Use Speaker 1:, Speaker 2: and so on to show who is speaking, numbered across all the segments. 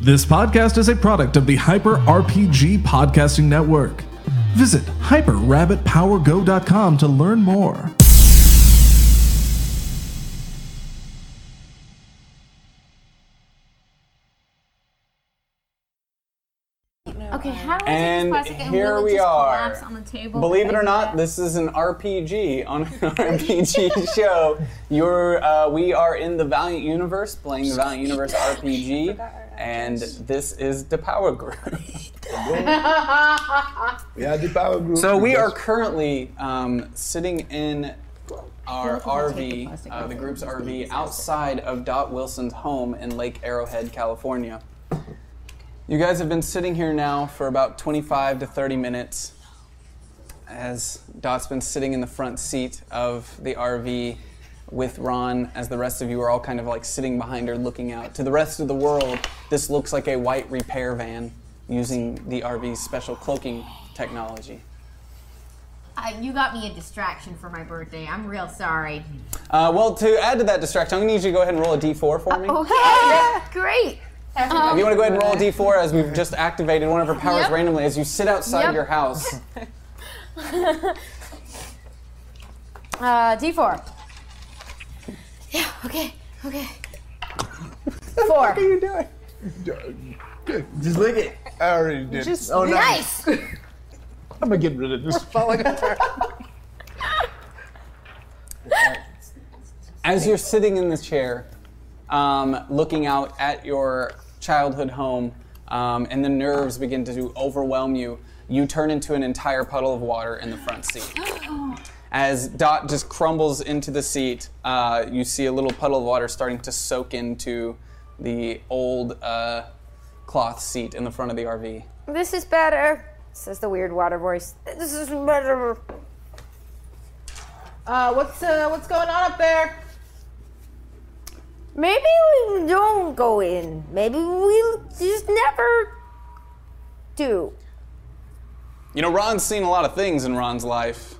Speaker 1: This podcast is a product of the Hyper RPG Podcasting Network. Visit hyperrabbitpowergo.com to learn more.
Speaker 2: Okay, how is
Speaker 3: And
Speaker 2: it plastic and
Speaker 3: here
Speaker 2: will it
Speaker 3: we
Speaker 2: just
Speaker 3: are.
Speaker 2: collapse on the table?
Speaker 3: Believe it or
Speaker 2: Like
Speaker 3: not,
Speaker 2: that?
Speaker 3: this is an RPG on an RPG show. You're, uh, we are in the Valiant Universe, playing the Valiant Universe RPG, and this is the Power Group.
Speaker 4: Yeah, the power group.
Speaker 3: So we are currently um, sitting in our RV, uh, the group's RV, outside of Dot Wilson's home in Lake Arrowhead, California. You guys have been sitting here now for about 25 to 30 minutes as Dot's been sitting in the front seat of the RV with Ron, as the rest of you are all kind of like sitting behind her looking out. To the rest of the world, this looks like a white repair van using the RV's special cloaking technology.
Speaker 5: Uh, you got me a distraction for my birthday. I'm real sorry.
Speaker 3: Uh, well, to add to that distraction, I'm going to need you to go ahead and roll a d4 for me.
Speaker 5: Okay, great.
Speaker 3: If you want to go ahead and roll a d4 as we've just activated one of her powers
Speaker 2: Yep.
Speaker 3: randomly as you sit outside
Speaker 2: Yep.
Speaker 3: your house.
Speaker 5: Uh, D4.
Speaker 2: Yeah, okay, okay.
Speaker 5: Four.
Speaker 4: Just lick it. I already did.
Speaker 6: Just
Speaker 4: oh, no.
Speaker 2: Nice!
Speaker 4: I'm gonna get rid of this.
Speaker 3: As you're sitting in the chair, um, looking out at your childhood home, um, and the nerves begin to overwhelm you, you turn into an entire puddle of water in the front seat. As Dot just crumbles into the seat, uh, you see a little puddle of water starting to soak into the old uh, cloth seat in the front of the RV.
Speaker 6: This is better, says the weird water voice. This is better.
Speaker 7: Uh, what's uh, what's going on up there?
Speaker 6: Maybe we don't go in. Maybe we'll just never do.
Speaker 3: You know, Ron's seen a lot of things in Ron's life.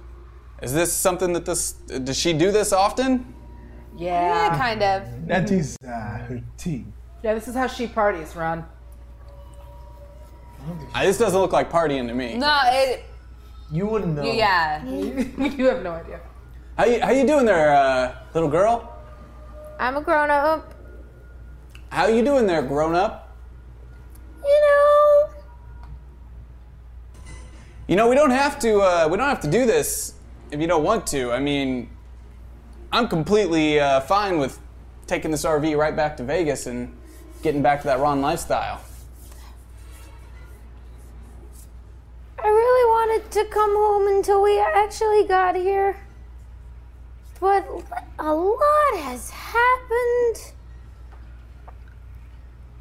Speaker 3: Is this something that this does she do this often?
Speaker 7: Yeah.
Speaker 2: kind of.
Speaker 4: That is uh, her team.
Speaker 7: Yeah, this is how she parties, Ron.
Speaker 3: Uh, this doesn't look like partying to me.
Speaker 2: No, Uh, it,
Speaker 4: You wouldn't know.
Speaker 2: yeah.
Speaker 7: you have no idea.
Speaker 3: How you, how you doing there, uh, little girl?
Speaker 6: I'm a grown up.
Speaker 3: How you doing there, grown up?
Speaker 6: You know,
Speaker 3: You know, we don't have to. Uh, we don't have to do this if you don't want to. I mean, I'm completely uh, fine with taking this RV right back to Vegas and getting back to that Ron lifestyle.
Speaker 6: I really wanted to come home until we actually got here. But a lot has happened.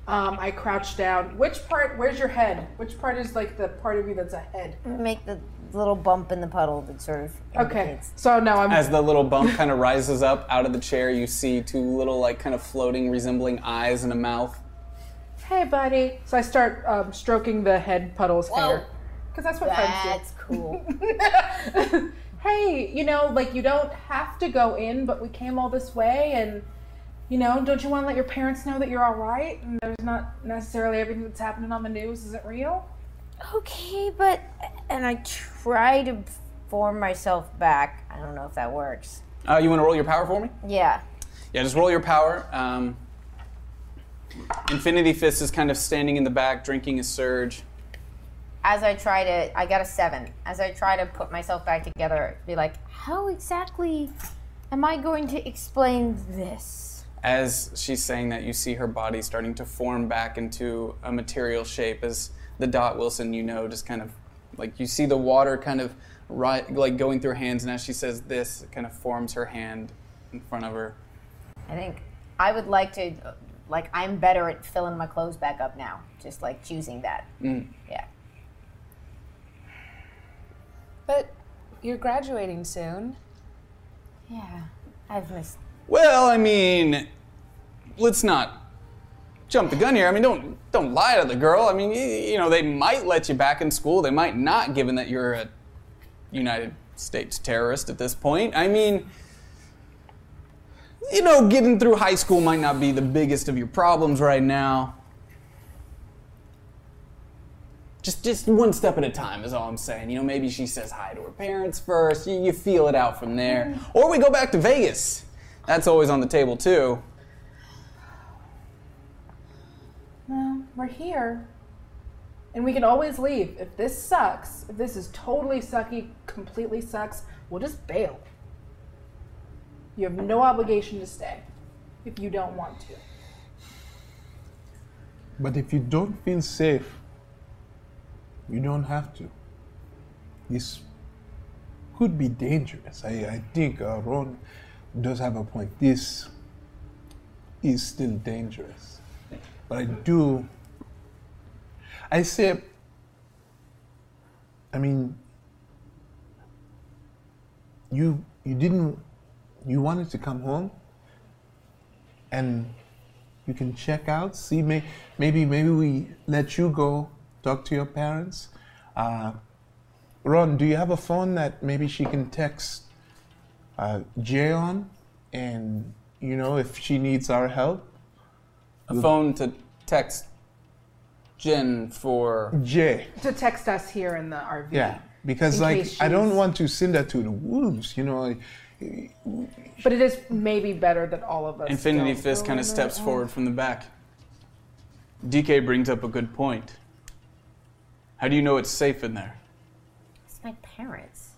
Speaker 7: Um, I crouched down. Which part? Where's your head? Which part is like the part of you that's a head?
Speaker 6: Make the little bump in the puddle that sort of.
Speaker 7: Okay. So now I'm.
Speaker 3: As the little bump kind of rises up out of the chair, you see two little, like, kind of floating, resembling eyes and a mouth.
Speaker 7: hey, buddy. So I start um, stroking the head puddle's hair. Because that's what
Speaker 5: That's cool.
Speaker 7: friends do. hey, you know, like you don't have to go in, but we came all this way, and you know, don't you want to let your parents know that you're all right? And there's not necessarily everything that's happening on the news isn't real.
Speaker 6: Okay, but and I try to form myself back. I don't know if that works.
Speaker 3: Uh, you want to roll your power for me?
Speaker 6: Yeah.
Speaker 3: Yeah, just roll your power. Um, Infinity Fist is kind of standing in the back, drinking a surge.
Speaker 5: As I try to, I got a seven. As I try to put myself back together, be like,
Speaker 6: How exactly am I going to explain this?
Speaker 3: As she's saying that, you see her body starting to form back into a material shape as the Dot Wilson you know just kind of like you see the water kind of ri- like going through her hands, and as she says this, it kind of forms her hand in front of her.
Speaker 5: I think I would like to, like, I'm better at filling my clothes back up now. Just like choosing that. Yeah.
Speaker 8: But you're graduating soon.
Speaker 5: Yeah. I've missed.
Speaker 3: Well, I mean, let's not jump the gun here. I mean, don't don't lie to the girl. I mean, you, you know, they might let you back in school. They might not, given that you're a United States terrorist at this point. I mean, you know, getting through high school might not be the biggest of your problems right now. just just one step at a time is all I'm saying. You know, maybe she says hi to her parents first. You, you feel it out from there, or we go back to Vegas. That's always on the table too.
Speaker 7: No, we're here. And we can always leave. If this sucks, if this is totally sucky, completely sucks, we'll just bail. You have no obligation to stay if you don't want to.
Speaker 9: But if you don't feel safe, you don't have to. This could be dangerous. I, I think uh, Ron does have a point. This is still dangerous. But I do. I say. I mean, you you didn't you wanted to come home, and you can check out, see may, maybe maybe we let you go talk to your parents. Uh, Ron, do you have a phone that maybe she can text uh, Jay on, and you know if she needs our help,
Speaker 3: A phone to text Jen for.
Speaker 9: Jay.
Speaker 7: To text us here in the RV.
Speaker 9: Yeah, because
Speaker 7: In
Speaker 9: like
Speaker 7: case
Speaker 9: I don't
Speaker 7: she's-
Speaker 9: want to send that to the wolves. You know, like,
Speaker 7: But it is maybe better that all of us.
Speaker 3: Infinity
Speaker 7: don't
Speaker 3: Fist
Speaker 7: go
Speaker 3: kind of
Speaker 7: in
Speaker 3: steps
Speaker 7: there.
Speaker 3: forward from the back. DK brings up a good point. How do you know it's safe in there?
Speaker 5: It's my parents.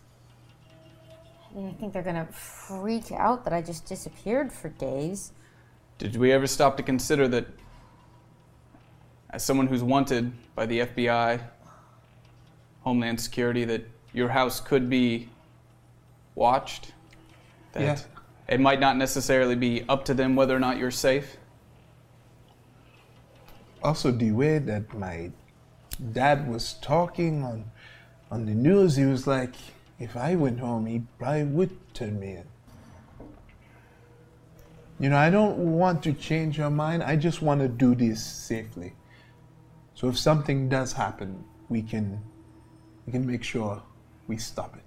Speaker 5: I mean, I think they're gonna freak out that I just disappeared for days.
Speaker 3: Did we ever stop to consider that as someone who's wanted by the FBI, Homeland Security, that your house could be watched? That
Speaker 9: Yeah.
Speaker 3: it might not necessarily be up to them whether or not you're safe?
Speaker 9: also the way that my dad was talking on on the news, he was like, if I went home, he probably would turn me in. You know, I don't want to change her mind. I just want to do this safely. So if something does happen, we can we can make sure we stop it.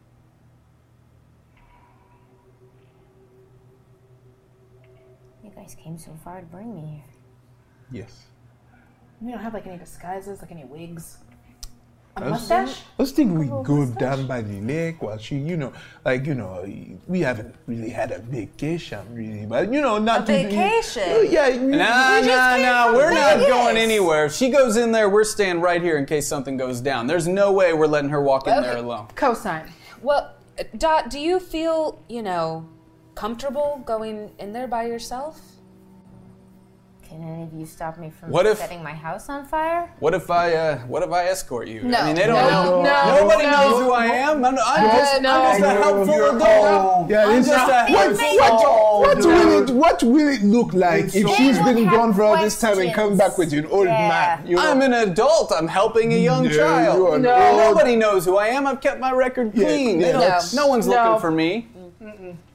Speaker 5: You guys came so far to bring me here.
Speaker 9: Yes.
Speaker 7: We don't have like any disguises, like any wigs. A
Speaker 9: Us-
Speaker 7: mustache?
Speaker 9: I was thinking we go down by the lake while she, you know, like you know, we haven't really had a vacation, really, but you know, not
Speaker 6: A
Speaker 9: to the-
Speaker 6: vacation?
Speaker 9: Oh, yeah, you-
Speaker 3: Nah,
Speaker 6: just
Speaker 3: nah,
Speaker 6: came
Speaker 3: nah.
Speaker 6: from
Speaker 3: We're not
Speaker 6: Vegas.
Speaker 3: going anywhere. If she goes in there, we're staying right here in case something goes down. There's no way we're letting her walk in there alone.
Speaker 7: Cosine.
Speaker 10: Well, uh, Dot, do you feel, you know, comfortable going in there by yourself?
Speaker 5: Can any of you stop me from
Speaker 3: What if-
Speaker 5: setting my house on fire?
Speaker 3: What if I, uh, what if I escort you?
Speaker 10: No.
Speaker 3: I mean, they don't
Speaker 7: No,
Speaker 3: know.
Speaker 7: no,
Speaker 3: Nobody
Speaker 7: no.
Speaker 3: knows who I am. I'm, I'm just, I'm
Speaker 7: no.
Speaker 3: just a helpful adult.
Speaker 9: Yeah,
Speaker 3: I'm
Speaker 9: it's
Speaker 3: just a
Speaker 9: what,
Speaker 3: helpful
Speaker 9: what, what will it what will it look like if
Speaker 5: so-
Speaker 9: she's
Speaker 5: They will
Speaker 9: been
Speaker 5: have
Speaker 9: gone for all this time and
Speaker 5: questions.
Speaker 9: comes back with you, an old
Speaker 5: Yeah.
Speaker 9: man? You know?
Speaker 3: I'm an adult. I'm helping a young
Speaker 9: No,
Speaker 3: child.
Speaker 9: you are No. not.
Speaker 3: Nobody knows who I am. I've kept my record
Speaker 9: Yeah,
Speaker 3: clean. They
Speaker 9: yeah.
Speaker 3: don't-
Speaker 10: No.
Speaker 3: No one's
Speaker 7: No.
Speaker 3: looking for me.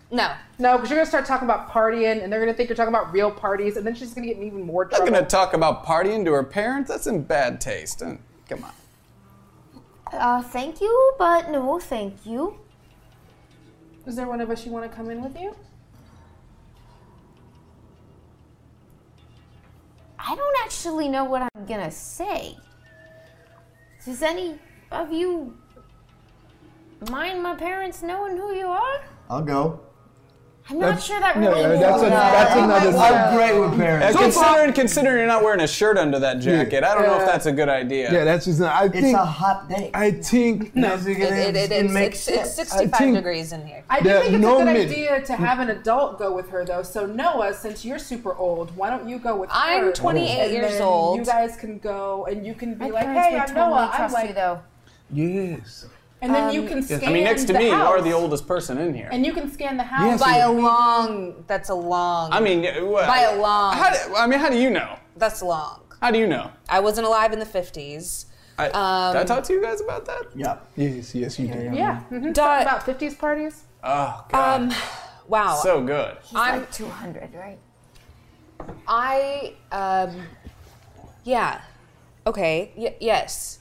Speaker 10: No.
Speaker 7: No, because you're gonna start talking about partying, and they're gonna think you're talking about real parties, and then she's gonna get in even more
Speaker 3: Not
Speaker 7: trouble.
Speaker 3: gonna talk about partying to her parents. That's in bad taste. Uh, Come on.
Speaker 5: Uh, thank you, but no, thank you.
Speaker 7: Is there one of us you want to come in with you?
Speaker 5: I don't actually know what I'm gonna say. Does any of you mind my parents knowing who you are?
Speaker 11: I'll go.
Speaker 5: I'm not
Speaker 9: That's-
Speaker 5: sure that
Speaker 9: no,
Speaker 5: really
Speaker 9: no, that's, a,
Speaker 5: means
Speaker 9: that's another.
Speaker 11: I'm great with
Speaker 3: Uh,
Speaker 11: parents.
Speaker 3: considering considering you're not wearing a shirt under that jacket, I don't know if that's a good idea.
Speaker 9: yeah, that's just. I
Speaker 11: it's
Speaker 9: think.
Speaker 11: a hot day.
Speaker 9: I think.
Speaker 11: it,
Speaker 10: It, it, it,
Speaker 11: makes
Speaker 10: it's, it's
Speaker 11: sense.
Speaker 10: 65
Speaker 9: think-
Speaker 10: degrees in here.
Speaker 7: I do
Speaker 9: There-
Speaker 7: think it's
Speaker 9: no
Speaker 7: a good
Speaker 9: mid-
Speaker 7: idea to have an adult go with her, though. So Noah, since you're super old, why don't you go with
Speaker 10: I'm
Speaker 7: her?
Speaker 10: 28
Speaker 7: and
Speaker 10: years
Speaker 7: then
Speaker 10: old.
Speaker 7: You guys can go, and you can be
Speaker 5: My
Speaker 7: like,
Speaker 5: parents
Speaker 7: "Hey,
Speaker 5: would
Speaker 7: I'm
Speaker 5: totally
Speaker 7: Noah." I'm
Speaker 5: trust you,
Speaker 7: like,
Speaker 5: though.
Speaker 9: Yes.
Speaker 7: and then you can scan.
Speaker 3: I mean, next to me,
Speaker 7: the
Speaker 3: you are
Speaker 7: house,
Speaker 3: the oldest person in here.
Speaker 7: And you can scan the house.
Speaker 9: Yes,
Speaker 10: By a long, that's a long.
Speaker 3: I mean, uh, well,
Speaker 10: By a long.
Speaker 3: How do, I mean, how do you know?
Speaker 10: that's long.
Speaker 3: How do you know?
Speaker 10: I wasn't alive in the 50s.
Speaker 3: I,
Speaker 10: Um,
Speaker 3: did I talk to you guys about that?
Speaker 11: Yeah.
Speaker 9: Yes. Yes. You do.
Speaker 7: yeah. mhm.
Speaker 10: Dot-
Speaker 7: About 50s parties.
Speaker 3: Oh God,
Speaker 10: Wow.
Speaker 3: so good.
Speaker 10: I'm,
Speaker 5: Like 200, right?
Speaker 10: I, um, yeah. Okay. Y- yes.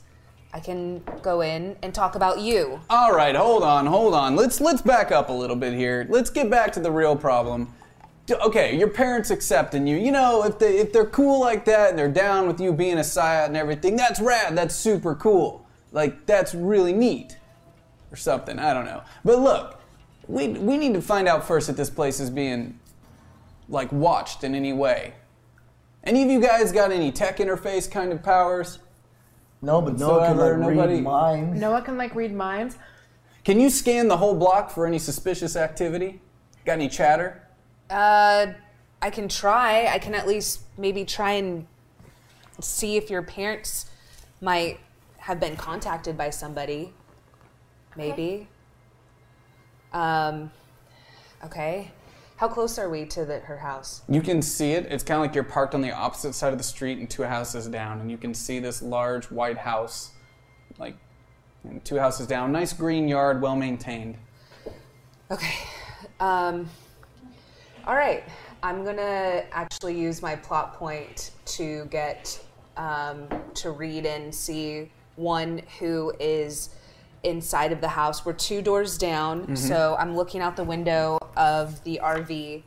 Speaker 10: I can go in and talk about you.
Speaker 3: All right, hold on, hold on. Let's let's back up a little bit here. Let's get back to the real problem. d- okay, your parents accepting you. You know, if they if they're cool like that and they're down with you being a psyot and everything, that's rad. That's super cool. Like that's really neat, or something. I don't know. But look, we we need to find out first if this place is being like watched in any way. Any of you guys got any tech interface kind of powers?
Speaker 12: No, but no one can
Speaker 3: Whatsoever,
Speaker 12: like
Speaker 3: nobody-
Speaker 12: read minds.
Speaker 13: Noah can like read minds.
Speaker 3: Can you scan the whole block for any suspicious activity? Got any chatter?
Speaker 10: Uh, I can try. I can at least maybe try and see if your parents might have been contacted by somebody. Maybe. Um, okay. How close are we to the, her house?
Speaker 3: You can see it. It's kind of like you're parked on the opposite side of the street and two houses down, and you can see this large white house, like and two houses down. Nice green yard, well maintained.
Speaker 10: Okay. Um, all right. I'm gonna actually use my plot point to get um, to read and see one who is inside of the house. We're two doors down, so I'm looking out the window of the RV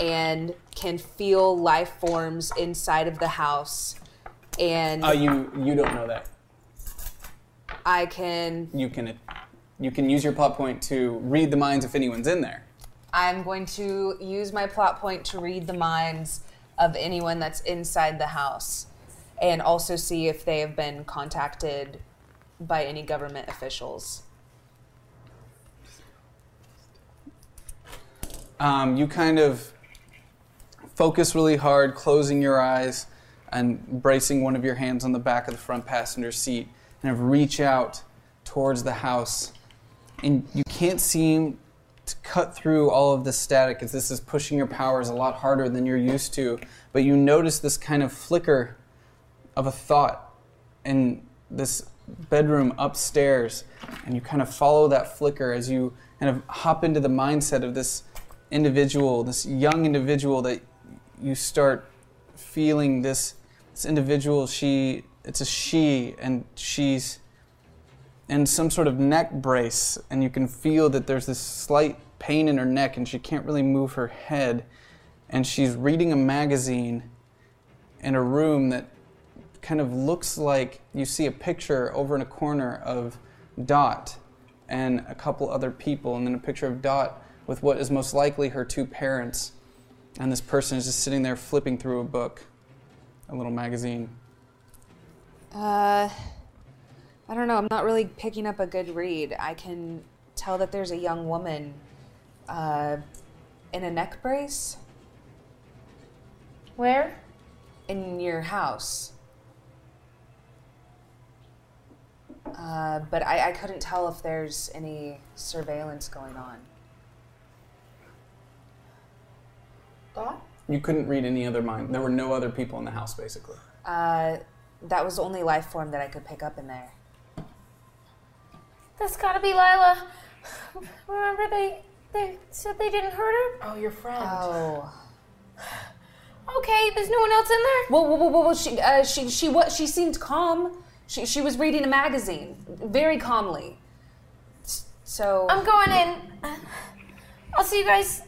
Speaker 10: and can feel life forms inside of the house, and
Speaker 3: Uh, you you don't know that.
Speaker 10: I can.
Speaker 3: You can you can use your plot point to read the minds if anyone's in there.
Speaker 10: I'm going to use my plot point to read the minds of anyone that's inside the house and also see if they have been contacted by any government officials.
Speaker 3: um, you kind of focus really hard, closing your eyes and bracing one of your hands on the back of the front passenger seat, and kind of reach out towards the house. And you can't seem to cut through all of the static as this is pushing your powers a lot harder than you're used to. But you notice this kind of flicker of a thought in this bedroom upstairs and you kind of follow that flicker as you kind of hop into the mindset of this individual this young individual that you start feeling this this individual she it's a she and she's in some sort of neck brace and you can feel that there's this slight pain in her neck and she can't really move her head and she's reading a magazine in a room that kind of looks like you see a picture over in a corner of Dot and a couple other people, and then a picture of Dot with what is most likely her two parents. And this person is just sitting there flipping through a book, a little magazine.
Speaker 10: Uh, I don't know. I'm not really picking up a good read. I can tell that there's a young woman uh, in a neck brace
Speaker 14: Where?
Speaker 10: in your house. Uh, but I, I couldn't tell if there's any surveillance going on.
Speaker 3: You couldn't read any other mind. There were no other people in the house, basically.
Speaker 10: Uh, that was the only life form that I could pick up in there.
Speaker 6: That's gotta be Lila. Remember they they said they didn't hurt her?
Speaker 13: Oh, your friend.
Speaker 10: Oh.
Speaker 6: Okay, there's no one else in there?
Speaker 10: Well, well, well, well, well, she, uh, she, she, what, she seemed calm. She, she was reading a magazine very calmly. S- So,
Speaker 6: I'm going in. I'll see you guys.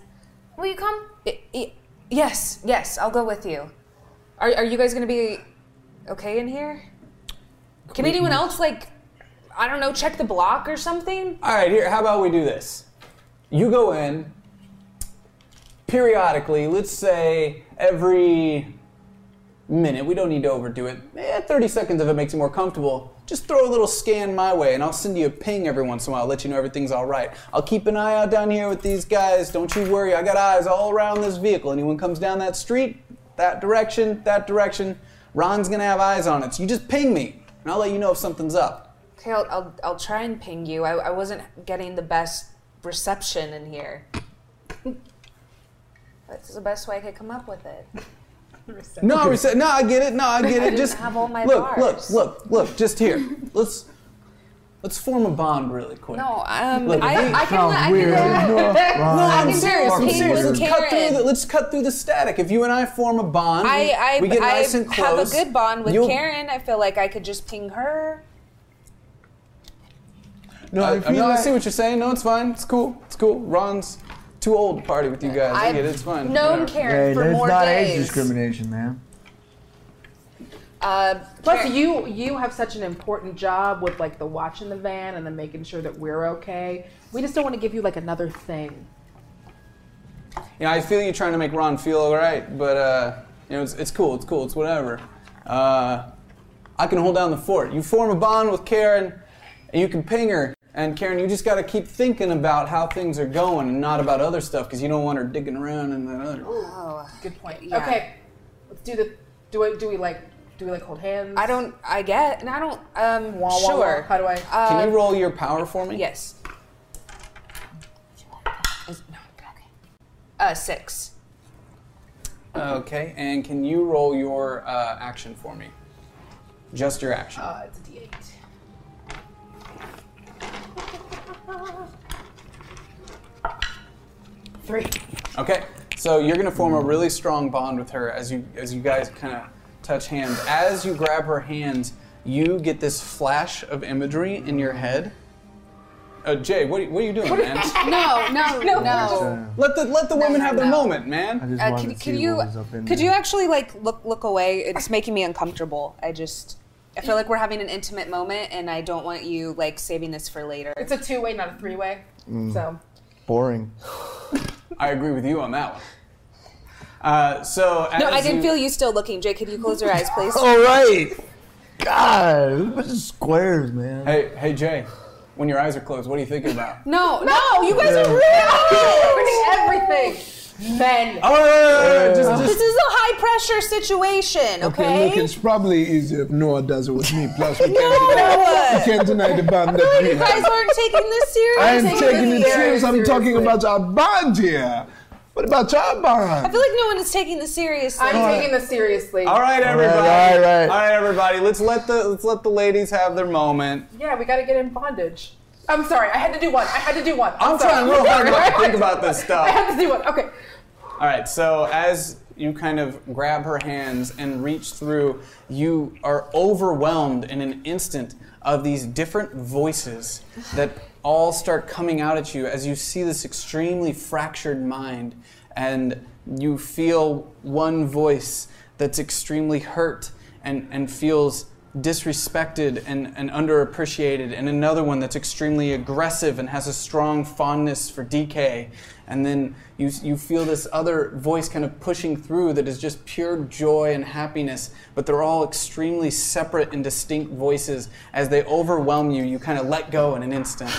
Speaker 6: Will you come?
Speaker 10: I- I- yes, yes, I'll go with you. Are, are you guys gonna be okay in here? Can anyone else like, I don't know, check the block or something?
Speaker 3: All right, here, how about we do this? You go in periodically, let's say every minute, we don't need to overdo it. Eh, 30 seconds if it makes you more comfortable. Just throw a little scan my way and I'll send you a ping every once in a while, let you know everything's all right. I'll keep an eye out down here with these guys. Don't you worry, I got eyes all around this vehicle. Anyone comes down that street, that direction, that direction, Ron's gonna have eyes on it. So you just ping me and I'll let you know if something's up.
Speaker 10: Okay, I'll, I'll, I'll try and ping you. I, I wasn't getting the best reception in here. That's the best way I could come up with it.
Speaker 3: No, we said no. I get it. No, I get it. Just
Speaker 10: have all my
Speaker 3: look,
Speaker 10: bars.
Speaker 3: look, look, look. Just here. Let's let's form a bond really quick.
Speaker 10: No, um,
Speaker 3: Look,
Speaker 10: I,
Speaker 3: we
Speaker 10: I can, I
Speaker 12: Weird.
Speaker 10: can,
Speaker 12: No,
Speaker 10: I can
Speaker 12: Ron.
Speaker 10: do serious.
Speaker 3: I'm
Speaker 10: Ping
Speaker 3: serious.
Speaker 10: with
Speaker 3: Let's cut, through the,
Speaker 10: Karen.
Speaker 3: let's cut through the static. If you and I form a bond,
Speaker 10: I, I,
Speaker 3: we get
Speaker 10: I
Speaker 3: nice and
Speaker 10: have a
Speaker 3: close.
Speaker 10: good bond with
Speaker 3: You'll-
Speaker 10: Karen. I feel like I could just ping her.
Speaker 9: No,
Speaker 3: I,
Speaker 9: I
Speaker 3: I,
Speaker 9: feel
Speaker 3: no, I
Speaker 9: like
Speaker 3: see what you're saying. No, it's fine. It's cool. It's cool. Ron's too old to party with you guys. I
Speaker 10: I've
Speaker 3: get it. It's fun.
Speaker 10: known
Speaker 15: Hey,
Speaker 10: Karen for
Speaker 15: there's
Speaker 10: more
Speaker 15: not age
Speaker 10: days.
Speaker 15: discrimination, man.
Speaker 10: uh,
Speaker 7: Plus, you you have such an important job with like the watch in the van and then making sure that we're okay. We just don't want to give you like another thing.
Speaker 3: Yeah, I feel you trying to make Ron feel all right, but uh, you know, it's, it's cool. It's cool. It's whatever. Uh, I can hold down the fort. You form a bond with Karen, and you can ping her. And Karen, you just got to keep thinking about how things are going and not about other stuff because you don't want her digging around in that other.
Speaker 7: Good point.
Speaker 10: Yeah.
Speaker 7: Okay, let's do the do I do we like do we like hold hands?
Speaker 10: I don't. I get, and I don't. Um,
Speaker 7: Wah, wah, wah.
Speaker 10: sure. Uh,
Speaker 7: How do I?
Speaker 3: Can you roll your power for me?
Speaker 10: Yes. Is- no, okay. Uh, six.
Speaker 3: Okay. And can you roll your uh, action for me? Just your action.
Speaker 7: Uh, it's a D8. Three.
Speaker 3: Okay, so you're gonna form a really strong bond with her as you as you guys kind of touch hands. As you grab her hands, you get this flash of imagery in your head. Uh, Jay, what are, you- what are you doing, man?
Speaker 10: No, no, no.
Speaker 3: let the let the women have their
Speaker 10: no.
Speaker 3: moment, man.
Speaker 15: Oh, Just
Speaker 10: Uh,
Speaker 15: wanted
Speaker 10: can,
Speaker 15: to
Speaker 10: can
Speaker 15: see
Speaker 10: you
Speaker 15: what was up in
Speaker 10: could
Speaker 15: there.
Speaker 10: you actually like look look away? It's making me uncomfortable. I just I feel like we're having an intimate moment, and I don't want you like saving this for later.
Speaker 7: It's a two way, not a three way.
Speaker 3: Mm.
Speaker 7: So
Speaker 15: Boring.
Speaker 3: I agree with you on that one. Uh, so
Speaker 10: no,
Speaker 3: as
Speaker 10: I didn't
Speaker 3: you-
Speaker 10: feel you still looking, Jay. Could you close your eyes, please?
Speaker 9: Oh.
Speaker 15: All right. God, this bunch of squares, man.
Speaker 3: Hey, hey, Jay. When your eyes are closed, what are you thinking about?
Speaker 10: No, no, you guys
Speaker 15: Yeah.
Speaker 10: are real.
Speaker 7: everything. Men.
Speaker 3: Oh, just, just-
Speaker 10: This is a high pressure situation, okay?
Speaker 9: Okay, look, it's probably easier if Noah does it with me. Plus, we can't deny, we can't deny the bond that we
Speaker 10: you guys
Speaker 9: have.
Speaker 10: aren't taking this serious.
Speaker 9: I am taking
Speaker 10: this
Speaker 9: it serious. I'm talking about our bond here. What about your
Speaker 10: I
Speaker 9: bond?
Speaker 10: feel like no one is taking this seriously.
Speaker 7: I'm taking this seriously.
Speaker 3: all right, everybody.
Speaker 15: all right.
Speaker 3: all right, everybody. Let's let the let's let the ladies have their moment.
Speaker 7: Yeah, we gotta get in bondage. I'm sorry, I had to do one. I had to do one.
Speaker 3: I'm
Speaker 7: sorry.
Speaker 3: trying real hard not to think about this
Speaker 7: I had
Speaker 3: stuff.
Speaker 7: to do one. Okay.
Speaker 3: All right, so as you kind of grab her hands and reach through, you are overwhelmed in an instant of these different voices that all start coming out at you as you see this extremely fractured mind and you feel one voice that's extremely hurt and, and feels disrespected and, and underappreciated, and another one that's extremely aggressive and has a strong fondness for DK. And then you, you feel this other voice kind of pushing through that is just pure joy and happiness, but they're all extremely separate and distinct voices. As they overwhelm you, you kind of let go in an instant.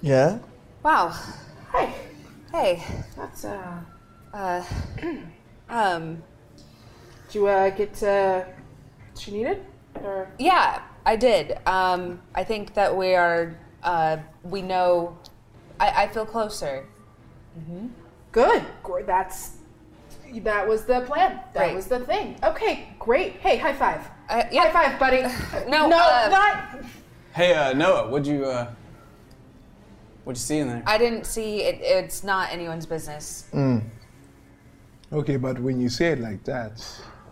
Speaker 15: Yeah.
Speaker 10: Wow.
Speaker 7: Hi.
Speaker 10: Hey.
Speaker 7: That's uh.
Speaker 10: Uh, um,
Speaker 7: Did you uh, get uh, what you needed? Or
Speaker 10: yeah, I did. Um, I think that we are. Uh, we know. I, I feel closer.
Speaker 7: good. Gr- That's that was the plan. That
Speaker 10: Great.
Speaker 7: was the thing. Okay, great. Hey, high five.
Speaker 10: Uh, yeah.
Speaker 7: High five, buddy.
Speaker 10: No,
Speaker 7: no,
Speaker 10: uh,
Speaker 7: not.
Speaker 3: Hey, uh, Noah, what'd you, uh, what'd you see in there?
Speaker 10: I didn't see it. It's not anyone's business. It,
Speaker 9: Okay, but when you say it like that,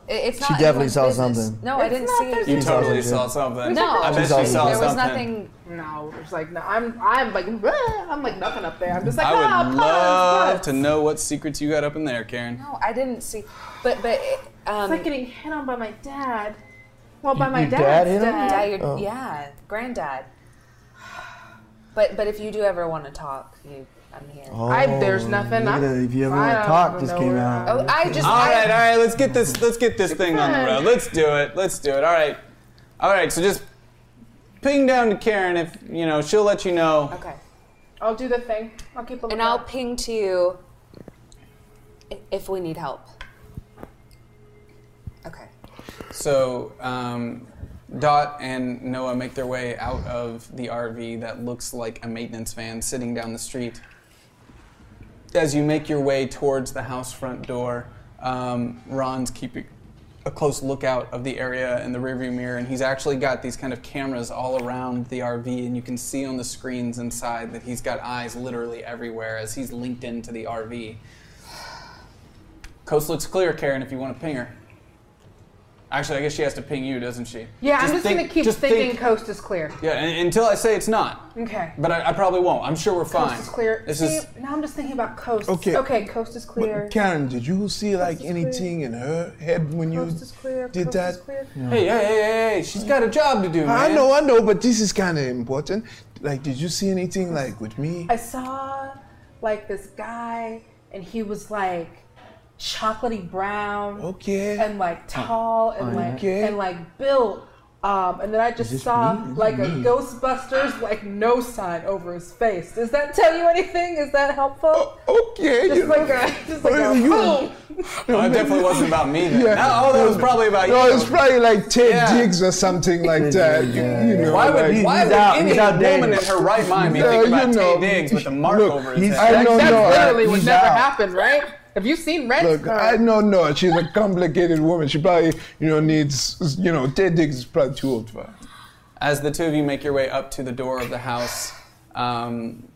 Speaker 10: it's not.
Speaker 15: She definitely
Speaker 10: anyone's
Speaker 15: saw
Speaker 10: business.
Speaker 15: something.
Speaker 10: No, I
Speaker 7: It's
Speaker 10: didn't
Speaker 7: not
Speaker 10: see.
Speaker 7: their
Speaker 3: you totally
Speaker 15: She
Speaker 3: saw
Speaker 15: saw
Speaker 3: something.
Speaker 10: No,
Speaker 3: I bet you
Speaker 15: something.
Speaker 3: saw
Speaker 10: there was
Speaker 3: something.
Speaker 10: nothing.
Speaker 7: No, it's like no. I'm I'm like "Bleh," I'm like nothing up there. I'm just like
Speaker 3: I
Speaker 7: ah,
Speaker 3: would
Speaker 7: puns,
Speaker 3: love
Speaker 7: puns."
Speaker 3: to know what secrets you got up in there, Karen.
Speaker 10: No, I didn't see. But but um,
Speaker 7: It's like getting hit on by my dad. Well, by
Speaker 15: Y-
Speaker 7: my
Speaker 15: your dad
Speaker 7: dad's
Speaker 15: hit him?
Speaker 10: yeah, your,
Speaker 15: Oh.
Speaker 10: yeah, granddad. But but if you do ever want to talk, you, I'm here. Oh,
Speaker 7: I, there's nothing.
Speaker 15: look
Speaker 7: I,
Speaker 15: at that. Oh, If you ever
Speaker 7: I
Speaker 15: wanna
Speaker 7: don't
Speaker 15: talk,
Speaker 7: even
Speaker 15: just
Speaker 7: know
Speaker 15: came
Speaker 7: where
Speaker 15: out.
Speaker 7: I-
Speaker 10: Oh, I just
Speaker 3: All
Speaker 10: I-
Speaker 3: right, all right. Let's get this. Let's get this thing on the road. Let's do it. Let's do it. All right, all right. So just ping down to Karen if you know she'll let you know.
Speaker 10: Okay.
Speaker 7: I'll do the thing. I'll keep a
Speaker 10: And I'll ping to you i- if we need help. Okay.
Speaker 3: So um, Dot and Noah make their way out of the RV that looks like a maintenance van sitting down the street. As you make your way towards the house front door, um, Ron's keeping a close lookout of the area in the rearview mirror, and he's actually got these kind of cameras all around the RV, and you can see on the screens inside that he's got eyes literally everywhere as he's linked into the RV. Coast looks clear, Karen, if you want to ping her. Actually, I guess she has to ping you, doesn't she?
Speaker 13: Yeah, I'm just
Speaker 3: think-
Speaker 13: gonna keep
Speaker 3: just
Speaker 13: thinking
Speaker 3: think-
Speaker 13: coast is clear.
Speaker 3: Yeah, un- until I say it's not.
Speaker 13: Okay.
Speaker 3: But I, I probably won't. I'm sure we're fine.
Speaker 13: Coast is clear.
Speaker 3: This
Speaker 13: See,
Speaker 3: is
Speaker 13: now I'm just thinking about coast.
Speaker 9: Okay.
Speaker 13: Okay, coast is clear.
Speaker 9: But Karen, did you see like
Speaker 13: Coast is clear.
Speaker 9: anything in her head when you
Speaker 13: coast is clear.
Speaker 9: did
Speaker 13: coast
Speaker 9: that?
Speaker 13: is clear.
Speaker 3: hey, hey, hey, hey, hey, she's got a job to do, man.
Speaker 9: I know, I know, but this is kind of important. Like, did you see anything like with me?
Speaker 13: I saw like this guy, and he was like chocolatey brown.
Speaker 9: Okay.
Speaker 13: And like tall and like
Speaker 9: Okay.
Speaker 13: and like built. Um, and then I just saw
Speaker 9: me? Is
Speaker 13: like
Speaker 9: it
Speaker 13: a
Speaker 9: me?
Speaker 13: Ghostbusters like no sign over his face. Does that tell you anything? Is that helpful?
Speaker 9: Oh, okay,
Speaker 13: Just
Speaker 9: you
Speaker 13: like a, just like
Speaker 9: Oh,
Speaker 13: a,
Speaker 9: you-
Speaker 13: boom.
Speaker 3: No, Oh, it definitely wasn't about me. Then.
Speaker 9: Yeah.
Speaker 3: No, that was probably about
Speaker 9: No,
Speaker 3: you.
Speaker 9: it's probably like Ted
Speaker 3: Yeah.
Speaker 9: Diggs or something like that. You, you know,
Speaker 3: why would,
Speaker 9: like-
Speaker 3: why
Speaker 12: he's
Speaker 3: would
Speaker 12: out-
Speaker 3: any
Speaker 12: he's out
Speaker 3: woman in
Speaker 12: dating.
Speaker 3: her right mind be
Speaker 9: Yeah,
Speaker 3: thinking about
Speaker 9: you
Speaker 3: Tay
Speaker 9: know,
Speaker 3: Diggs with a mark
Speaker 9: look,
Speaker 3: over his
Speaker 9: he's-
Speaker 3: head?
Speaker 9: I know,
Speaker 13: That's
Speaker 9: no,
Speaker 13: literally
Speaker 9: I-
Speaker 13: what
Speaker 9: he's
Speaker 13: never
Speaker 9: out.
Speaker 13: happened, right? Have you seen Red?
Speaker 9: Look,
Speaker 13: Or-
Speaker 9: I know, no, she's a complicated woman. She probably, you know, needs, you know, Ted Diggs is probably too old for her.
Speaker 3: As the two of you make your way up to the door of the house, um,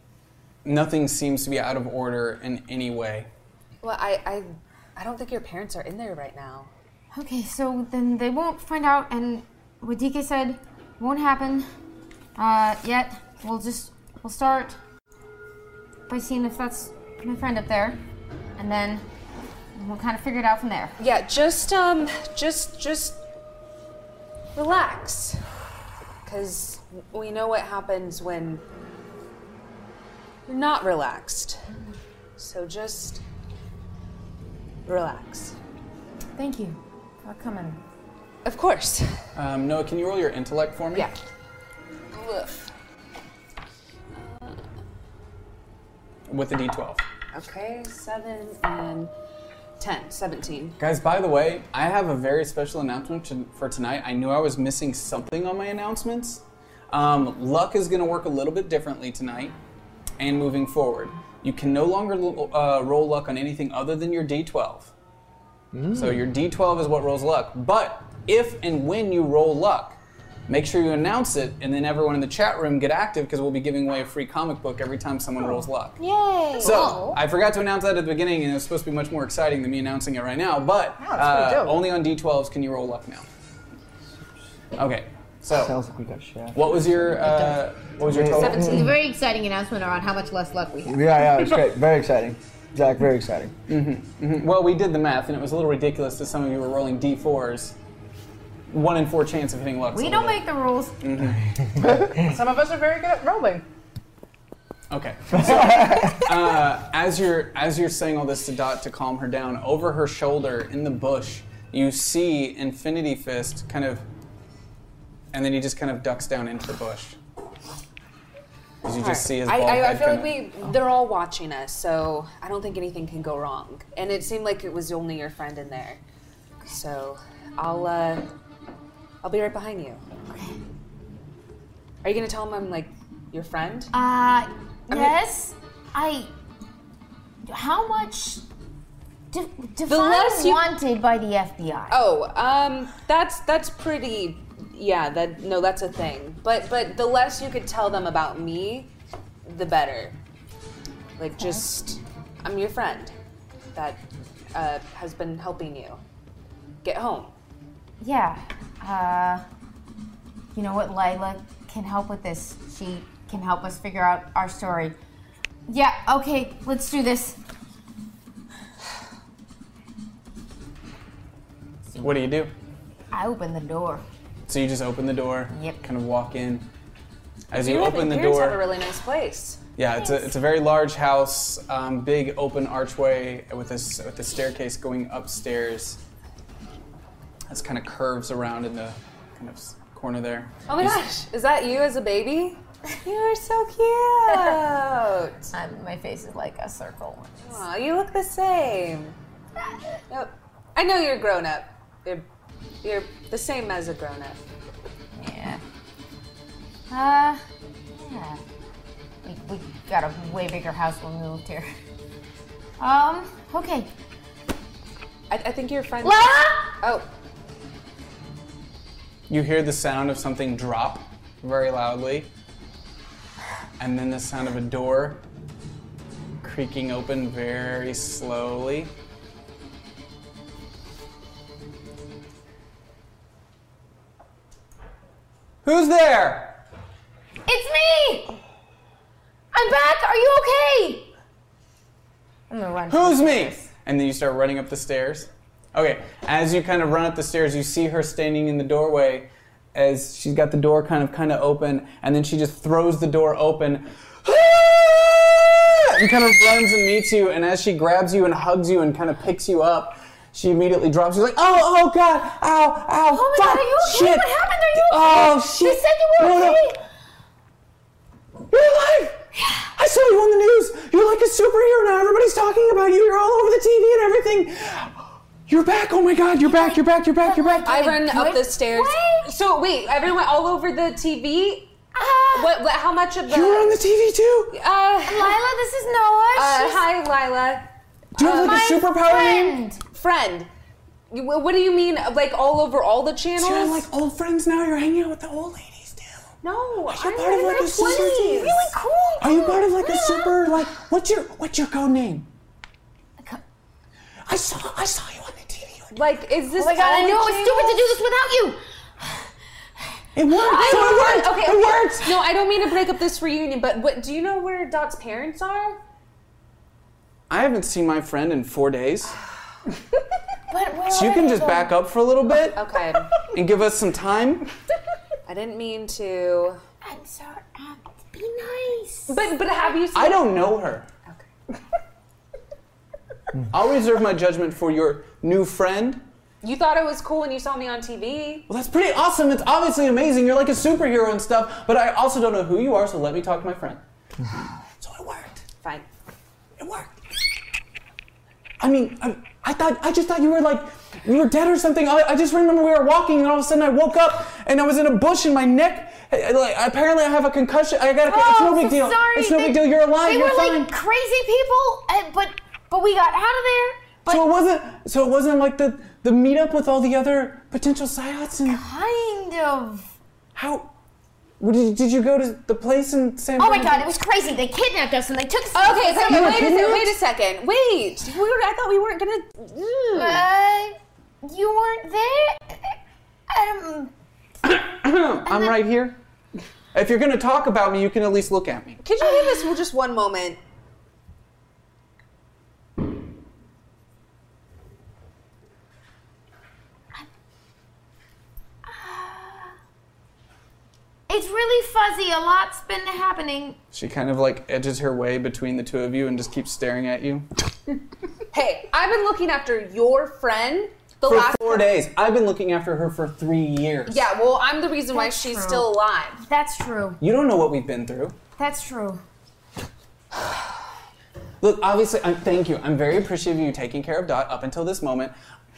Speaker 3: nothing seems to be out of order in any way.
Speaker 10: Well, I, I, I don't think your parents are in there right now.
Speaker 5: Okay, so then they won't find out, and what DK said won't happen uh, yet. We'll just we'll start by seeing if that's my friend up there, and then we'll kind of figure it out from there.
Speaker 10: Yeah, just um, just just relax, because we know what happens when you're not relaxed. So just relax.
Speaker 5: Thank you for coming.
Speaker 10: Of course.
Speaker 3: Um, Noah, can you roll your intellect for me?
Speaker 10: Yeah. Woof.
Speaker 3: With a d12.
Speaker 10: Okay, seven and ten. Seventeen.
Speaker 3: Guys, by the way, I have a very special announcement to, for tonight. I knew I was missing something on my announcements. Um, luck is going to work a little bit differently tonight and moving forward. You can no longer lo- uh, roll luck on anything other than your d12. So
Speaker 13: Hmm.
Speaker 3: your d12 is what rolls luck. But if and when you roll luck, make sure you announce it and then everyone in the chat room get active because we'll be giving away a free comic book every time someone rolls luck.
Speaker 5: Yay!
Speaker 3: So I forgot to announce that at the beginning, and it was supposed to be much more exciting than me announcing it right now. But
Speaker 13: that's pretty
Speaker 3: uh,
Speaker 13: dope.
Speaker 3: only on D12s can you roll luck now. Okay. So
Speaker 12: Sounds like we got shot.
Speaker 3: what was your uh, what was your total?
Speaker 14: It's a very exciting announcement around how much less luck we have.
Speaker 12: Yeah, yeah, it's great. Very exciting. Zach, very exciting.
Speaker 3: Well, we did the math, and it was a little ridiculous that some of you were rolling D4s. One in four chance of hitting luck.
Speaker 5: we don't make the rules. Uh,
Speaker 13: Some of us are very good at rolling.
Speaker 3: Okay. So, uh, as you're as you're saying all this to Dot to calm her down, over her shoulder in the bush, you see Infinity Fist kind of, and then he just kind of ducks down into the bush. Did you just see his
Speaker 10: I,
Speaker 3: bald
Speaker 10: I, I
Speaker 3: head
Speaker 10: feel like
Speaker 3: kinda- Oh.
Speaker 10: we they're all watching us, so I don't think anything can go wrong. And it seemed like it was only your friend in there. So I'll uh I'll be right behind you. Are you gonna tell him I'm like your friend?
Speaker 5: Uh, yes. I. How much? De- define
Speaker 10: less you-
Speaker 5: wanted by the FBI.
Speaker 10: oh, um that's that's pretty yeah, that no, that's a thing. But but the less you could tell them about me, the better. Like just I'm your friend that uh, has been helping you get home.
Speaker 5: Yeah. Uh, you know what? Lila can help with this. She can help us figure out our story. Yeah, okay, let's do this.
Speaker 3: What do you do?
Speaker 5: I open the door.
Speaker 3: So you just open the door.
Speaker 5: Yep.
Speaker 3: Kind of walk in. As you
Speaker 10: Yeah,
Speaker 3: open the
Speaker 10: my parents
Speaker 3: door,
Speaker 10: Have a really nice place.
Speaker 3: yeah, it's a it's a very large house, um, big open archway with this with the staircase going upstairs. This kind of curves around in the kind of s- corner there.
Speaker 10: Oh my
Speaker 3: You s-
Speaker 10: gosh, is that you as a baby? You are so cute.
Speaker 14: I'm, my face is like a circle.
Speaker 10: Aw, you look the same. Yep. I know you're grown up. You're, you're the same as a grown up.
Speaker 5: Yeah. Uh, yeah. We, we got a way bigger house when we moved here. Um, okay. Ah!
Speaker 10: I, I think your friend.
Speaker 5: Lila!
Speaker 10: Oh,
Speaker 3: You hear the sound of something drop very loudly, and then the sound of a door creaking open very slowly. Who's there?
Speaker 5: It's me! I'm back! Are you okay?
Speaker 14: I'm gonna run.
Speaker 3: Who's me? And then you start running up the stairs. Okay, as you kind of run up the stairs, you see her standing in the doorway as she's got the door kind of kind of open, and then she just throws the door open. Ah! and kind of runs and meets you, and as she grabs you and hugs you and kind of picks you up, she immediately drops. She's like, "Oh, oh God, ow, ow,
Speaker 5: Oh my
Speaker 3: fuck,
Speaker 5: god, are you okay?
Speaker 3: shit.
Speaker 5: What happened? Are you okay?
Speaker 3: Oh shit!
Speaker 5: They said you were
Speaker 3: No, no.
Speaker 5: okay!
Speaker 3: You're alive! I saw you on the news! You're like a superhero now! Everybody's talking about you! You're all over the TV and everything! You're back! Oh my god, you're back, you're back, you're back, you're back!
Speaker 10: I run up the stairs.
Speaker 6: Wait.
Speaker 10: So wait, everyone went all over the TV.
Speaker 6: Ah,
Speaker 10: What? what how much of the?
Speaker 3: You were on the TV too!
Speaker 10: uh,
Speaker 6: Lila, this is Noah.
Speaker 10: uh,
Speaker 6: She's
Speaker 10: hi, Lila.
Speaker 3: Do you have like a superpower? you-
Speaker 6: friend.
Speaker 10: Oh Friend. You- wh- What do you mean? Like all over all the channels?
Speaker 3: You're like old friends now, you're hanging out with the old ladies now.
Speaker 10: no,
Speaker 3: You're part
Speaker 10: I'm
Speaker 3: of
Speaker 10: in
Speaker 3: like
Speaker 10: my
Speaker 3: a super
Speaker 10: twenties.
Speaker 6: Really cool.
Speaker 3: Are you part of like a super like what's your what's your code name? I saw I saw you on the TV.
Speaker 10: Like, is this?
Speaker 5: Oh my god, I
Speaker 10: all
Speaker 5: knew
Speaker 10: the
Speaker 5: it was stupid to do this without you!
Speaker 3: It worked!
Speaker 10: I
Speaker 3: so
Speaker 10: don't
Speaker 3: it
Speaker 10: want-
Speaker 3: worked!
Speaker 10: Okay,
Speaker 3: it
Speaker 10: okay.
Speaker 3: worked!
Speaker 10: No, I don't mean to break up this reunion, but what do you know where Dot's parents are?
Speaker 3: I haven't seen my friend in four days.
Speaker 5: But where
Speaker 3: So you
Speaker 5: are
Speaker 3: can
Speaker 5: they,
Speaker 3: just
Speaker 5: though?
Speaker 3: back up for a little bit
Speaker 10: Okay,
Speaker 3: and give us some time.
Speaker 10: I didn't mean to.
Speaker 5: I'm sorry. Um, be nice.
Speaker 10: But but have you? Seen
Speaker 3: I don't know her. I'll reserve my judgment for your new friend.
Speaker 10: You thought it was cool when you saw me on TV.
Speaker 3: Well, that's pretty awesome. It's obviously amazing. You're like a superhero and stuff, but I also don't know who you are, so let me talk to my friend. so it worked.
Speaker 10: Fine.
Speaker 3: It worked. I mean, I, I thought I just thought you were like you were dead or something. I, I just remember we were walking, and all of a sudden I woke up, and I was in a bush, and my neck. I- I- Like apparently I have a concussion. I got. A, it's
Speaker 5: Oh,
Speaker 3: no
Speaker 5: I'm
Speaker 3: big
Speaker 5: so
Speaker 3: deal.
Speaker 5: Sorry.
Speaker 3: It's no
Speaker 5: They-
Speaker 3: big deal. You're alive.
Speaker 5: They
Speaker 3: You're
Speaker 5: were
Speaker 3: fine.
Speaker 5: like crazy people, uh, but but we got out of there. But
Speaker 3: so it wasn't. So it wasn't like the the meetup with all the other potential psyops and
Speaker 5: kind of.
Speaker 3: how. Well, Did, did you go to the place in San?
Speaker 5: Oh my
Speaker 3: Bernardino?
Speaker 5: god, it was crazy. They kidnapped us and they took. us-
Speaker 10: Okay, so
Speaker 5: You
Speaker 10: wait a
Speaker 5: were
Speaker 10: second. Wait a second. Wait. We were, I thought we weren't gonna.
Speaker 5: Uh, you weren't there. Um,
Speaker 3: I'm right here. If you're gonna talk about me, you can at least look at me.
Speaker 10: Could you give us just one moment?
Speaker 5: it's really fuzzy. A lot's been happening.
Speaker 3: She kind of like edges her way between the two of you and just keeps staring at you.
Speaker 10: Hey, I've been looking after your friend the
Speaker 3: For
Speaker 10: last
Speaker 3: four days. I've been looking after her for three years.
Speaker 10: Yeah, well, I'm the reason why she's
Speaker 5: true.
Speaker 10: still alive.
Speaker 5: That's true.
Speaker 3: You don't know what we've been through.
Speaker 5: That's true.
Speaker 3: Look, obviously, I, thank you. I'm very appreciative of you taking care of Dot up until this moment.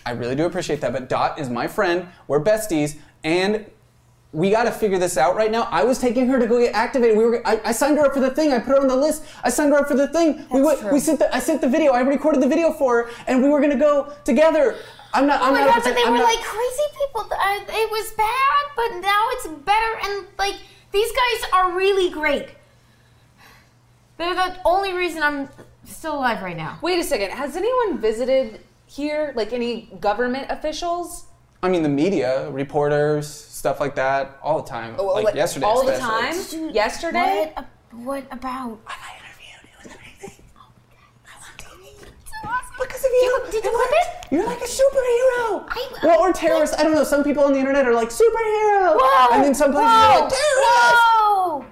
Speaker 3: I really do appreciate that. But Dot is my friend. We're besties, and we got to figure this out right now. I was taking her to go get activated. We were. I, I signed her up for the thing. I put her on the list. I signed her up for the thing. we went,
Speaker 5: true.
Speaker 3: We sent. The, I sent the video. I recorded the video for her, and we were gonna go together. I'm not.
Speaker 5: Oh
Speaker 3: I'm
Speaker 5: my
Speaker 3: not
Speaker 5: god, but they
Speaker 3: I'm
Speaker 5: were
Speaker 3: not-
Speaker 5: like crazy people. Th- I- It was bad, but now it's better. And like, these guys are really great. They're the only reason I'm still alive right now.
Speaker 10: Wait a second. Has anyone visited here? Like any government officials?
Speaker 3: I mean, the media, reporters, stuff like that, all the time.
Speaker 10: Well,
Speaker 3: like,
Speaker 10: like,
Speaker 3: yesterday,
Speaker 10: all the
Speaker 3: especially.
Speaker 10: time. Yesterday,
Speaker 5: What, ab- what about?
Speaker 3: I got interviewed. It was amazing. I love TV.
Speaker 5: Because of you. Did you clip it?
Speaker 3: You're like a superhero.
Speaker 5: I-
Speaker 3: well, or terrorist. I don't know. Some people on the internet are like superhero,
Speaker 5: Whoa!
Speaker 3: and then some places are
Speaker 5: Whoa!
Speaker 3: like terrorist.
Speaker 5: Whoa!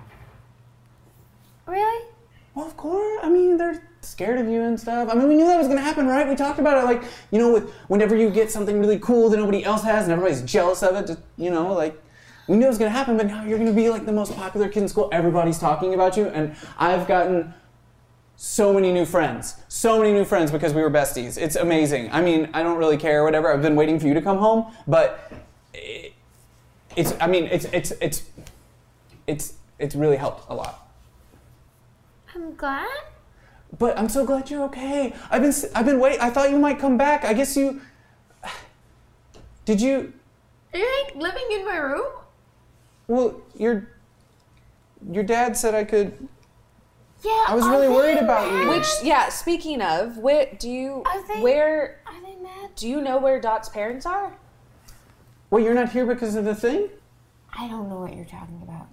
Speaker 5: Really?
Speaker 3: Well, of course. I mean, they're scared of you and stuff. I mean, we knew that was gonna happen, right? We talked about it. Like, you know, with whenever you get something really cool that nobody else has, and everybody's jealous of it. Just, you know, like. We knew it was gonna happen, but now you're gonna be like the most popular kid in school. Everybody's talking about you, and I've gotten so many new friends. So many new friends because we were besties. It's amazing. I mean, I don't really care, whatever. I've been waiting for you to come home, but it, it's. I mean, it's it's it's it's it's really helped a lot.
Speaker 5: I'm glad.
Speaker 3: But I'm so glad you're okay. I've been s- I've been wait. I thought you might come back. I guess you. Did you?
Speaker 5: Are you like living in my room?
Speaker 3: Well, your your dad said I could.
Speaker 5: Yeah.
Speaker 3: I was
Speaker 5: are
Speaker 3: really
Speaker 5: they
Speaker 3: worried about
Speaker 5: mad?
Speaker 3: you.
Speaker 10: which yeah. Speaking of, where do you
Speaker 5: Are they-
Speaker 10: where
Speaker 5: Are they mad?
Speaker 10: do you know where Dot's parents are?
Speaker 3: Well, you're not here because of the thing.
Speaker 5: I don't know what you're talking about.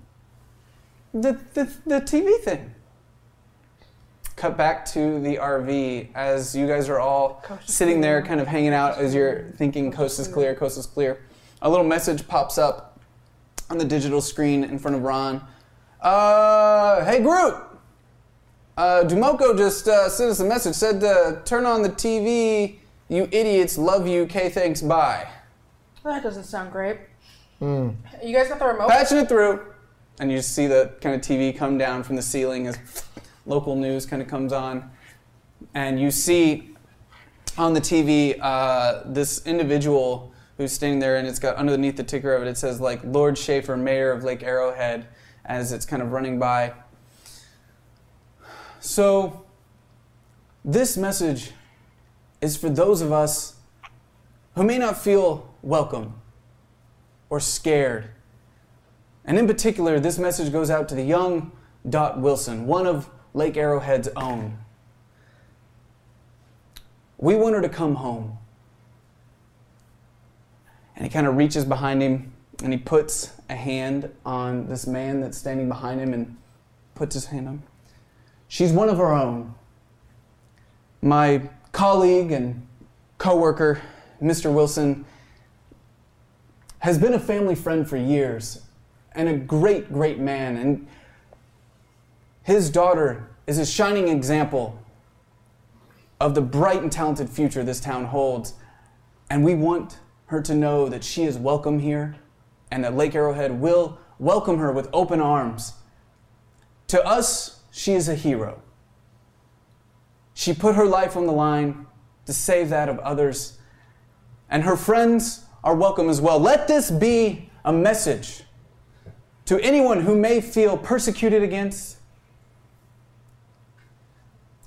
Speaker 3: The, the, the TV thing. Cut back to the RV as you guys are all sitting there, kind of hanging out as you're thinking, coast is clear, coast is clear. A little message pops up on the digital screen in front of Ron. Uh, hey, Groot! Uh, Dumoko just uh, sent us a message, said to turn on the TV. You idiots, love you. K, thanks, bye.
Speaker 13: That doesn't sound great. You guys got the remote?
Speaker 3: patching it through. And you just see the kind of TV come down from the ceiling as local news kind of comes on. And you see on the TV uh, this individual who's standing there, and it's got underneath the ticker of it, it says, like, Lord Schaefer, Mayor of Lake Arrowhead, as it's kind of running by. So, this message is for those of us who may not feel welcome or scared. And in particular, this message goes out to the young Dot Wilson, one of Lake Arrowhead's own. We want her to come home. And he kind of reaches behind him and he puts a hand on this man that's standing behind him and puts his hand on. She's one of our own. My colleague and coworker, Mr. Wilson, has been a family friend for years and a great, great man. And his daughter is a shining example of the bright and talented future this town holds. And we want her to know that she is welcome here and that Lake Arrowhead will welcome her with open arms. To us, she is a hero. She put her life on the line to save that of others and her friends are welcome as well. Let this be a message to anyone who may feel persecuted against,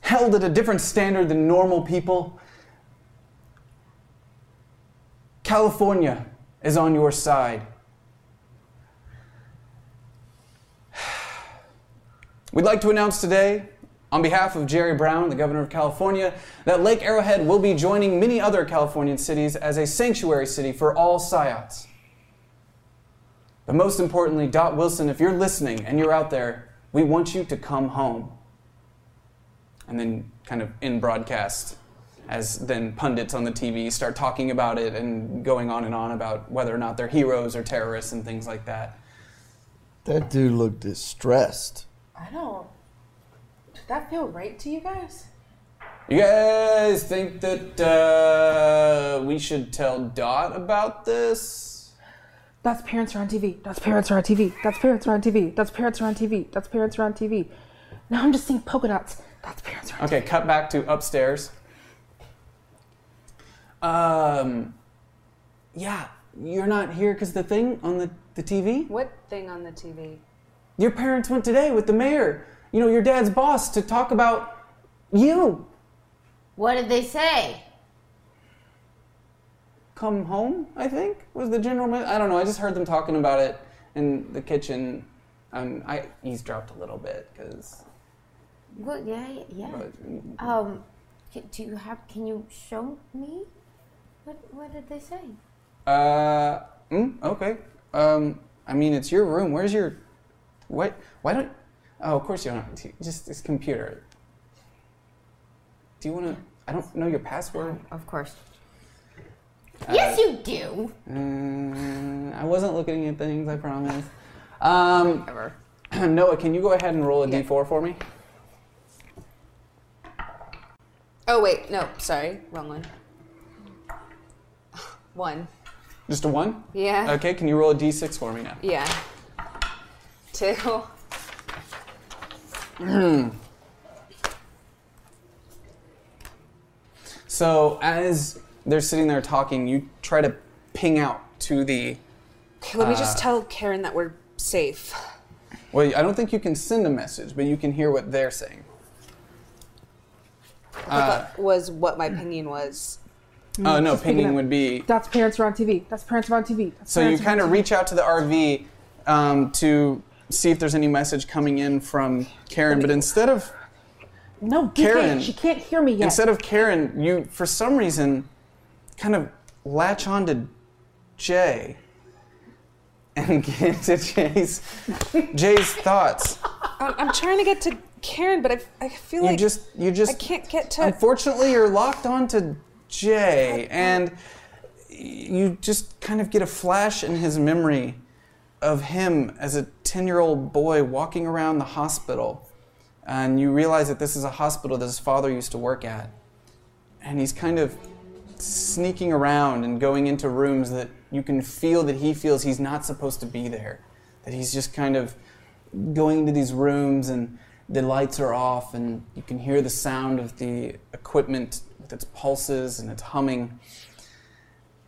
Speaker 3: held at a different standard than normal people. California is on your side. We'd like to announce today, on behalf of Jerry Brown, the governor of California, that Lake Arrowhead will be joining many other Californian cities as a sanctuary city for all psyops. But most importantly, Dot Wilson, if you're listening and you're out there, we want you to come home. And then, kind of in broadcast, as then pundits on the TV start talking about it and going on and on about whether or not they're heroes or terrorists and things like that.
Speaker 12: That dude looked distressed.
Speaker 13: I don't. Did that feel right to you guys?
Speaker 3: You guys think that uh, we should tell Dot about this?
Speaker 13: That's parents are on TV. That's parents are on TV. That's parents are on TV. That's parents are on TV. That's parents are on TV. Now I'm just seeing polka dots. That's parents are on
Speaker 3: Okay, cut back to upstairs. Um, yeah, you're not here because the thing on the, the TV?
Speaker 10: What thing on the TV?
Speaker 3: Your parents went today with the mayor, you know, your dad's boss, to talk about you.
Speaker 5: What did they say?
Speaker 3: Come home, I think, was the general. me- I don't know, I just heard them talking about it in the kitchen. Um, I eavesdropped a little bit because.
Speaker 5: Well, yeah, yeah, yeah. Um, c- do you have? Can you show me? What What did they say?
Speaker 3: Uh, mm, okay. Um, I mean, it's your room. Where's your, what? Why don't? Oh, of course you don't. have to- Just this computer. Do you want to? I don't know your password.
Speaker 5: Of course.
Speaker 6: Yes, you do.
Speaker 3: Um, I wasn't looking at things. I promise. Um, Noah, can you go ahead and roll a 4 for me?
Speaker 10: Oh wait, no, sorry, wrong one. One.
Speaker 3: Just a one.
Speaker 10: Yeah.
Speaker 3: Okay. Can you roll a d6 for me now?
Speaker 10: Yeah. Two.
Speaker 3: So as they're sitting there talking, you try to ping out to the
Speaker 10: Okay, let me
Speaker 3: Uh,
Speaker 10: just tell Karen that we're safe.
Speaker 3: Well, I don't think you can send a message, but you can hear what they're saying.
Speaker 10: That was what my opinion was.
Speaker 3: Uh, no,
Speaker 13: picking
Speaker 3: pinging
Speaker 13: up.
Speaker 3: would be.
Speaker 13: That's parents are on TV. That's parents are on TV. That's
Speaker 3: So you
Speaker 13: parents are on
Speaker 3: kind of reach out to the RV um, to see if there's any message coming in from Karen, but instead of
Speaker 13: No, DK,
Speaker 3: Karen-
Speaker 13: she can't hear me yet.
Speaker 3: instead of Karen, you for some reason kind of latch on to Jay and get into Jay's Jay's thoughts.
Speaker 7: Um, I'm trying to get to Karen, but I, I feel
Speaker 3: You
Speaker 7: like
Speaker 3: just you just
Speaker 7: I can't get to.
Speaker 3: Unfortunately, you're locked onto Jay, and you just kind of get a flash in his memory of him as a 10 year old boy walking around the hospital. And you realize that this is a hospital that his father used to work at. And he's kind of sneaking around and going into rooms that you can feel that he feels he's not supposed to be there. That he's just kind of going into these rooms and the lights are off and you can hear the sound of the equipment with its pulses and its humming.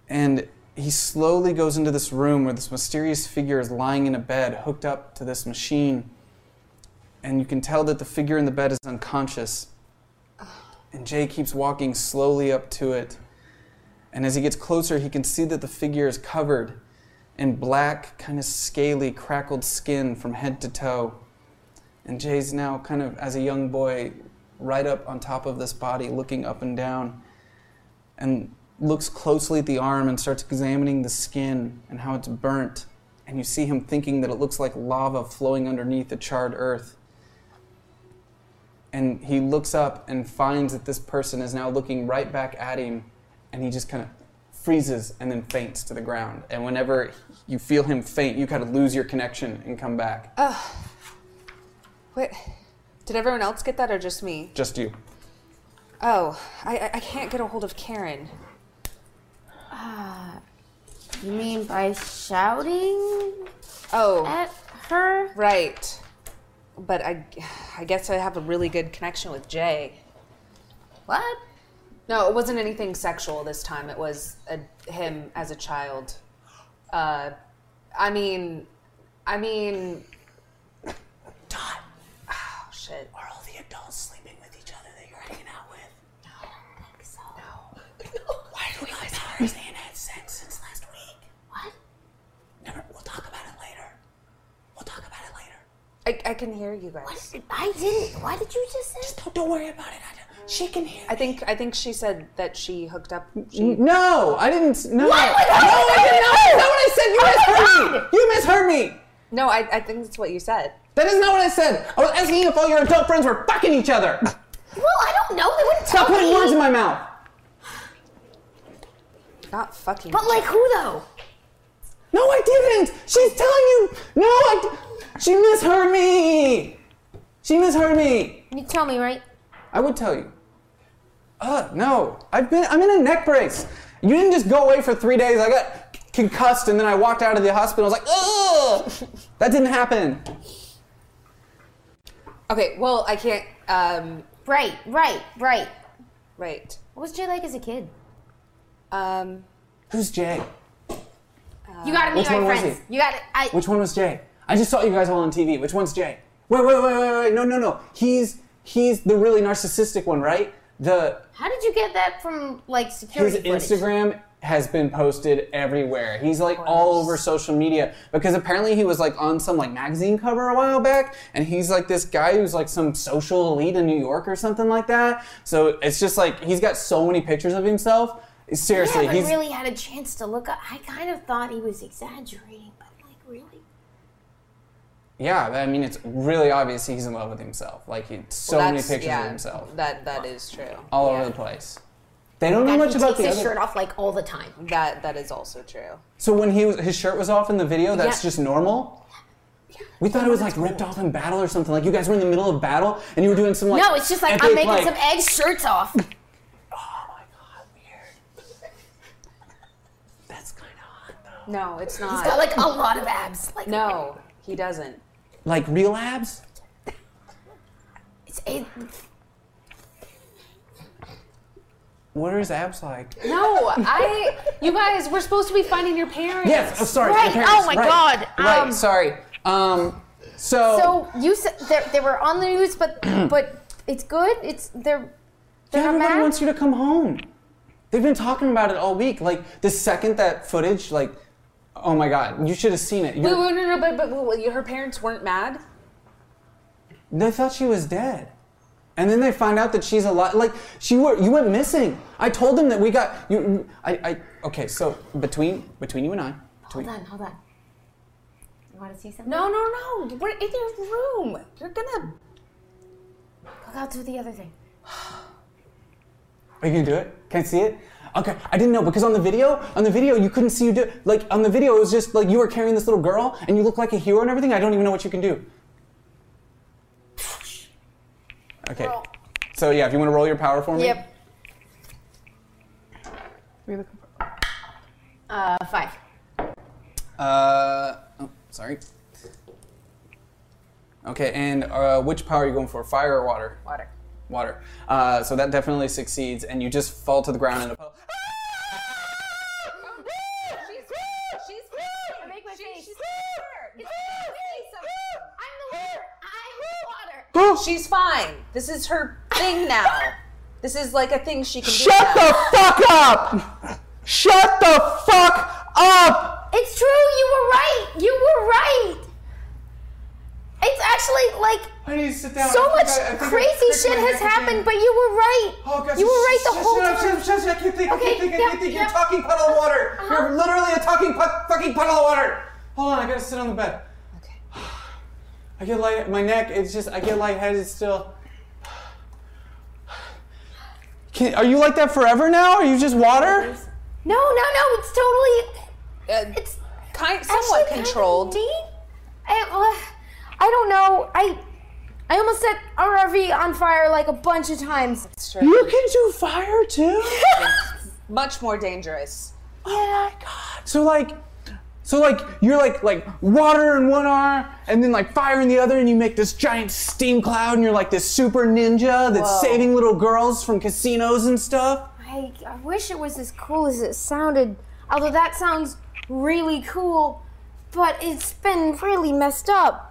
Speaker 3: And he slowly goes into this room where this mysterious figure is lying in a bed hooked up to this machine. And you can tell that the figure in the bed is unconscious. And Jay keeps walking slowly up to it. And as he gets closer, he can see that the figure is covered in black, kind of scaly, crackled skin from head to toe. And Jay's now kind of, as a young boy, right up on top of this body, looking up and down, and looks closely at the arm and starts examining the skin and how it's burnt. And you see him thinking that it looks like lava flowing underneath the charred earth. And he looks up and finds that this person is now looking right back at him, and he just kind of freezes and then faints to the ground. And whenever you feel him faint, you kind of lose your connection and come back.
Speaker 10: Wait, did everyone else get that or just me?
Speaker 3: Just you.
Speaker 10: Oh, I, I- I can't get a hold of Karen.
Speaker 5: You mean by shouting
Speaker 10: Oh,
Speaker 5: at her?
Speaker 10: right. But I, I guess I have a really good connection with Jay.
Speaker 5: What?
Speaker 10: No, it wasn't anything sexual this time. It was a, him as a child. Uh, I mean, I mean. Dot. Oh shit. Are all the adults sleeping with each other that you're hanging out with? No, I don't think so. No. Why do we guys have had sex since last week? What? Never. We'll talk about it later. We'll talk about it later. I, I can hear you guys.
Speaker 6: I didn't. Why did you just say?
Speaker 10: Don't, don't worry about it. I don't- she can hear. I think I think she said that she hooked up. She,
Speaker 3: No, I didn't. No.
Speaker 10: no, I did
Speaker 3: That's
Speaker 10: not.
Speaker 3: not what I said. You misheard me. You misheard me.
Speaker 10: No, I, I think that's what you said.
Speaker 3: That is not what I said. I was asking if all your adult friends were fucking each other.
Speaker 6: Well, I don't know. They wouldn't
Speaker 3: Stop
Speaker 6: tell
Speaker 3: putting
Speaker 6: me.
Speaker 3: words in my mouth.
Speaker 10: Not fucking.
Speaker 6: But like who though?
Speaker 3: No, I didn't. She's telling you. No, I. d- She misheard me. She misheard me.
Speaker 5: You tell me, right?
Speaker 3: I would tell you. Uh, no. I've been. I'm in a neck brace. You didn't just go away for three days. I got concussed and then I walked out of the hospital. I was like, ugh. That didn't happen.
Speaker 10: okay, well, I can't. Um,
Speaker 5: Right, right, right.
Speaker 10: right.
Speaker 5: What was Jay like as a kid?
Speaker 10: Um,
Speaker 3: Who's Jay?
Speaker 5: you gotta meet
Speaker 3: which
Speaker 5: my
Speaker 3: one was
Speaker 5: friends.
Speaker 3: he?
Speaker 5: You gotta. I.
Speaker 3: Which one was Jay? I just saw you guys all on TV. Which one's Jay? Wait, wait, wait, wait, wait. No, no, no. He's he's the really narcissistic one, right? The
Speaker 5: How did you get that from like security
Speaker 3: his
Speaker 5: footage?
Speaker 3: Instagram has been posted everywhere. He's like all over social media because apparently he was like on some like magazine cover a while back and he's like this guy who's like some social elite in New York or something like that. So it's just like he's got so many pictures of himself. Seriously,
Speaker 6: I
Speaker 3: he's
Speaker 6: haven't really had a chance to look up. I kind of thought he was exaggerating, but like really.
Speaker 3: yeah, I mean it's really obvious he's in love with himself. Like he so many
Speaker 10: that's-
Speaker 3: pictures
Speaker 10: yeah,
Speaker 3: of himself. Oh.
Speaker 10: That that is true.
Speaker 3: all over the place. They don't know
Speaker 6: And
Speaker 3: much
Speaker 6: he
Speaker 3: about
Speaker 6: takes
Speaker 3: the
Speaker 6: his
Speaker 3: other.
Speaker 6: shirt off like all the time.
Speaker 10: That that is also true.
Speaker 3: So when he was, his shirt was off in the video, that's
Speaker 10: Yeah.
Speaker 3: just normal. We thought it was like ripped off in battle or something. Like you guys were in the middle of battle and you were doing some like.
Speaker 6: No, it's just like I'm
Speaker 3: epic,
Speaker 6: making
Speaker 3: like-
Speaker 5: e-,
Speaker 6: some egg shirts off.
Speaker 10: No, it's
Speaker 6: Got
Speaker 10: not.
Speaker 6: like a lot of abs. Like
Speaker 10: No, he doesn't.
Speaker 3: Like real abs.
Speaker 6: it's a
Speaker 3: What are his abs like?
Speaker 10: No, I. You guys, we're supposed to be finding your parents.
Speaker 3: Yes. Oh, sorry.
Speaker 5: Right,
Speaker 3: your parents,
Speaker 5: oh my
Speaker 3: right,
Speaker 5: God,
Speaker 3: Right.
Speaker 5: um,
Speaker 3: sorry. Um. So.
Speaker 5: So you said they they were on the news, but but it's good. It's they're
Speaker 3: yeah,
Speaker 5: they're
Speaker 3: everybody
Speaker 5: mad.
Speaker 3: wants you to come home. They've been talking about it all week. Like the second that footage, like, oh my god, you should have seen it.
Speaker 10: Wait,
Speaker 3: You're-
Speaker 10: wait, no, no, but, but, but her parents weren't mad.
Speaker 3: They thought she was dead. And then they find out that she's alive. Like she were, you went missing. I told them that we got you. I, I okay. So between between you and I, between,
Speaker 6: hold on, hold on.
Speaker 5: want to see something?
Speaker 14: No, no, no. We're in your room. You're gonna.
Speaker 5: I'll do the other thing.
Speaker 3: Are you gonna do it? Can I see it? Okay, I didn't know because on the video, on the video you couldn't see you do like on the video it was just like you were carrying this little girl and you look like a hero and everything. I don't even know what you can do. Okay. So yeah, if you want to roll your power for me.
Speaker 14: Yep. Uh, five.
Speaker 3: Uh, oh, sorry. Okay, and uh, which power are you going for? Fire or water?
Speaker 14: Water.
Speaker 3: Water. Uh, so that definitely succeeds, and you just fall to the ground in a puddle.
Speaker 10: Oh, She's fine. This is her thing now. This is like a thing she can do.
Speaker 12: Shut
Speaker 10: now.
Speaker 12: the fuck up! Shut the fuck up!
Speaker 6: It's true, you were right. You were right. It's actually like
Speaker 3: I need to sit
Speaker 6: so much crazy shit has happened, but you were right.
Speaker 3: Oh,
Speaker 6: you were right the whole time.
Speaker 3: I can't think.
Speaker 6: Okay, yeah, yeah. Uh-huh.
Speaker 3: puddle of water. You're literally a talking pu- fucking puddle of water. Hold on, I gotta sit on the bed. Okay. I get light. My neck. It's just. I get lightheaded still. Can, are you like that forever now? Are you just water?
Speaker 6: No, no, no. It's totally.
Speaker 10: Uh,
Speaker 6: It's
Speaker 10: kind, somewhat
Speaker 6: actually
Speaker 10: controlled.
Speaker 6: Kind of me. I, uh, I don't know. I I almost set our RV on fire like a bunch of times.
Speaker 3: You can do fire too.
Speaker 10: Much more dangerous.
Speaker 3: Oh my god. So like so like you're like like water in one arm and then like fire in the other and you make this giant steam cloud and you're like this super ninja that's
Speaker 10: Whoa.
Speaker 3: saving little girls from casinos and stuff.
Speaker 6: I, I wish it was as cool as it sounded. Although that sounds really cool, but it's been really messed up.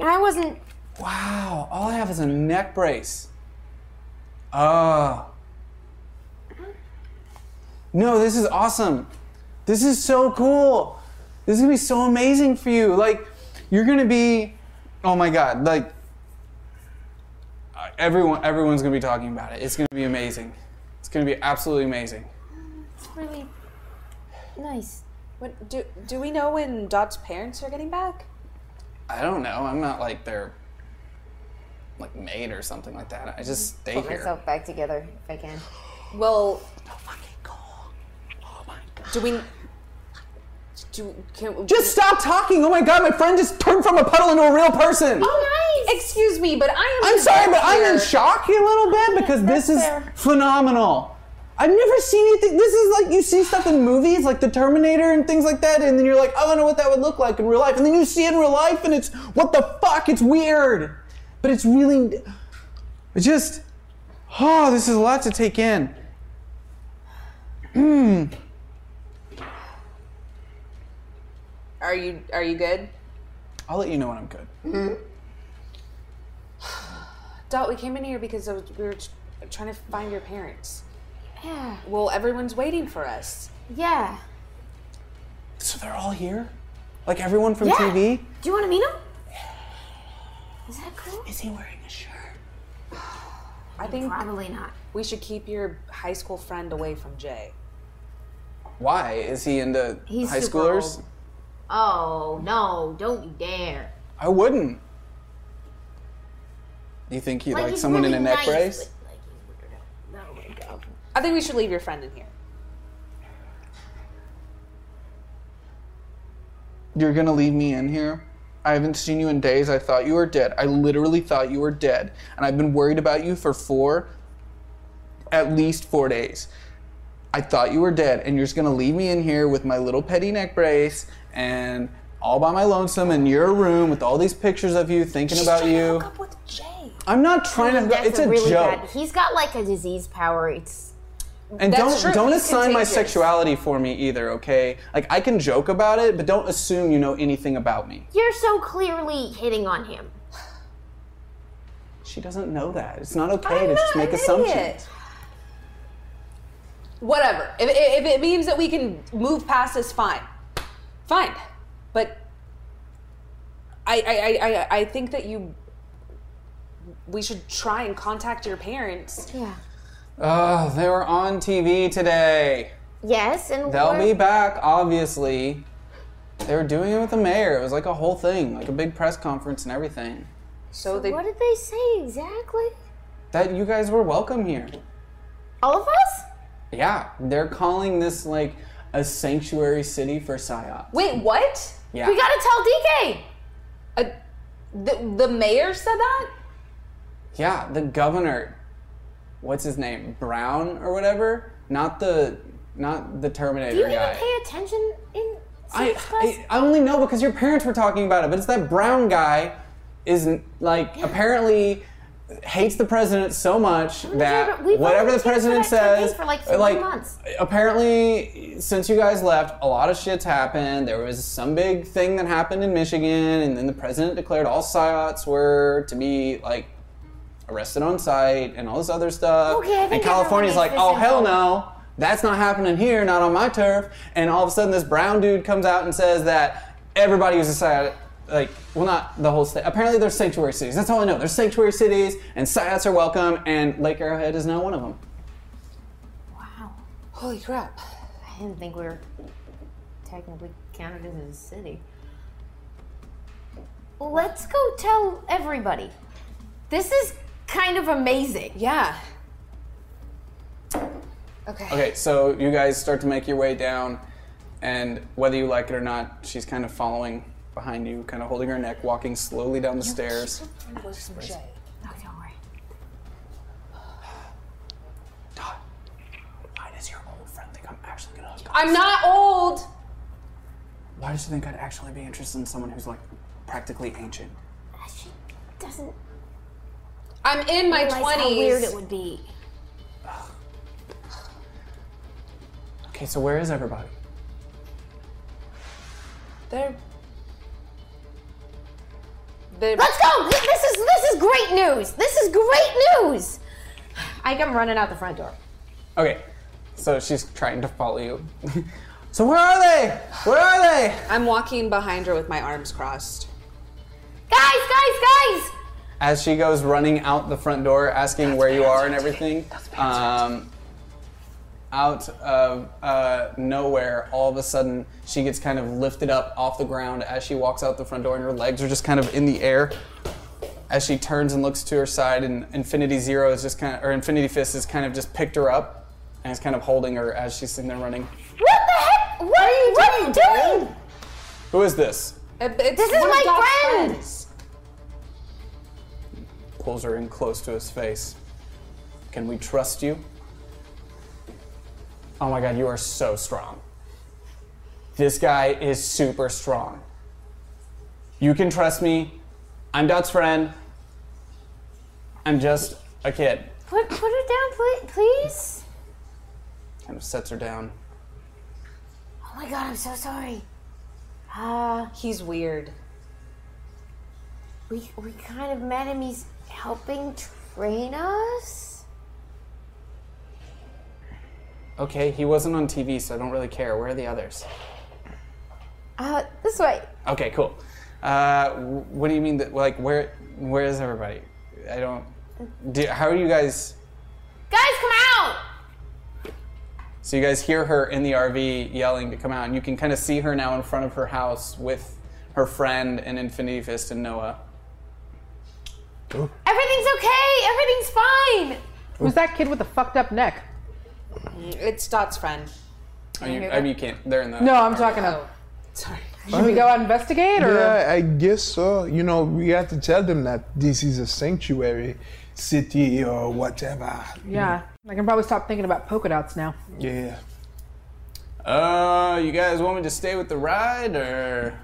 Speaker 6: I wasn't.
Speaker 3: Wow, all I have is a neck brace. Ah. No, this is awesome. This is so cool. This is gonna be so amazing for you. Like, you're gonna be, oh my god, like, uh, everyone, everyone's gonna be talking about it. It's gonna be amazing. It's gonna be absolutely amazing.
Speaker 6: It's really nice.
Speaker 10: What, do do we know when Dot's parents are getting back?
Speaker 3: I don't know. I'm not like their, like maid or something like that. I just stay
Speaker 14: Put
Speaker 3: here.
Speaker 14: myself back together if I can.
Speaker 10: Well,
Speaker 3: Fucking cool. Oh my god.
Speaker 10: do we? Do can
Speaker 3: Just stop talking! Oh my god, my friend just turned from a puddle into a real person!
Speaker 10: Excuse me, but I am.
Speaker 3: I'm
Speaker 10: the
Speaker 3: sorry, but
Speaker 10: guest
Speaker 3: I'm in
Speaker 10: here.
Speaker 3: shock a little bit because this is phenomenal. I've never seen anything. This is like you see stuff in movies, like The Terminator and things like that, and then you're like, I don't know what that would look like in real life. And then you see it in real life, and it's what the fuck? It's weird. But it's really. It's just. Oh, this is a lot to take in.
Speaker 10: Are you are you good?
Speaker 3: I'll let you know when I'm good.
Speaker 10: Dot, we came in here because I was, we were tr- trying to find your parents.
Speaker 6: Yeah.
Speaker 10: Well, everyone's waiting for us.
Speaker 6: Yeah.
Speaker 3: So they're all here? Like everyone from
Speaker 6: Yeah.
Speaker 3: TV?
Speaker 6: Do you want to meet him? Is that cool?
Speaker 3: Is he wearing a shirt?
Speaker 10: I think
Speaker 6: Probably not.
Speaker 10: we should keep your high school friend away from Jay.
Speaker 3: Why is he into
Speaker 6: He's
Speaker 3: high
Speaker 6: super
Speaker 3: schoolers?
Speaker 6: old.
Speaker 14: Oh no! Don't you dare!
Speaker 3: I wouldn't. Do you think he like,
Speaker 6: he's
Speaker 3: someone in
Speaker 6: really
Speaker 3: a neck
Speaker 6: nice,
Speaker 3: brace?
Speaker 6: Oh,
Speaker 10: I think we should leave your friend in here.
Speaker 3: You're gonna leave me in here? I haven't seen you in days. I thought you were dead. I literally thought you were dead, and I've been worried about you for four, at least four days. I thought you were dead, and you're just gonna leave me in here with my little petty neck brace and all by my lonesome in your room with all these pictures of you, thinking about you.
Speaker 10: Hook up with Jay.
Speaker 3: I'm not trying
Speaker 5: Oh,
Speaker 3: to.
Speaker 14: That's
Speaker 3: it's a,
Speaker 14: really
Speaker 3: joke.
Speaker 14: bad. He's got like a disease power. It's
Speaker 3: And don't
Speaker 10: That's true,
Speaker 3: don't
Speaker 10: he's
Speaker 3: assign my
Speaker 10: contagious.
Speaker 3: sexuality for me either, okay? Like I can joke about it, but don't assume you know anything about me.
Speaker 6: You're so clearly hitting on him.
Speaker 3: She doesn't know that. It's not okay
Speaker 10: I'm
Speaker 3: to just
Speaker 10: not
Speaker 3: make
Speaker 10: an
Speaker 3: assumptions.
Speaker 10: idiot. Whatever. If, if if it means that we can move past this, fine, fine. But I I, I- I I think that you we should try and contact your parents.
Speaker 6: Yeah.
Speaker 3: Ugh, they were on TV today.
Speaker 6: Yes, and
Speaker 3: They'll
Speaker 6: we're-
Speaker 3: be back, obviously. They were doing it with the mayor. It was like a whole thing, like a big press conference and everything.
Speaker 10: So, they.
Speaker 6: What did they say exactly?
Speaker 3: That you guys were welcome here.
Speaker 6: All of us?
Speaker 3: Yeah, they're calling this like a sanctuary city for psyops.
Speaker 10: Wait, what?
Speaker 3: Yeah. We gotta
Speaker 10: tell DK. Uh, the, the mayor said that?
Speaker 3: Yeah, the governor, what's his name, Brown or whatever? Not the, not the Terminator
Speaker 6: Do you even
Speaker 3: guy.
Speaker 6: pay attention in
Speaker 3: I, I I only know because your parents were talking about it, but it's that brown guy is like apparently hates the president so much
Speaker 6: Oh
Speaker 3: that
Speaker 6: but we
Speaker 3: whatever the
Speaker 6: volunteered for
Speaker 3: president
Speaker 6: that campaign
Speaker 3: says
Speaker 6: for, like, three months.
Speaker 3: apparently since you guys left a lot of shit's happened there was some big thing that happened in michigan and then the president declared all psyops were to be like arrested on site and all this other stuff
Speaker 6: Okay, I
Speaker 3: and
Speaker 6: think
Speaker 3: california's like
Speaker 6: everyone needs
Speaker 3: oh
Speaker 6: this
Speaker 3: hell
Speaker 6: info."
Speaker 3: no that's not happening here not on my turf and all of a sudden this brown dude comes out and says that everybody who's a psyop like well not the whole state apparently there's sanctuary cities that's all i know there's sanctuary cities and psyops are welcome and lake arrowhead is now one of them
Speaker 10: Holy crap.
Speaker 14: I didn't think we were technically counted as a city.
Speaker 5: Let's go tell everybody. This is kind of amazing.
Speaker 10: Yeah.
Speaker 3: Okay, so you guys start to make your way down, and whether you like it or not, she's kind of following behind you, kind of holding her neck, walking slowly down the stairs.
Speaker 5: Oh, don't worry.
Speaker 3: Why does your old friend think I'm actually gonna hook up?
Speaker 10: I'm not old.
Speaker 3: Why does she think I'd actually be interested in someone who's like practically ancient?
Speaker 6: She doesn't
Speaker 10: I'm in my
Speaker 6: realize how weird it
Speaker 10: 20s.
Speaker 6: would be.
Speaker 3: Okay, so where is everybody?
Speaker 10: They're. They're.
Speaker 5: Let's go! Th- This is this is great news! This is great news!
Speaker 14: I come running out the front door.
Speaker 3: Okay, so she's trying to follow you. so where are they? Where are they?
Speaker 10: I'm walking behind her with my arms crossed.
Speaker 5: Guys, guys, guys!
Speaker 3: As she goes running out the front door, asking where you are and everything, um, out of uh, nowhere, all of a sudden, she gets kind of lifted up off the ground as she walks out the front door, and her legs are just kind of in the air. As she turns and looks to her side, and Infinity Zero is just kind of, or Infinity Fist is kind of just picked her up and is kind of holding her as she's sitting there running.
Speaker 5: What the heck? What, are you, what are you doing?
Speaker 3: Who is this?
Speaker 10: It- it's
Speaker 5: This is
Speaker 10: one of
Speaker 5: my
Speaker 10: Doc's
Speaker 5: friend!
Speaker 10: friends.
Speaker 3: Pulls her in close to his face. Can we trust you? Oh my god, you are so strong. This guy is super strong. You can trust me. I'm Dot's friend. I'm just a kid.
Speaker 6: Put put her down, pl- please.
Speaker 3: Kind of sets her down.
Speaker 6: Oh my god, I'm so sorry.
Speaker 10: He's weird.
Speaker 6: We we kind of met him. He's helping train us.
Speaker 3: Okay, he wasn't on TV, so I don't really care. Where are the others?
Speaker 6: Uh, this way.
Speaker 3: Okay, cool. Uh, wh- what do you mean that? Like, where? Where is everybody? I don't. Do, how are you guys?
Speaker 5: Guys, come out!
Speaker 3: So you guys hear her in the RV yelling to come out, and you can kind of see her now in front of her house with her friend and Infinity Fist and Noah.
Speaker 5: Everything's okay! Everything's fine!
Speaker 13: Who's that kid with the fucked up neck?
Speaker 10: It's Dot's friend.
Speaker 3: Oh, you, I mean, you can't. They're in the.
Speaker 13: No, I'm talking of.
Speaker 10: Sorry.
Speaker 13: Should we go out and investigate or?
Speaker 9: Yeah, I guess so. You know, we have to tell them that this is a sanctuary city or whatever.
Speaker 13: Yeah, I can probably stop thinking about polka dots now.
Speaker 9: Yeah.
Speaker 3: Uh, you guys want me to stay with the ride, or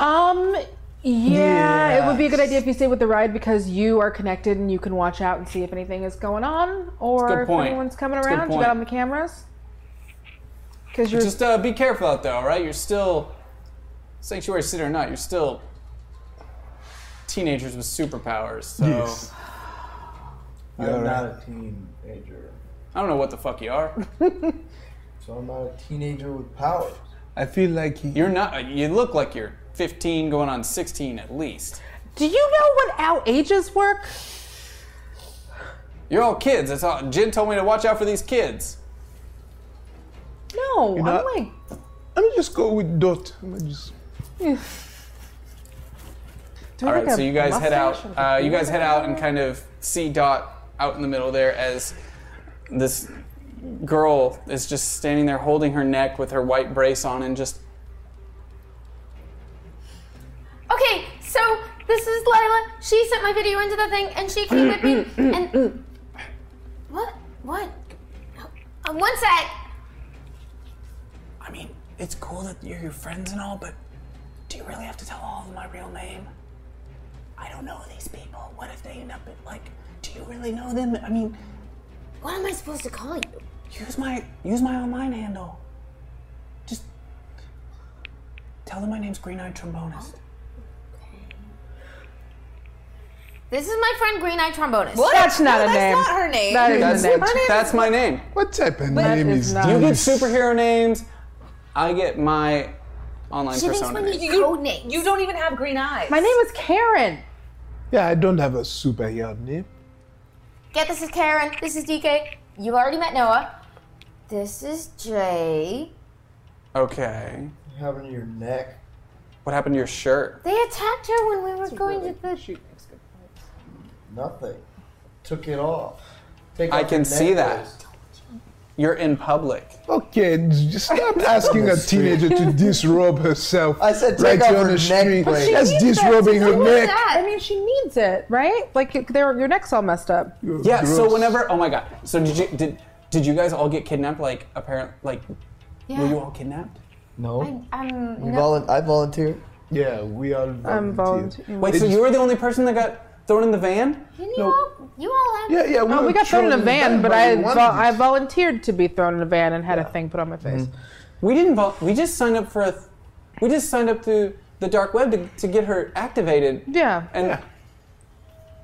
Speaker 13: Um, yeah, it would be a good idea if you stay with the ride because you are connected and you can watch out and see if anything is going on
Speaker 3: It's a
Speaker 13: or
Speaker 3: good
Speaker 13: if
Speaker 3: point.
Speaker 13: anyone's coming
Speaker 3: It's a good
Speaker 13: around. You
Speaker 3: point.
Speaker 13: got on the cameras because you're
Speaker 3: just uh, be careful out there, all right? You're still sanctuary city or not? You're still teenagers with superpowers. So
Speaker 9: Yes.
Speaker 16: I'm
Speaker 9: You're
Speaker 16: not
Speaker 9: right.
Speaker 16: a teenager.
Speaker 3: I don't know what the fuck you are.
Speaker 16: So I'm not a teenager with powers.
Speaker 9: I feel like he,
Speaker 3: You're not. uh, You look like you're 15, going on 16 at least.
Speaker 13: Do you know what our ages work?
Speaker 3: You're all kids. That's all. Jin told me to watch out for these kids.
Speaker 13: No,
Speaker 9: not-
Speaker 13: I'm like
Speaker 9: Let me just go with Dot. I'm just
Speaker 7: Do
Speaker 3: All
Speaker 7: I
Speaker 3: right,
Speaker 7: like
Speaker 3: so
Speaker 7: a
Speaker 3: you guys head out.
Speaker 7: mustache with a
Speaker 3: Uh, you guys
Speaker 7: beard?
Speaker 3: head out and kind of see Dot out in the middle there as this girl is just standing there holding her neck with her white brace on and just
Speaker 5: Okay, so this is Lila. She sent my video into the thing, and she came with me. and what? What? Uh, one sec.
Speaker 3: I mean, it's cool that you're your friends and all, but do you really have to tell all of my real name? I don't know these people. What if they end up in, like? Do you really know them? I mean,
Speaker 6: What am I supposed to call you?
Speaker 3: Use my use my online handle. Just tell them my name's Green Eyed Trombonist.
Speaker 5: This is my friend Green Eye Trombonist.
Speaker 3: What? That's not No, a that's name. not her name. That isn't That's- a name. that's my name.
Speaker 9: What type of
Speaker 3: But-
Speaker 9: name is
Speaker 3: You get
Speaker 9: this?
Speaker 3: superhero names. I get my online persona. name.
Speaker 14: you, code names. You don't even have green eyes.
Speaker 7: My name is Karen.
Speaker 9: Yeah, I don't have a superhero name.
Speaker 5: Get this is Karen. This is DK. You already met Noah. This is Jay.
Speaker 3: Okay.
Speaker 16: What happened to your neck?
Speaker 3: What happened to your shirt?
Speaker 5: They attacked her when we were going to the.
Speaker 16: Nothing. Took it off. Take
Speaker 3: I
Speaker 16: off
Speaker 3: can
Speaker 16: your
Speaker 3: see that.
Speaker 16: necklace.
Speaker 3: You're in public.
Speaker 9: Okay, j- stop asking a teenager to disrobe herself.
Speaker 16: I said take
Speaker 9: right
Speaker 16: off
Speaker 9: here on
Speaker 16: her
Speaker 9: the street.
Speaker 7: But she
Speaker 9: That's
Speaker 7: needs
Speaker 9: disrobing
Speaker 7: that.
Speaker 9: her
Speaker 7: What was
Speaker 9: neck.
Speaker 7: that? I mean, she needs it, right? Like you- they're- your neck's all messed up.
Speaker 3: Yeah. So whenever, oh my god. So did you did did you guys all get kidnapped? Like apparent like were you all kidnapped?
Speaker 16: No.
Speaker 5: Um,
Speaker 16: We
Speaker 3: no.
Speaker 16: volun- I volunteered. Yeah, we all
Speaker 3: I'm
Speaker 16: volunteered.
Speaker 3: Wait. So you were the only person that got thrown in the van?
Speaker 5: Didn't you all? You all have.
Speaker 16: Yeah, yeah,
Speaker 7: Oh, We, no, we got thrown in a van, but I
Speaker 3: we wanted
Speaker 7: vol- I volunteered to be thrown in a van and had a thing put on my face.
Speaker 3: We didn't. Vol- we just signed up for a. Th- we just signed up to the dark web to, to get her activated.
Speaker 7: Yeah.
Speaker 3: And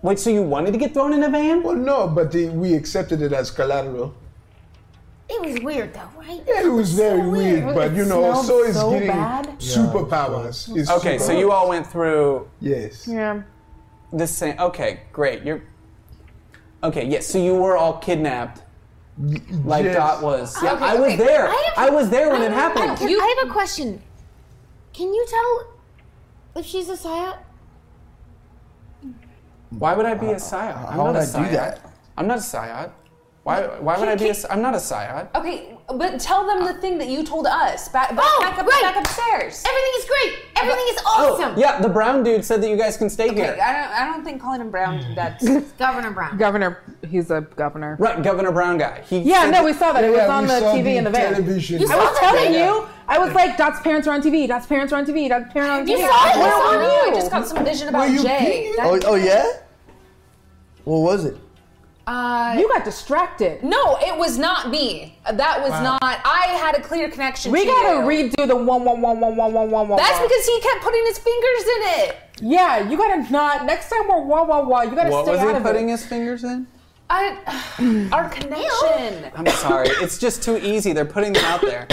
Speaker 3: wait, so you wanted to get thrown in a van?
Speaker 9: Well, no, but uh, we accepted it as collateral.
Speaker 5: It was weird though, right?
Speaker 9: Yeah, it was very weird, but you know, so is getting superpowers. It's
Speaker 3: okay, so you
Speaker 9: superpowers.
Speaker 3: all went through.
Speaker 9: Yes.
Speaker 7: Yeah.
Speaker 3: The same. Okay, great. You're. Okay. Yes. So you were all kidnapped. Like
Speaker 12: yes.
Speaker 3: Dot was. Yeah,
Speaker 5: Oh, Okay,
Speaker 3: I was
Speaker 5: okay.
Speaker 3: there. I,
Speaker 5: have-
Speaker 3: was there when
Speaker 5: I
Speaker 3: it
Speaker 5: have-
Speaker 3: happened.
Speaker 5: I, I have a question. Can you tell if she's a Saya?
Speaker 3: Why would I be a psyop? I'm
Speaker 16: Uh, how
Speaker 3: not
Speaker 16: would
Speaker 3: a
Speaker 16: I do
Speaker 3: psyop.
Speaker 16: that?
Speaker 3: I'm not a psyop. Why? Why would I be a? psy- I'm not a psyop.
Speaker 10: Okay, but tell them the thing that you told us. Back, back,
Speaker 5: Oh,
Speaker 10: back up,
Speaker 5: right.
Speaker 10: back upstairs.
Speaker 5: Everything is great. Everything is awesome.
Speaker 3: Uh, Oh, Yeah, the brown dude said that you guys can stay
Speaker 10: Okay,
Speaker 3: here.
Speaker 10: I don't. I don't think calling him Brown. That's
Speaker 5: Governor Brown.
Speaker 7: Governor, he's a governor.
Speaker 3: Right, Governor Brown guy. He
Speaker 7: Yeah,
Speaker 3: said
Speaker 7: no, we saw that. it was on the TV in the van.
Speaker 9: television.
Speaker 7: I
Speaker 9: You
Speaker 7: was
Speaker 9: saw that?
Speaker 7: telling
Speaker 9: Yeah.
Speaker 7: you, I was like, Dot's parents are on TV. Dot's parents are on TV. Dot's parents are on TV.
Speaker 10: You saw it?
Speaker 7: Where
Speaker 10: I saw
Speaker 7: were
Speaker 10: it. I
Speaker 7: you?
Speaker 10: just got some vision about
Speaker 7: Were you
Speaker 10: Jay.
Speaker 7: kidding?
Speaker 10: That-
Speaker 16: Oh, oh yeah. What was it?
Speaker 10: Uh,
Speaker 7: you got distracted.
Speaker 10: No, it was not me. That was
Speaker 7: Wow.
Speaker 10: not. I had a clear connection.
Speaker 7: We
Speaker 10: to
Speaker 7: gotta
Speaker 10: you.
Speaker 7: redo the one, one, one, one, one, one, one, one.
Speaker 10: That's
Speaker 7: one.
Speaker 10: because he kept putting his fingers in it.
Speaker 7: Yeah, you gotta not. Next time we're wah, wah, wah. You gotta
Speaker 3: What
Speaker 7: stay
Speaker 3: was
Speaker 7: out
Speaker 3: he
Speaker 7: of
Speaker 3: putting
Speaker 7: it.
Speaker 3: his fingers in?
Speaker 10: I, our connection.
Speaker 3: I'm sorry. it's just too easy. They're putting them out there.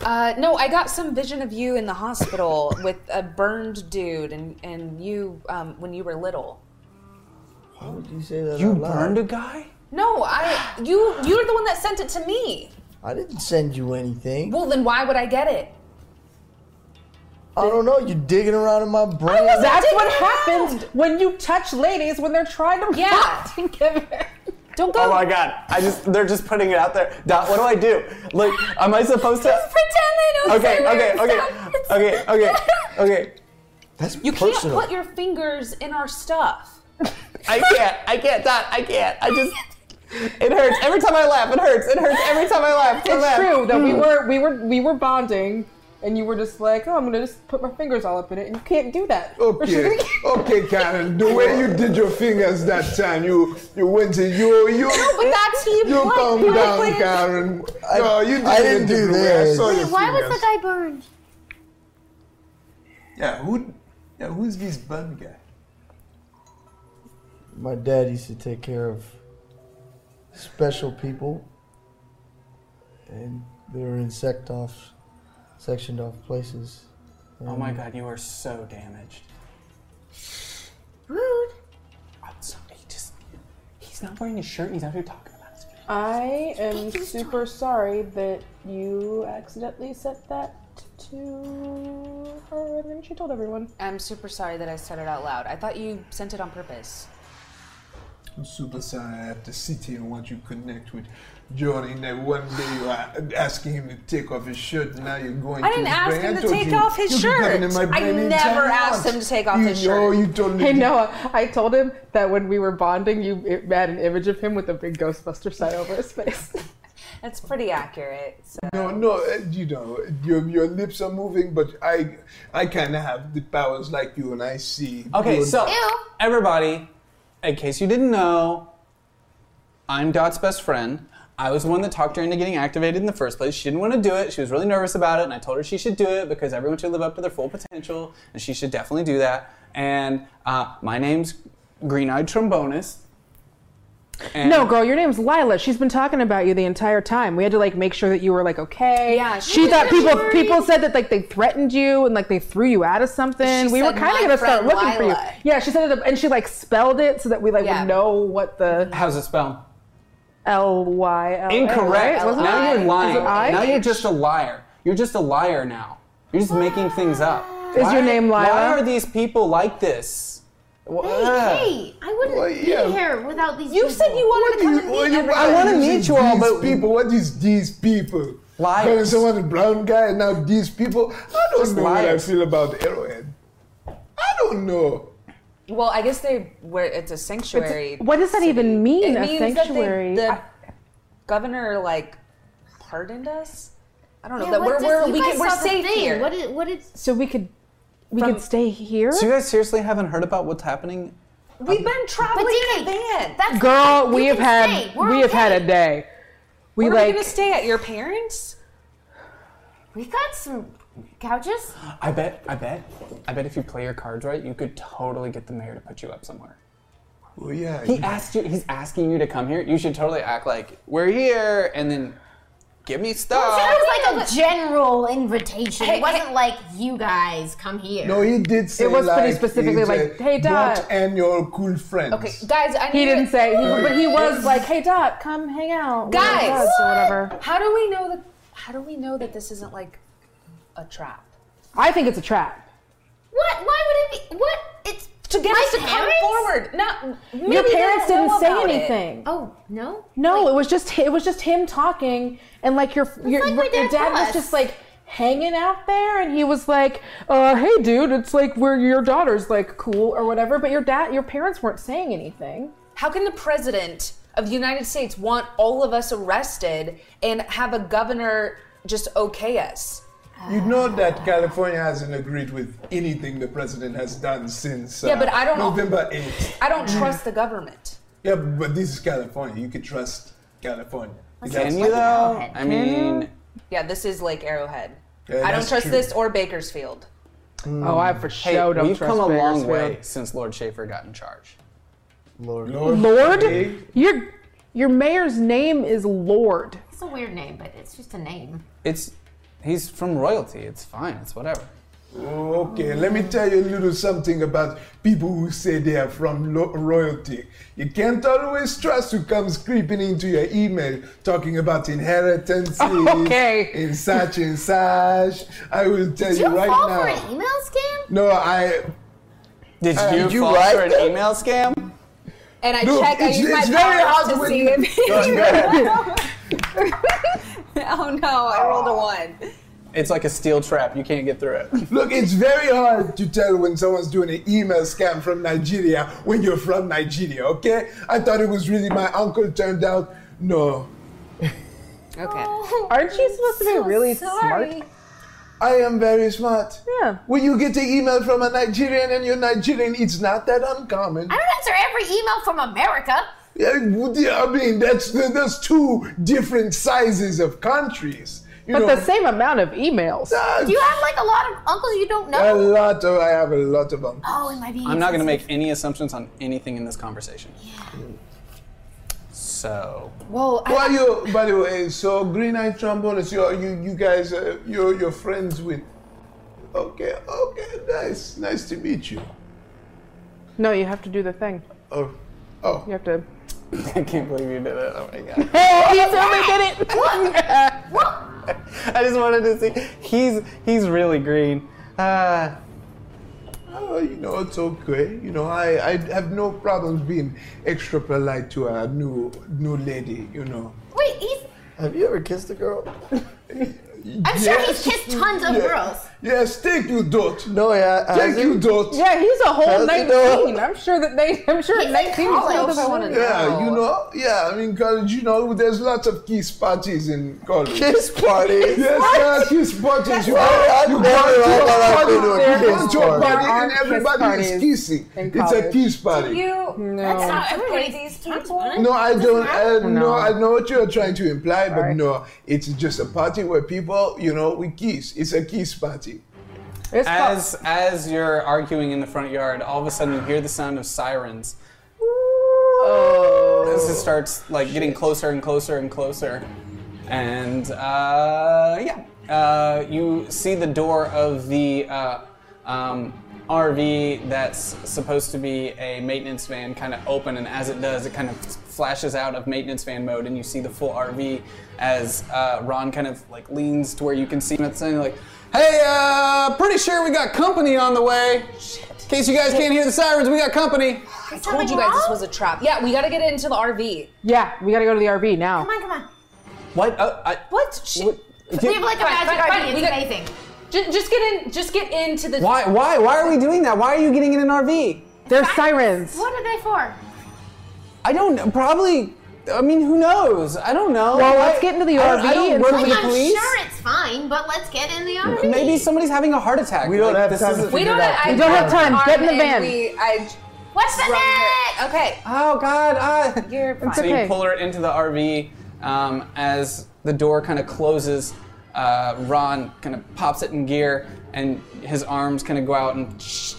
Speaker 10: Uh, no, I got some vision of you in the hospital with a burned dude, and and you um, when you were little.
Speaker 16: Why would you say that?
Speaker 3: You
Speaker 16: out loud?
Speaker 3: burned a guy?
Speaker 10: No, I you you're the one that sent it to me.
Speaker 16: I didn't send you anything.
Speaker 10: Well, then why would I get it?
Speaker 16: I don't know. You're digging around in my brain.
Speaker 7: That's what happens when you touch ladies when they're trying to
Speaker 10: yeah.
Speaker 7: Don't
Speaker 3: Oh my god. I just they're just putting it out there. Dot, what do I do? Like, am I supposed to Just
Speaker 10: pretend I
Speaker 6: Oh,
Speaker 10: don't
Speaker 3: Okay,
Speaker 10: see where
Speaker 3: okay,
Speaker 10: it's
Speaker 3: okay. Okay, okay, okay.
Speaker 16: That's
Speaker 10: You can't put your fingers in our stuff.
Speaker 3: I can't, I can't, Dot, I can't. I just it hurts. Every time I laugh, it hurts. It hurts every time I laugh. so
Speaker 7: It's
Speaker 3: bad.
Speaker 7: true that
Speaker 10: Hmm.
Speaker 7: we were we were we were bonding, and you were just like, oh, I'm gonna just put my fingers all up in it, and you can't do that.
Speaker 9: Okay, okay, Karen. The way you did your fingers that time, you you went to you you.
Speaker 10: No, but that's he
Speaker 9: You
Speaker 10: like,
Speaker 9: calm
Speaker 10: he
Speaker 9: down,
Speaker 10: put it-
Speaker 9: Karen. no, you did
Speaker 16: I
Speaker 9: it
Speaker 16: didn't do
Speaker 9: different way. I
Speaker 16: this.
Speaker 9: saw
Speaker 16: Wait,
Speaker 9: your
Speaker 6: Why was
Speaker 9: fingers.
Speaker 6: the guy burned?
Speaker 9: Yeah, who? Yeah, who's this burned guy?
Speaker 16: My dad used to take care of special people, and they were in sect off, sectioned off places.
Speaker 3: Oh my
Speaker 16: And
Speaker 3: god, you are so damaged.
Speaker 5: Rude.
Speaker 3: I'm sorry, he just he's not wearing his shirt and he's out here talking about his
Speaker 7: I am super sorry that you accidentally sent that to her in the and she told everyone.
Speaker 10: I'm super sorry that I said it out loud. I thought you sent it on purpose.
Speaker 9: I'm super sorry I have to sit here and watch you connect with Jordan. That one day you are asking him to take off his shirt, and now you're going.
Speaker 10: I
Speaker 9: to
Speaker 10: didn't
Speaker 9: his
Speaker 10: ask
Speaker 9: brain.
Speaker 10: him
Speaker 9: I
Speaker 10: to
Speaker 9: told
Speaker 10: take
Speaker 9: you,
Speaker 10: off his
Speaker 9: you've been
Speaker 10: shirt.
Speaker 9: coming in my
Speaker 10: I
Speaker 9: brain in
Speaker 10: never
Speaker 9: time
Speaker 10: asked
Speaker 9: out.
Speaker 10: him to take off
Speaker 9: you
Speaker 10: his
Speaker 9: know,
Speaker 10: shirt.
Speaker 9: You told me.
Speaker 7: Hey Noah, I told him that when we were bonding, you it had an image of him with a big Ghostbuster sign over his face.
Speaker 10: That's pretty accurate. So.
Speaker 9: No, no, uh, you know, your, your lips are moving, but I I kind of have the powers like you, and I see.
Speaker 3: Okay,
Speaker 9: good.
Speaker 3: so everybody, in case you didn't know, I'm Dot's best friend. I was the one that talked her into getting activated in the first place. She didn't want to do it. She was really nervous about it, and I told her she should do it because everyone should live up to their full potential, and she should definitely do that. And uh, my name's Green Eyed Trombonist. And-
Speaker 7: no, girl, your name's Lila. She's been talking about you the entire time. We had to like make sure that you were like okay. Yeah,
Speaker 10: she
Speaker 7: she,
Speaker 10: was
Speaker 7: thought
Speaker 10: really
Speaker 7: people
Speaker 10: worried.
Speaker 7: people said that like they threatened you and like they threw you out of something.
Speaker 10: She
Speaker 7: we were
Speaker 10: said,
Speaker 7: kind
Speaker 10: "My
Speaker 7: of gonna start
Speaker 10: friend
Speaker 7: looking for you.
Speaker 10: Lila.
Speaker 7: Yeah, she said it and she like spelled it so that we like
Speaker 10: Yeah.
Speaker 7: would know what the
Speaker 3: How's it spelled?
Speaker 7: L Y L A,
Speaker 3: Incorrect.
Speaker 7: right? Wasn't it?
Speaker 3: now you're lying.
Speaker 7: Is it I?
Speaker 3: Now you're just a liar. You're just a liar now. You're just making things up.
Speaker 7: Is your name Lila?
Speaker 3: Why are these people like this? Wha-
Speaker 5: Hey, hey, I wouldn't
Speaker 3: Ah. Well, yeah.
Speaker 5: be here without these.
Speaker 10: You
Speaker 5: people.
Speaker 10: said you wanted to come and meet everybody.
Speaker 3: I wanna meet you all,
Speaker 9: these
Speaker 3: but-
Speaker 9: people, what is these people? Liars. Calling someone a brown guy, and now these people. I don't know what I
Speaker 10: liars.
Speaker 9: feel about Arrowhead. I don't know.
Speaker 10: Well, I guess they were. It's a sanctuary.
Speaker 7: What does that even mean?
Speaker 10: it
Speaker 7: a
Speaker 10: means
Speaker 7: sanctuary.
Speaker 10: that they, the governor like pardoned us. I don't know
Speaker 5: Yeah,
Speaker 10: that
Speaker 5: what
Speaker 10: we're
Speaker 5: does-
Speaker 10: we're,
Speaker 5: you
Speaker 10: we
Speaker 5: guys
Speaker 10: can, we're
Speaker 5: saw the
Speaker 10: safe
Speaker 5: thing.
Speaker 10: here.
Speaker 5: What did what did
Speaker 7: so we could we could stay here.
Speaker 3: So you guys seriously haven't heard about what's happening?
Speaker 10: We've been traveling
Speaker 5: But
Speaker 10: in a van.
Speaker 5: that's
Speaker 7: Girl,
Speaker 5: you
Speaker 7: we have
Speaker 5: can
Speaker 7: had
Speaker 5: stay.
Speaker 7: we
Speaker 5: We're
Speaker 7: have had a day. We
Speaker 10: Where are we
Speaker 7: like
Speaker 10: gonna stay at your parents?
Speaker 5: We got some couches.
Speaker 3: I bet, I bet, I bet if you play your cards right, you could totally get the mayor to put you up somewhere.
Speaker 9: Well, yeah.
Speaker 3: He asked you. He's asking you to come here. You should totally act like we're here, and then give me stuff.
Speaker 5: It was like a general invitation.
Speaker 14: Hey,
Speaker 5: it wasn't like you guys come here.
Speaker 9: No, he did say
Speaker 7: It was pretty
Speaker 9: like,
Speaker 7: specifically
Speaker 9: he
Speaker 7: like,
Speaker 9: said,
Speaker 7: "Hey, Dot."
Speaker 9: Dot and your cool friends.
Speaker 10: Okay, guys, I need
Speaker 7: he didn't
Speaker 10: to-
Speaker 7: say, he- but he was like, "Hey Dot, come hang out, We're
Speaker 10: Guys!
Speaker 7: buds or whatever."
Speaker 10: How do we know that? How do we know that this isn't like a trap?
Speaker 7: I think it's a trap.
Speaker 5: What? Why would it be? What? It's
Speaker 10: To get
Speaker 5: my
Speaker 10: us to come
Speaker 5: parents?
Speaker 10: forward. No, maybe
Speaker 7: Your
Speaker 10: they
Speaker 7: parents
Speaker 10: don't
Speaker 7: didn't
Speaker 10: know
Speaker 7: say
Speaker 10: about it.
Speaker 7: anything.
Speaker 5: Oh no.
Speaker 7: No, it was just hi- it was just him talking, and like your your,
Speaker 5: like my
Speaker 7: your
Speaker 5: dad
Speaker 7: dad
Speaker 5: told
Speaker 7: was
Speaker 5: us.
Speaker 7: just like hanging out there, and he was like, uh, "Hey, dude, it's like we're your daughter's like cool or whatever," but your dad, your parents weren't saying anything.
Speaker 10: How can the president of the United States want all of us arrested and have a governor just okay us?
Speaker 9: You know that California hasn't agreed with anything the president has done since
Speaker 10: Yeah,
Speaker 9: uh,
Speaker 10: but I don't-
Speaker 9: November 8th.
Speaker 10: I don't trust the government.
Speaker 9: Yeah, but this is California. You can trust California.
Speaker 3: Can you though? I mean,
Speaker 10: Yeah, this is Lake Arrowhead.
Speaker 9: Yeah,
Speaker 10: I don't
Speaker 9: that's
Speaker 10: trust
Speaker 9: true.
Speaker 10: this or Bakersfield.
Speaker 7: Oh, I for
Speaker 3: hey,
Speaker 7: sure don't
Speaker 3: we've
Speaker 7: trust
Speaker 3: come a long
Speaker 7: Bakersfield.
Speaker 3: way since Lord Schaefer got in charge.
Speaker 16: Lord.
Speaker 7: Lord, your your mayor's name is Lord.
Speaker 5: It's a weird name, but it's just a name.
Speaker 3: It's he's from royalty. It's fine. It's whatever.
Speaker 9: Okay, let me tell you a little something about people who say they are from lo- royalty. You can't always trust who comes creeping into your email talking about inheritances
Speaker 7: Okay.
Speaker 9: and such and such. I will tell
Speaker 5: Did you
Speaker 9: you right
Speaker 5: fall
Speaker 9: now.
Speaker 5: for an email scam?
Speaker 9: No, I.
Speaker 3: Did
Speaker 9: Uh,
Speaker 3: you,
Speaker 9: did you
Speaker 3: fall
Speaker 9: write
Speaker 3: for an
Speaker 9: that?
Speaker 3: email scam?
Speaker 10: And I
Speaker 9: Look,
Speaker 10: check. I
Speaker 9: it's-
Speaker 10: use my
Speaker 9: it's very
Speaker 10: powers
Speaker 9: hard
Speaker 10: to
Speaker 9: when
Speaker 10: see
Speaker 9: you-
Speaker 10: if. oh no! I rolled a one.
Speaker 3: It's like a steel trap. You can't get through it.
Speaker 9: Look, it's very hard to tell when someone's doing an email scam from Nigeria when you're from Nigeria, okay? I thought it was really my uncle, turned out, no.
Speaker 10: Okay.
Speaker 7: Aren't you supposed to be really smart?
Speaker 9: I am very smart.
Speaker 7: Yeah.
Speaker 9: When you get an email from a Nigerian and you're Nigerian, it's not that uncommon.
Speaker 5: I don't answer every email from America.
Speaker 9: Yeah, I mean, that's there's two different sizes of countries. You
Speaker 7: But
Speaker 9: know,
Speaker 7: the same amount of emails.
Speaker 9: Ah,
Speaker 5: Do you have like a lot of uncles you don't
Speaker 9: a
Speaker 5: know?
Speaker 9: lot of I have a lot of them.
Speaker 5: Oh, it might be.
Speaker 3: I'm not going to make any assumptions on anything in this conversation. So,
Speaker 10: Well, I,
Speaker 9: Why you? By the way, so Green Eye Trombonist, you you you guys, uh, you're you're friends with? Okay, okay, nice, nice to meet you.
Speaker 7: No, you have to do the thing.
Speaker 9: Oh, oh.
Speaker 7: You have to.
Speaker 3: I can't believe you did it. Oh my god.
Speaker 7: Hey, he totally did it.
Speaker 3: I just wanted to see. He's he's really green. Uh,
Speaker 9: Oh, you know, it's okay. You know, I, I have no problems being extra polite to a new new lady, you know.
Speaker 5: Wait, he's.
Speaker 16: Have you ever kissed a girl?
Speaker 5: I'm sure he's kissed tons of
Speaker 9: Yeah.
Speaker 5: girls.
Speaker 9: Yes, thank you, Dot.
Speaker 16: No, yeah.
Speaker 9: Thank
Speaker 16: has
Speaker 9: you,
Speaker 16: it?
Speaker 9: Dot.
Speaker 7: Yeah, he's a whole
Speaker 16: How's it
Speaker 7: nineteen. I'm sure that they. I'm sure
Speaker 14: He's in
Speaker 7: nineteen is
Speaker 14: college.
Speaker 7: older than one.
Speaker 9: Yeah, you know, yeah, I mean, college, you know, there's lots of kiss parties in college.
Speaker 16: Kiss parties?
Speaker 9: Yes,
Speaker 16: What?
Speaker 9: yeah, kiss parties. You,
Speaker 16: Well,
Speaker 9: you
Speaker 16: I've
Speaker 9: go
Speaker 16: never-
Speaker 9: to
Speaker 16: I thought
Speaker 9: a
Speaker 16: I've
Speaker 9: party,
Speaker 16: been to a
Speaker 9: you
Speaker 16: kiss
Speaker 9: go to a
Speaker 16: party.
Speaker 9: party and
Speaker 7: There aren't kiss
Speaker 9: everybody
Speaker 7: parties
Speaker 9: is kissing.
Speaker 7: in
Speaker 9: It's a
Speaker 7: college.
Speaker 9: kiss party.
Speaker 14: You.
Speaker 7: No.
Speaker 14: That's not
Speaker 5: Everybody's
Speaker 14: everybody's people.
Speaker 9: No, I don't. Uh, no.
Speaker 7: No.
Speaker 9: I know what you're trying to imply, but no, it's just a party where people, you know, we kiss. It's a kiss party.
Speaker 7: It's called-
Speaker 3: As as you're arguing in the front yard, all of a sudden you hear the sound of sirens. As it starts like getting closer and closer and closer, and uh, yeah, uh, you see the door of the uh, um, RV that's supposed to be a maintenance van kind of open, and as it does, it kind of flashes out of maintenance van mode, and you see the full RV as uh, Ron kind of like leans to where you can see him at the same like. Hey, uh, pretty sure we got company on the way. In case you guys can't hear the sirens, we got company.
Speaker 10: I told you guys this was a trap. Yeah, we gotta get into the RV.
Speaker 7: yeah, we gotta go to the RV now.
Speaker 5: Come on, come on.
Speaker 3: What? Uh, I,
Speaker 10: What? Shit.
Speaker 5: We have like a
Speaker 10: Fine,
Speaker 5: magic
Speaker 10: fine,
Speaker 5: RV.
Speaker 10: fine,
Speaker 5: It's
Speaker 10: we got-
Speaker 5: amazing.
Speaker 10: Ju- just get in. Just get into the.
Speaker 3: why? Why? Why are we doing that? Why are you getting in an RV?
Speaker 7: There's sirens.
Speaker 5: What are they for?
Speaker 3: I don't know. Probably. I mean, who knows? I don't know.
Speaker 7: Well,
Speaker 3: Why-
Speaker 7: let's get into the
Speaker 3: I don't-
Speaker 7: RV
Speaker 3: I don't
Speaker 7: and
Speaker 3: work
Speaker 7: see-
Speaker 3: for
Speaker 5: Like,
Speaker 3: the
Speaker 5: I'm
Speaker 3: police.
Speaker 5: sure it's fine, but let's get in the RV.
Speaker 3: Maybe somebody's having a heart attack.
Speaker 16: We don't
Speaker 3: Like,
Speaker 16: have
Speaker 3: this
Speaker 16: time
Speaker 3: isn't-
Speaker 16: to
Speaker 10: We
Speaker 16: figure
Speaker 10: don't.
Speaker 16: it out.
Speaker 10: I,
Speaker 7: don't have time.
Speaker 10: arm
Speaker 7: Get in the
Speaker 10: and
Speaker 7: van.
Speaker 10: We, I.
Speaker 5: What's the
Speaker 10: wrung
Speaker 5: next?
Speaker 10: her- Okay.
Speaker 3: Oh God! I...
Speaker 10: You're fine.
Speaker 3: So you
Speaker 7: okay.
Speaker 3: pull her into the RV um, as the door kind of closes. Uh, Ron kind of pops it in gear, and his arms kind of go out and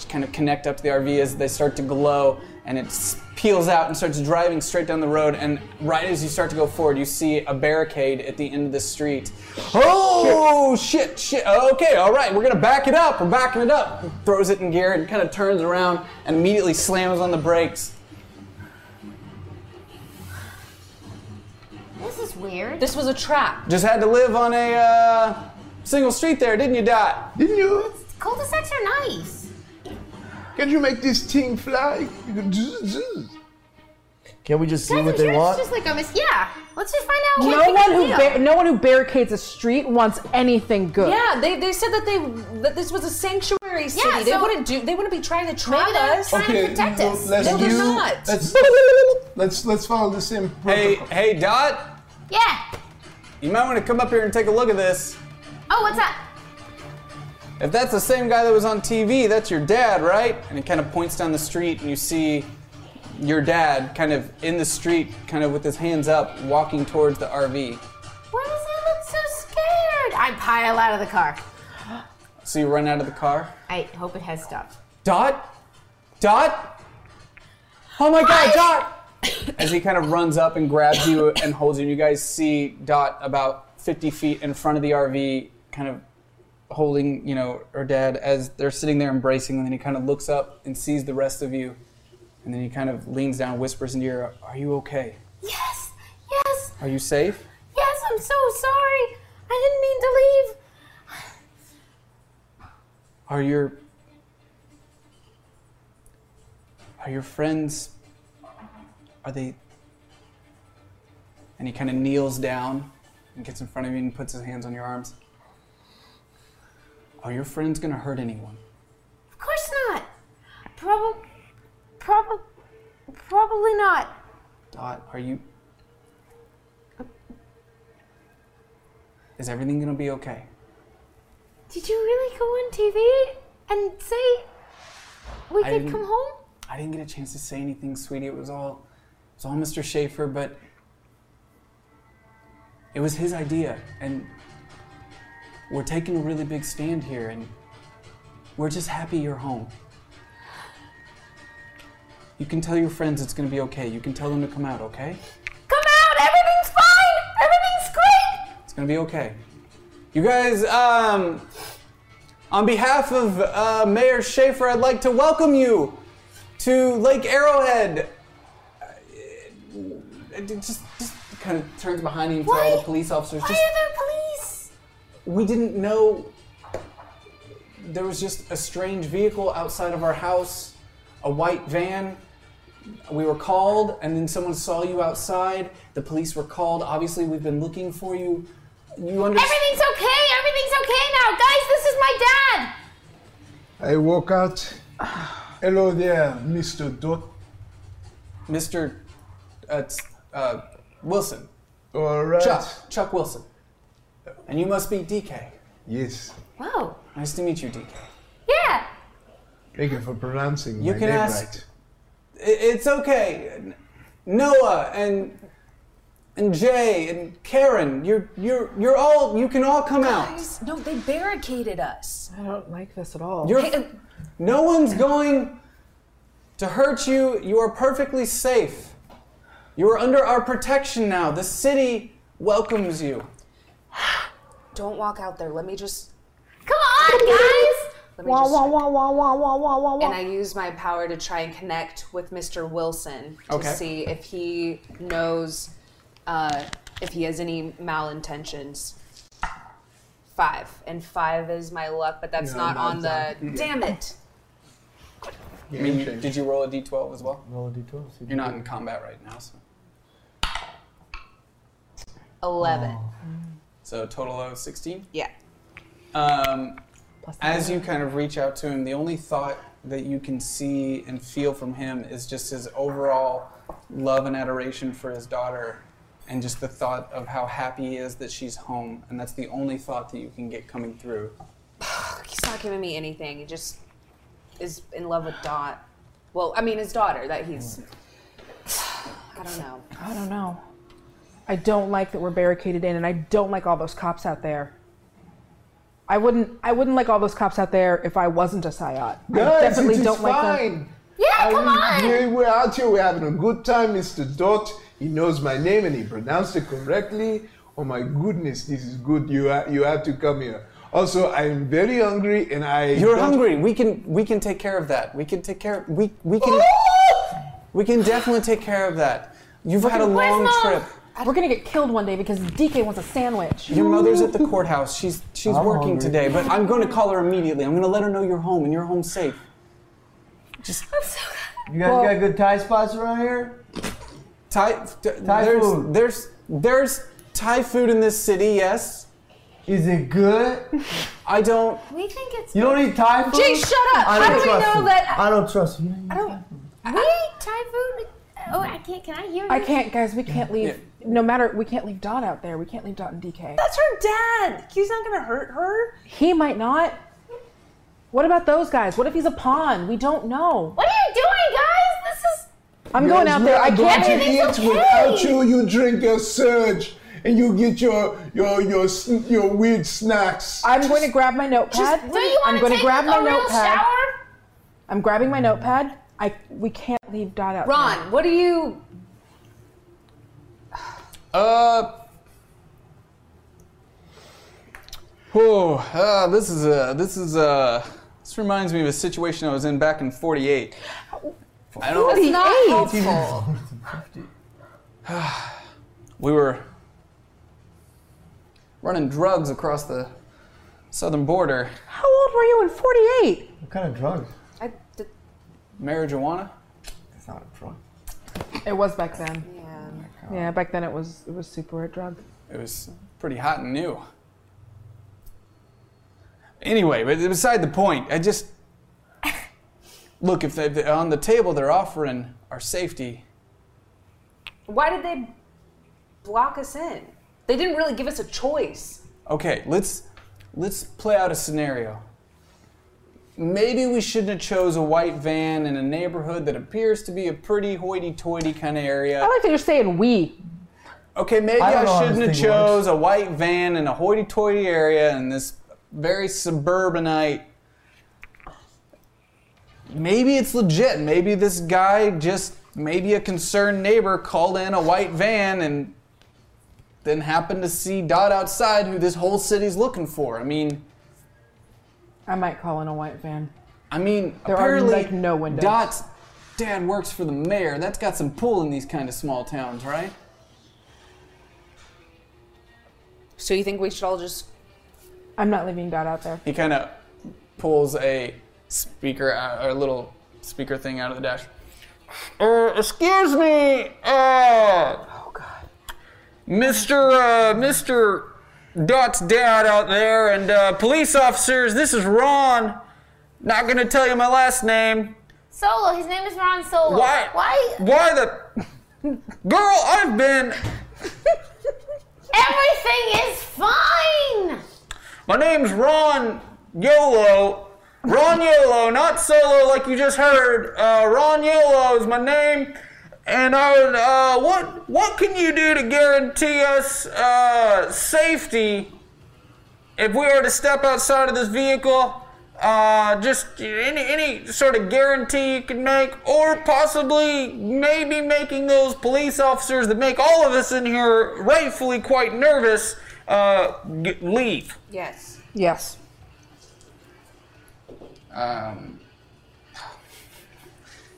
Speaker 3: kind of connect up to the RV as they start to glow, and it s- peels out and starts driving straight down the road. And right as you start to go forward, you see a barricade at the end of the street. Oh shit! Shit! Okay, all right, we're gonna back it up. We're backing it up. Throws it in gear and kind of turns around and immediately slams on the brakes.
Speaker 5: This is weird.
Speaker 10: This was a trap.
Speaker 3: Just had to live on a uh, single street there, didn't you, Dot?
Speaker 9: Didn't you?
Speaker 5: Cul-de-sacs are nice.
Speaker 9: Can you make this thing fly? You can zzz, zzz.
Speaker 16: Can we just see
Speaker 5: Guys,
Speaker 16: what
Speaker 5: I'm
Speaker 16: they
Speaker 5: sure
Speaker 16: want?
Speaker 5: it's just like a mis- Yeah, let's just find out.
Speaker 7: No one who bar- no one who barricades a street wants anything good.
Speaker 10: Yeah, they, they said that they that this was a sanctuary city.
Speaker 5: Yeah,
Speaker 10: they
Speaker 5: so-
Speaker 10: wouldn't do. They wouldn't be trying to trap
Speaker 5: Maybe they're
Speaker 10: us.
Speaker 5: trying to
Speaker 9: Okay,
Speaker 5: protect
Speaker 9: well,
Speaker 5: us.
Speaker 9: let's
Speaker 10: No, they're
Speaker 9: use-
Speaker 10: not.
Speaker 9: Let's, let's let's follow the same
Speaker 3: Hey,
Speaker 9: protocol.
Speaker 3: hey, Dot,
Speaker 5: Yeah.
Speaker 3: you might want to come up here and take a look at this.
Speaker 5: Oh, what's that?
Speaker 3: If that's the same guy that was on TV, that's your dad, right? And he kind of points down the street, and you see your dad kind of in the street, kind of with his hands up, walking towards the RV.
Speaker 5: Why does he look so scared? I pile out of the car.
Speaker 3: So you run out of the car.
Speaker 5: I hope it has stopped.
Speaker 3: Dot? Dot? Oh my god, Dot! As he kind of runs up and grabs you and holds you, and you guys see Dot about 50 feet in front of the RV, kind of holding, you know, her dad as they're sitting there embracing, and then he kind of looks up and sees the rest of you, and then he kind of leans down, whispers into your ear, Are you okay?
Speaker 6: Yes, yes,
Speaker 3: Are you safe?
Speaker 6: yes, I'm so sorry. I didn't mean to leave.
Speaker 3: Are your. Are your friends. Are they. And he kind of kneels down and gets in front of you and puts his hands on your arms. Are your friends gonna hurt anyone?
Speaker 6: Of course not. Probably, probably, probably not.
Speaker 3: Dot, are you. Is everything gonna be okay?
Speaker 6: Did you really go on TV and say we
Speaker 3: I
Speaker 6: could
Speaker 3: didn't-
Speaker 6: come home?
Speaker 3: I didn't get a chance to say anything, sweetie. It was all, it was all Mr. Schaefer, but it was his idea, and we're taking a really big stand here, and we're just happy you're home. You can tell your friends it's gonna be okay. You can tell them to come out, okay?
Speaker 6: Come out! Everything's fine! Everything's great!
Speaker 3: It's gonna be okay. You guys, um, on behalf of uh, Mayor Schaefer, I'd like to welcome you to Lake Arrowhead. Uh, It, it just, just kind of turns behind him to all the
Speaker 6: Why-
Speaker 3: police officers.
Speaker 6: Why
Speaker 3: Just,
Speaker 6: are there police?
Speaker 3: we didn't know there was just a strange vehicle outside of our house, a white van. We were called, and then someone saw you outside. The police were called. Obviously, we've been looking for you. You understand?
Speaker 5: Everything's okay. Everything's okay now, guys. This is my dad.
Speaker 9: I walk out. Hello there, Mr. Dot.
Speaker 3: Mr. Uh, t- uh, Wilson.
Speaker 9: All right.
Speaker 3: Chuck. Chuck Wilson. And you must be DK.
Speaker 9: Yes.
Speaker 5: Wow.
Speaker 3: Nice to meet you, DK.
Speaker 5: Yeah.
Speaker 9: Thank you for pronouncing
Speaker 3: You
Speaker 9: my
Speaker 3: can
Speaker 9: name
Speaker 3: ask-
Speaker 9: right.
Speaker 3: I- It's okay. Noah and and Jay and Karen, you're you're you're all you can all come out.
Speaker 17: Guys, no, they barricaded us.
Speaker 7: I don't like this at all.
Speaker 3: You're no one's going to hurt you. You are perfectly safe. You are under our protection now. The city welcomes you.
Speaker 10: Don't walk out there. Let me just.
Speaker 5: Come on, guys!
Speaker 10: Let me
Speaker 16: Wah,
Speaker 10: just.
Speaker 16: wah, wah, wah, wah, wah, wah, wah, wah.
Speaker 10: And I use my power to try and connect with Mr. Wilson to
Speaker 16: Okay.
Speaker 10: see if he knows uh, if he has any malintentions. Five and five is my luck, but that's
Speaker 3: No,
Speaker 10: not on
Speaker 3: mine's
Speaker 10: the.
Speaker 3: not.
Speaker 10: Damn it!
Speaker 3: I mean, did you roll a d12 as well?
Speaker 16: Roll a d12.
Speaker 3: You're not in combat right now, so.
Speaker 10: Eleven.
Speaker 3: So total of 16?
Speaker 10: Yeah.
Speaker 3: Um, as you kind of reach out to him, the only thought that you can see and feel from him is just his overall love and adoration for his daughter and just the thought of how happy he is that she's home. And that's the only thought that you can get coming through.
Speaker 10: He's not giving me anything. He just is in love with Dot. Well, I mean his daughter. That he's. I don't know.
Speaker 7: I don't know. I don't like that we're barricaded in, and I don't like all those cops out there. I wouldn't. I wouldn't like all those cops out there if I wasn't a Sayat. I
Speaker 9: Guys,
Speaker 7: definitely
Speaker 9: it is
Speaker 7: don't like them.
Speaker 9: fine. Yeah, come on. Here, we're out here. We're having a good time, Mr. Dot. He knows my name and he pronounced it correctly. Oh my goodness, this is good. You ha- you have to come here. Also, I am very hungry and I.
Speaker 3: You're
Speaker 9: don't-
Speaker 3: hungry. We can we can take care of that. We can take care we we can we can definitely take care of that. You've had a long trip.
Speaker 7: We're gonna get killed one day because DK wants a sandwich.
Speaker 3: Your mother's at the courthouse. She's she's
Speaker 7: I'm
Speaker 3: working
Speaker 7: hungry.
Speaker 3: today, but I'm going to call her immediately. I'm going to let her know you're home and you're home safe. Just
Speaker 16: You guys got good Thai spots around here?
Speaker 3: Thai, th-
Speaker 16: Thai
Speaker 3: there's,
Speaker 16: food.
Speaker 3: There's there's Thai food in this city. Yes.
Speaker 16: Is it good?
Speaker 3: I don't.
Speaker 5: We think it's.
Speaker 16: You don't eat Thai food?
Speaker 5: Jay, shut up.
Speaker 16: I
Speaker 5: How
Speaker 16: don't
Speaker 5: do we
Speaker 16: trust
Speaker 5: know
Speaker 16: you.
Speaker 5: that-
Speaker 16: I don't trust you.
Speaker 5: I don't. We Thai food. Oh, I can't. Can I hear?
Speaker 7: I
Speaker 5: this?
Speaker 7: can't, guys. We can't leave. No matter, we can't leave Dot out there. We can't leave Dot and DK.
Speaker 17: That's her dad. He's not gonna hurt her.
Speaker 7: He might not. What about those guys? What if he's a pawn? We don't know.
Speaker 5: What are you doing, guys? This is.
Speaker 7: I'm going out there. I can't.
Speaker 9: to eat
Speaker 5: Everything's okay.
Speaker 9: without you. You drink your surge and you get your your your sn- your weird snacks.
Speaker 7: I'm going to grab my notepad.
Speaker 5: Just- do you wanna
Speaker 7: I'm going
Speaker 5: take
Speaker 7: to grab my
Speaker 5: a real
Speaker 7: notepad.
Speaker 5: shower?
Speaker 7: I'm grabbing my notepad. I we can't leave Dot out.
Speaker 10: Ron, what are you?
Speaker 3: Uh. Oh, uh, this is a this is a this reminds me of a situation I was in back in '48. I don't.
Speaker 10: That's not
Speaker 16: 48.
Speaker 10: helpful.
Speaker 3: we were running drugs across the southern border.
Speaker 7: How old were you in '48?
Speaker 16: What kind of drugs?
Speaker 10: I, the,
Speaker 3: Marijuana?
Speaker 16: It's not a drug.
Speaker 7: It was back then.
Speaker 10: Yeah.
Speaker 7: Yeah, back then it was it was super a drug.
Speaker 3: It was pretty hot and new. Anyway, but beside the point, I just look if they if on the table they're offering our safety.
Speaker 10: Why did they block us in? They didn't really give us a choice.
Speaker 3: Okay, let's let's play out a scenario. Maybe we shouldn't have chose a white van in a neighborhood that appears to be a pretty hoity-toity kind of area.
Speaker 7: I like that you're saying we.
Speaker 3: Okay, maybe
Speaker 7: I
Speaker 3: I,
Speaker 7: don't know how
Speaker 3: shouldn't have
Speaker 7: this thing works.
Speaker 3: chose a white van in a hoity-toity area in this very suburbanite. Maybe it's legit. Maybe this guy just maybe a concerned neighbor called in a white van and then happened to see Dot outside, who this whole city's looking for. I mean,
Speaker 7: I might call in a white van.
Speaker 3: I mean,
Speaker 7: There are,
Speaker 3: apparently
Speaker 7: like, no windows.
Speaker 3: Dot's dad works for the mayor. That's got some pull in these kind of small towns, right?
Speaker 10: So you think we should all just?
Speaker 7: I'm not leaving Dot out there.
Speaker 3: He kind of pulls a speaker out, or a little speaker thing out of the dash.
Speaker 12: Uh, excuse me. Uh, oh God. Mr. Uh, Mr. Dot's dad out there, and uh, police officers. This is Ron. Not gonna tell you my last name.
Speaker 6: Solo. His name is Ron Solo.
Speaker 12: Why?
Speaker 6: Why?
Speaker 12: Why the? Girl, I've been.
Speaker 6: Everything is fine.
Speaker 12: My name's Ron Yolo. Ron Yolo, not solo like you just heard. Uh, Ron Yolo is my name. And I would, uh, what what can you do to guarantee us uh, safety if we were to step outside of this vehicle? Uh, just any any sort of guarantee you can make, or possibly maybe making those police officers that make all of us in here rightfully quite nervous uh, g- leave.
Speaker 10: Yes.
Speaker 7: Yes.
Speaker 3: Um,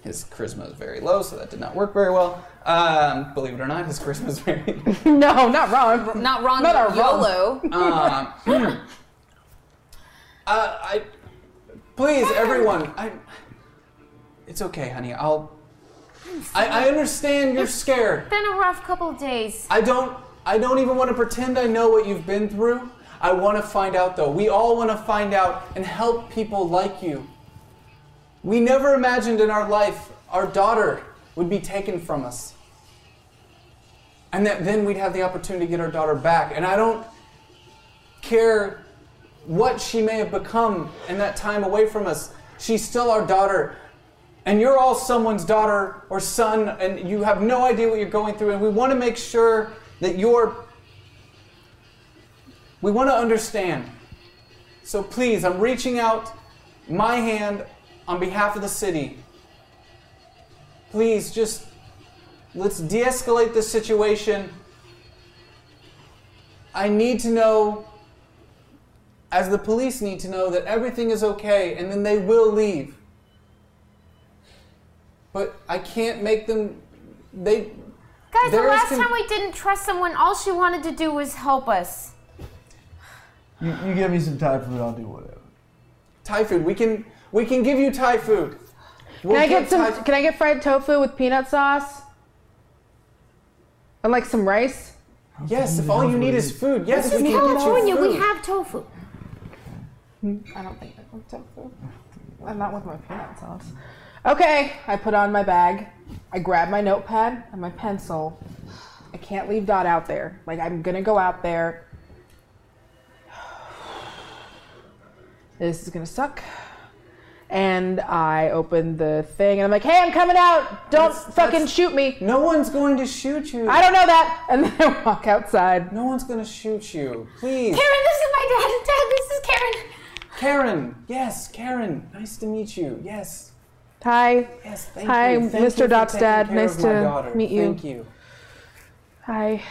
Speaker 3: his charisma is very low, so that did not work very well. Um, believe it or not, his charisma is very
Speaker 7: no, not Ron.
Speaker 10: Not Ron
Speaker 7: Not our
Speaker 10: Yolo.
Speaker 3: Um, uh, I, please, everyone. I, it's okay, honey. I'll. I, I understand you're scared.
Speaker 5: Been a rough couple of days.
Speaker 3: I don't. I don't even want to pretend I know what you've been through. I want to find out, though. We all want to find out and help people like you. We never imagined in our life our daughter would be taken from us. And that then we'd have the opportunity to get our daughter back. And I don't care what she may have become in that time away from us. She's still our daughter. And you're all someone's daughter or son, and you have no idea what you're going through. And we want to make sure that you're. We want to understand. So please, I'm reaching out my hand on behalf of the city. Please, just let's de escalate this situation. I need to know, as the police need to know, that everything is okay and then they will leave. But I can't make them. They.
Speaker 5: Guys,
Speaker 3: there
Speaker 5: the
Speaker 3: is
Speaker 5: last
Speaker 3: con-
Speaker 5: time we didn't trust someone, all she wanted to do was help us.
Speaker 16: You, you give me some Thai food, I'll do whatever.
Speaker 3: Thai food. We can we can give you Thai food.
Speaker 7: Can I get some?
Speaker 3: Thai-
Speaker 7: Can I get fried tofu with peanut sauce? And like some rice.
Speaker 3: yes, if all you need is food. Yes,
Speaker 7: This
Speaker 3: we
Speaker 7: is
Speaker 3: can get
Speaker 7: California,
Speaker 3: you
Speaker 7: we
Speaker 3: food.
Speaker 5: have tofu.
Speaker 7: I don't think I want tofu. I'm not with my peanut sauce. Okay, I put on my bag. I grab my notepad and my pencil. I can't leave Dot out there. Like I'm gonna go out there. This is gonna suck. And I open the thing and I'm like, hey, I'm coming out. Don't fucking shoot me.
Speaker 3: No one's going to shoot you.
Speaker 7: I don't know that. And then I walk outside.
Speaker 3: No one's gonna shoot you. Please.
Speaker 5: Karen, this is my dad. Dad, this is Karen.
Speaker 3: Karen. Yes, Karen. Nice to meet you. Yes.
Speaker 7: Hi.
Speaker 3: Yes, thank
Speaker 7: Hi,
Speaker 3: you. Thank
Speaker 7: Mr.
Speaker 3: you for
Speaker 7: Dot's
Speaker 3: taking
Speaker 7: dad.
Speaker 3: care
Speaker 7: Nice
Speaker 3: of my
Speaker 7: to
Speaker 3: daughter.
Speaker 7: meet you.
Speaker 3: Thank you.
Speaker 7: Hi.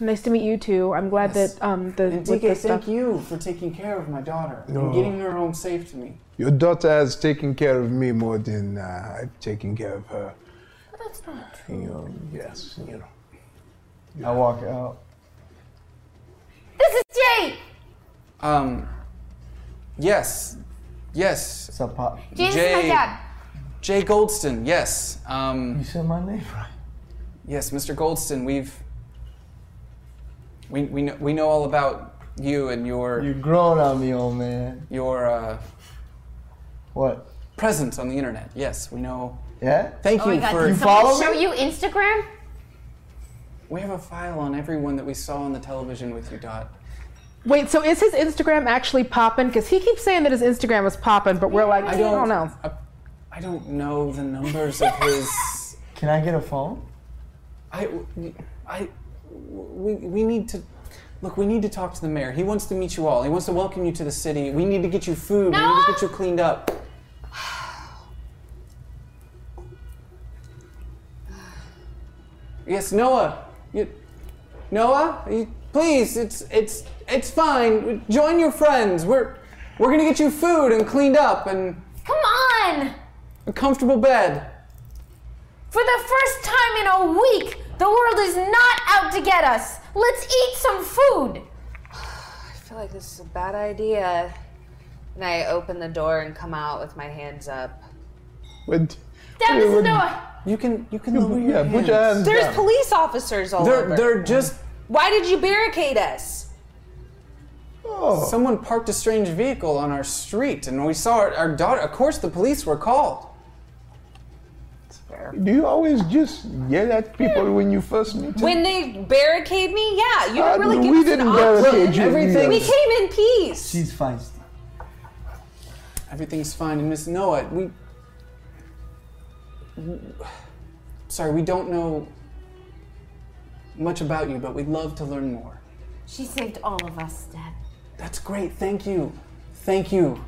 Speaker 7: Nice to meet you too. I'm glad
Speaker 3: Yes.
Speaker 7: that um the,
Speaker 3: And DK,
Speaker 7: with the
Speaker 3: thank
Speaker 7: stuff.
Speaker 3: you for taking care of my daughter
Speaker 9: No.
Speaker 3: and getting her home safe to me.
Speaker 9: Your daughter has taken care of me more than uh, I've taken care of her.
Speaker 5: That's not
Speaker 9: You know, yes, you know.
Speaker 16: I walk out.
Speaker 5: This is Jay.
Speaker 3: Um. Yes. Yes.
Speaker 16: What's up, Pop?
Speaker 5: Jay, this is my dad.
Speaker 3: Jay Goldston, yes. Um,
Speaker 16: You said my name right.
Speaker 3: Yes, Mr. Goldston, we've we, we, know, we know all about you and your
Speaker 16: You're growing on me, old man.
Speaker 3: your uh,
Speaker 16: What?
Speaker 3: presence on the internet. Yes, we know.
Speaker 16: Yeah?
Speaker 3: Thank
Speaker 5: Oh my
Speaker 3: you
Speaker 5: God,
Speaker 3: for
Speaker 5: did someone show you Instagram?
Speaker 3: We have a file on everyone that we saw on the television with you, Dot.
Speaker 7: Wait, so is his Instagram actually popping? Because he keeps saying that his Instagram is popping, but we're like, I don't, know.
Speaker 3: I, I don't know the numbers of his.
Speaker 16: Can I get a phone?
Speaker 3: I I we, we need to. Look, we need to talk to the mayor. He wants to meet you all. He wants to welcome you to the city. We need to get you food. We need to get you cleaned up. Yes, Noah. You, Noah, you, please. It's it's it's fine. Join your friends. We're we're gonna get you food and cleaned up and
Speaker 5: Come on!
Speaker 3: a comfortable bed.
Speaker 5: For the first time in a week, the world is not out to get us. Let's eat some food.
Speaker 10: I feel like this is a bad idea. And I open the door and come out with my hands up.
Speaker 9: But
Speaker 10: That
Speaker 9: Yeah,
Speaker 10: is
Speaker 9: when-
Speaker 10: not.
Speaker 3: You can you can
Speaker 9: lower your Oh, yeah, put your hands
Speaker 10: There's
Speaker 9: down.
Speaker 10: police officers all
Speaker 3: They're-
Speaker 10: over.
Speaker 3: they're just-
Speaker 10: Why did you barricade us?
Speaker 3: Someone parked a strange vehicle on our street, and we saw it. Our daughter. Of course, the police were called.
Speaker 9: Oh, Do you always just yell at people when you first meet them?
Speaker 10: When they barricade me, yeah, you
Speaker 9: Uh,
Speaker 10: didn't really give
Speaker 9: we
Speaker 10: us an
Speaker 9: didn't
Speaker 10: option.
Speaker 9: barricade you, Everything-
Speaker 10: We
Speaker 9: we-
Speaker 10: came in peace.
Speaker 16: She's feisty.
Speaker 3: Everything's fine, and Miss Noah, we. Sorry, we don't know much about you, but we'd love to learn more.
Speaker 5: She saved all of us, Dad.
Speaker 3: That's great. Thank you. Thank you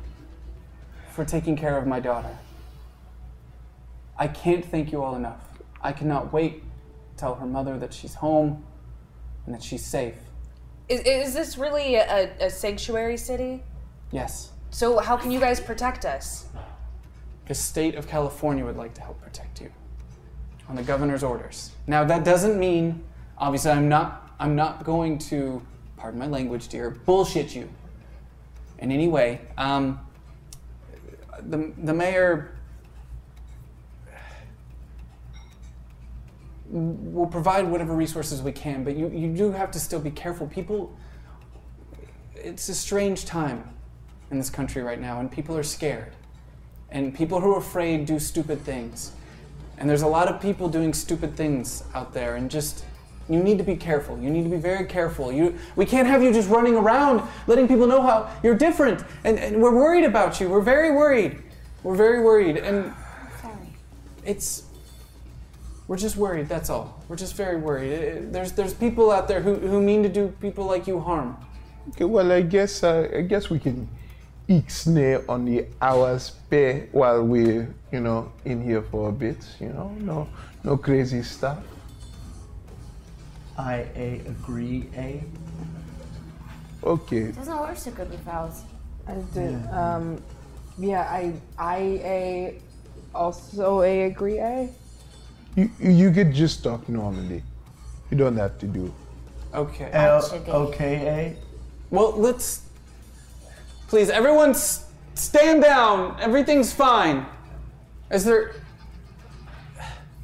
Speaker 3: for taking care of my daughter. I can't thank you all enough. I cannot wait to tell her mother that she's home and that she's safe.
Speaker 10: Is, is this really a, a sanctuary city?
Speaker 3: Yes,
Speaker 10: So how can you guys protect us?
Speaker 3: the state of California would like to help protect you on the governor's orders. Now that doesn't mean obviously I'm not I'm not going to pardon my language, dear, bullshit you in any way. Um, the, the mayor will provide whatever resources we can, but you, you do have to still be careful. People, it's a strange time in this country right now, and people are scared. And people who are afraid do stupid things. And there's a lot of people doing stupid things out there, and just you need to be careful. You need to be very careful. You, we can't have you just running around letting people know how you're different, and, and we're worried about you. We're very worried. We're very worried, and it's we're just worried. That's all. We're just very worried. It- it- there's there's people out there who, who mean to do people like you harm.
Speaker 9: Okay, well, I guess uh, I guess we can eke snail on the hours pay while we're you know in here for a bit. You know, no no crazy stuff.
Speaker 16: I a agree a.
Speaker 9: Okay.
Speaker 5: Doesn't work so good with vowels.
Speaker 7: I did. Um, yeah, I I a also a agree a.
Speaker 9: You you you could just talk normally. You don't have to do.
Speaker 3: Okay.
Speaker 16: L O K
Speaker 3: Well, let's. Please, everyone, s- stand down. Everything's fine. Is there.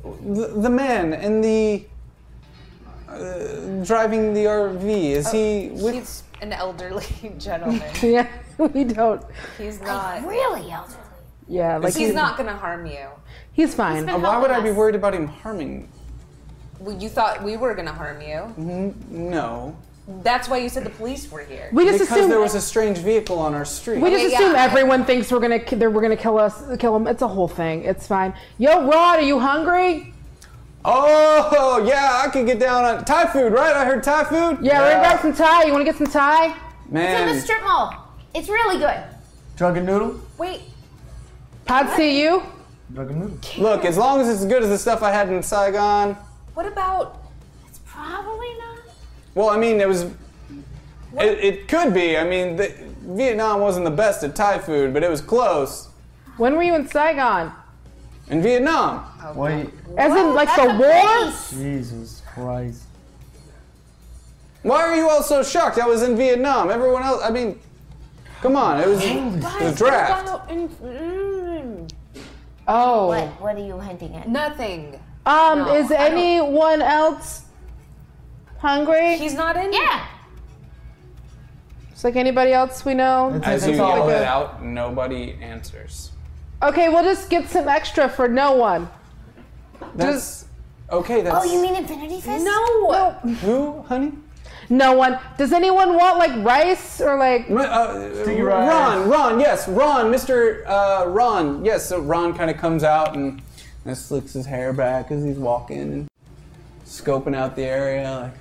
Speaker 3: The, the man in the. Uh, driving the RV, is he with.
Speaker 10: He's an elderly gentleman.
Speaker 7: yeah, we don't.
Speaker 10: He's not
Speaker 6: really elderly.
Speaker 7: Yeah, like
Speaker 10: he's not gonna harm you.
Speaker 7: He's fine.
Speaker 3: Uh, why would I be worried about him harming?
Speaker 10: Well, you thought we were gonna harm you.
Speaker 3: N- no.
Speaker 10: That's why you said the police were here.
Speaker 3: because there was a strange vehicle on our street.
Speaker 7: We just assume everyone thinks we're gonna ki- they're, we're gonna kill us, kill them. It's a whole thing. It's fine. Yo, Rod, are you hungry?
Speaker 3: Oh yeah, I could get down on Thai food, right? I heard Thai food.
Speaker 7: Yeah, we're gonna grab some Thai. You wanna get some Thai?
Speaker 3: Man.
Speaker 5: It's in the strip mall. It's really good.
Speaker 16: Drug and noodle.
Speaker 5: Wait.
Speaker 7: Pod see you.
Speaker 16: Drug and noodle.
Speaker 3: Look, as long as it's as good as the stuff I had in Saigon.
Speaker 10: What about?
Speaker 5: It's probably not.
Speaker 3: Well, I mean, it was. It, it could be. I mean, the, Vietnam wasn't the best at Thai food, but it was close.
Speaker 7: When were you in Saigon?
Speaker 3: In Vietnam.
Speaker 16: Wait.
Speaker 7: As in, like the war?
Speaker 16: Jesus Christ.
Speaker 3: Why are you all so shocked? I was in Vietnam. Everyone else. I mean, come on. It was, it was a draft.
Speaker 7: Oh.
Speaker 6: mm. What? What are you hinting at?
Speaker 10: Nothing.
Speaker 7: Um,
Speaker 6: No,
Speaker 7: is
Speaker 6: I don't-
Speaker 7: anyone else hungry?
Speaker 10: He's not in.
Speaker 6: Yeah.
Speaker 7: It's like anybody else we know.
Speaker 3: As you
Speaker 7: It's like
Speaker 3: yell
Speaker 7: a-
Speaker 3: it out, nobody answers.
Speaker 7: Okay, we'll just get some extra for no one.
Speaker 3: That's okay. That's
Speaker 6: Oh, you mean Infinity Fist?
Speaker 7: No.
Speaker 3: who, honey?
Speaker 7: No one. Does anyone want like rice or like?
Speaker 3: Uh, uh,
Speaker 7: Sticky rice.
Speaker 3: Ron, Ron, yes, Ron, Mr. Uh, Ron, yes. So Ron kind of comes out and, and slicks his hair back as he's walking and scoping out the area.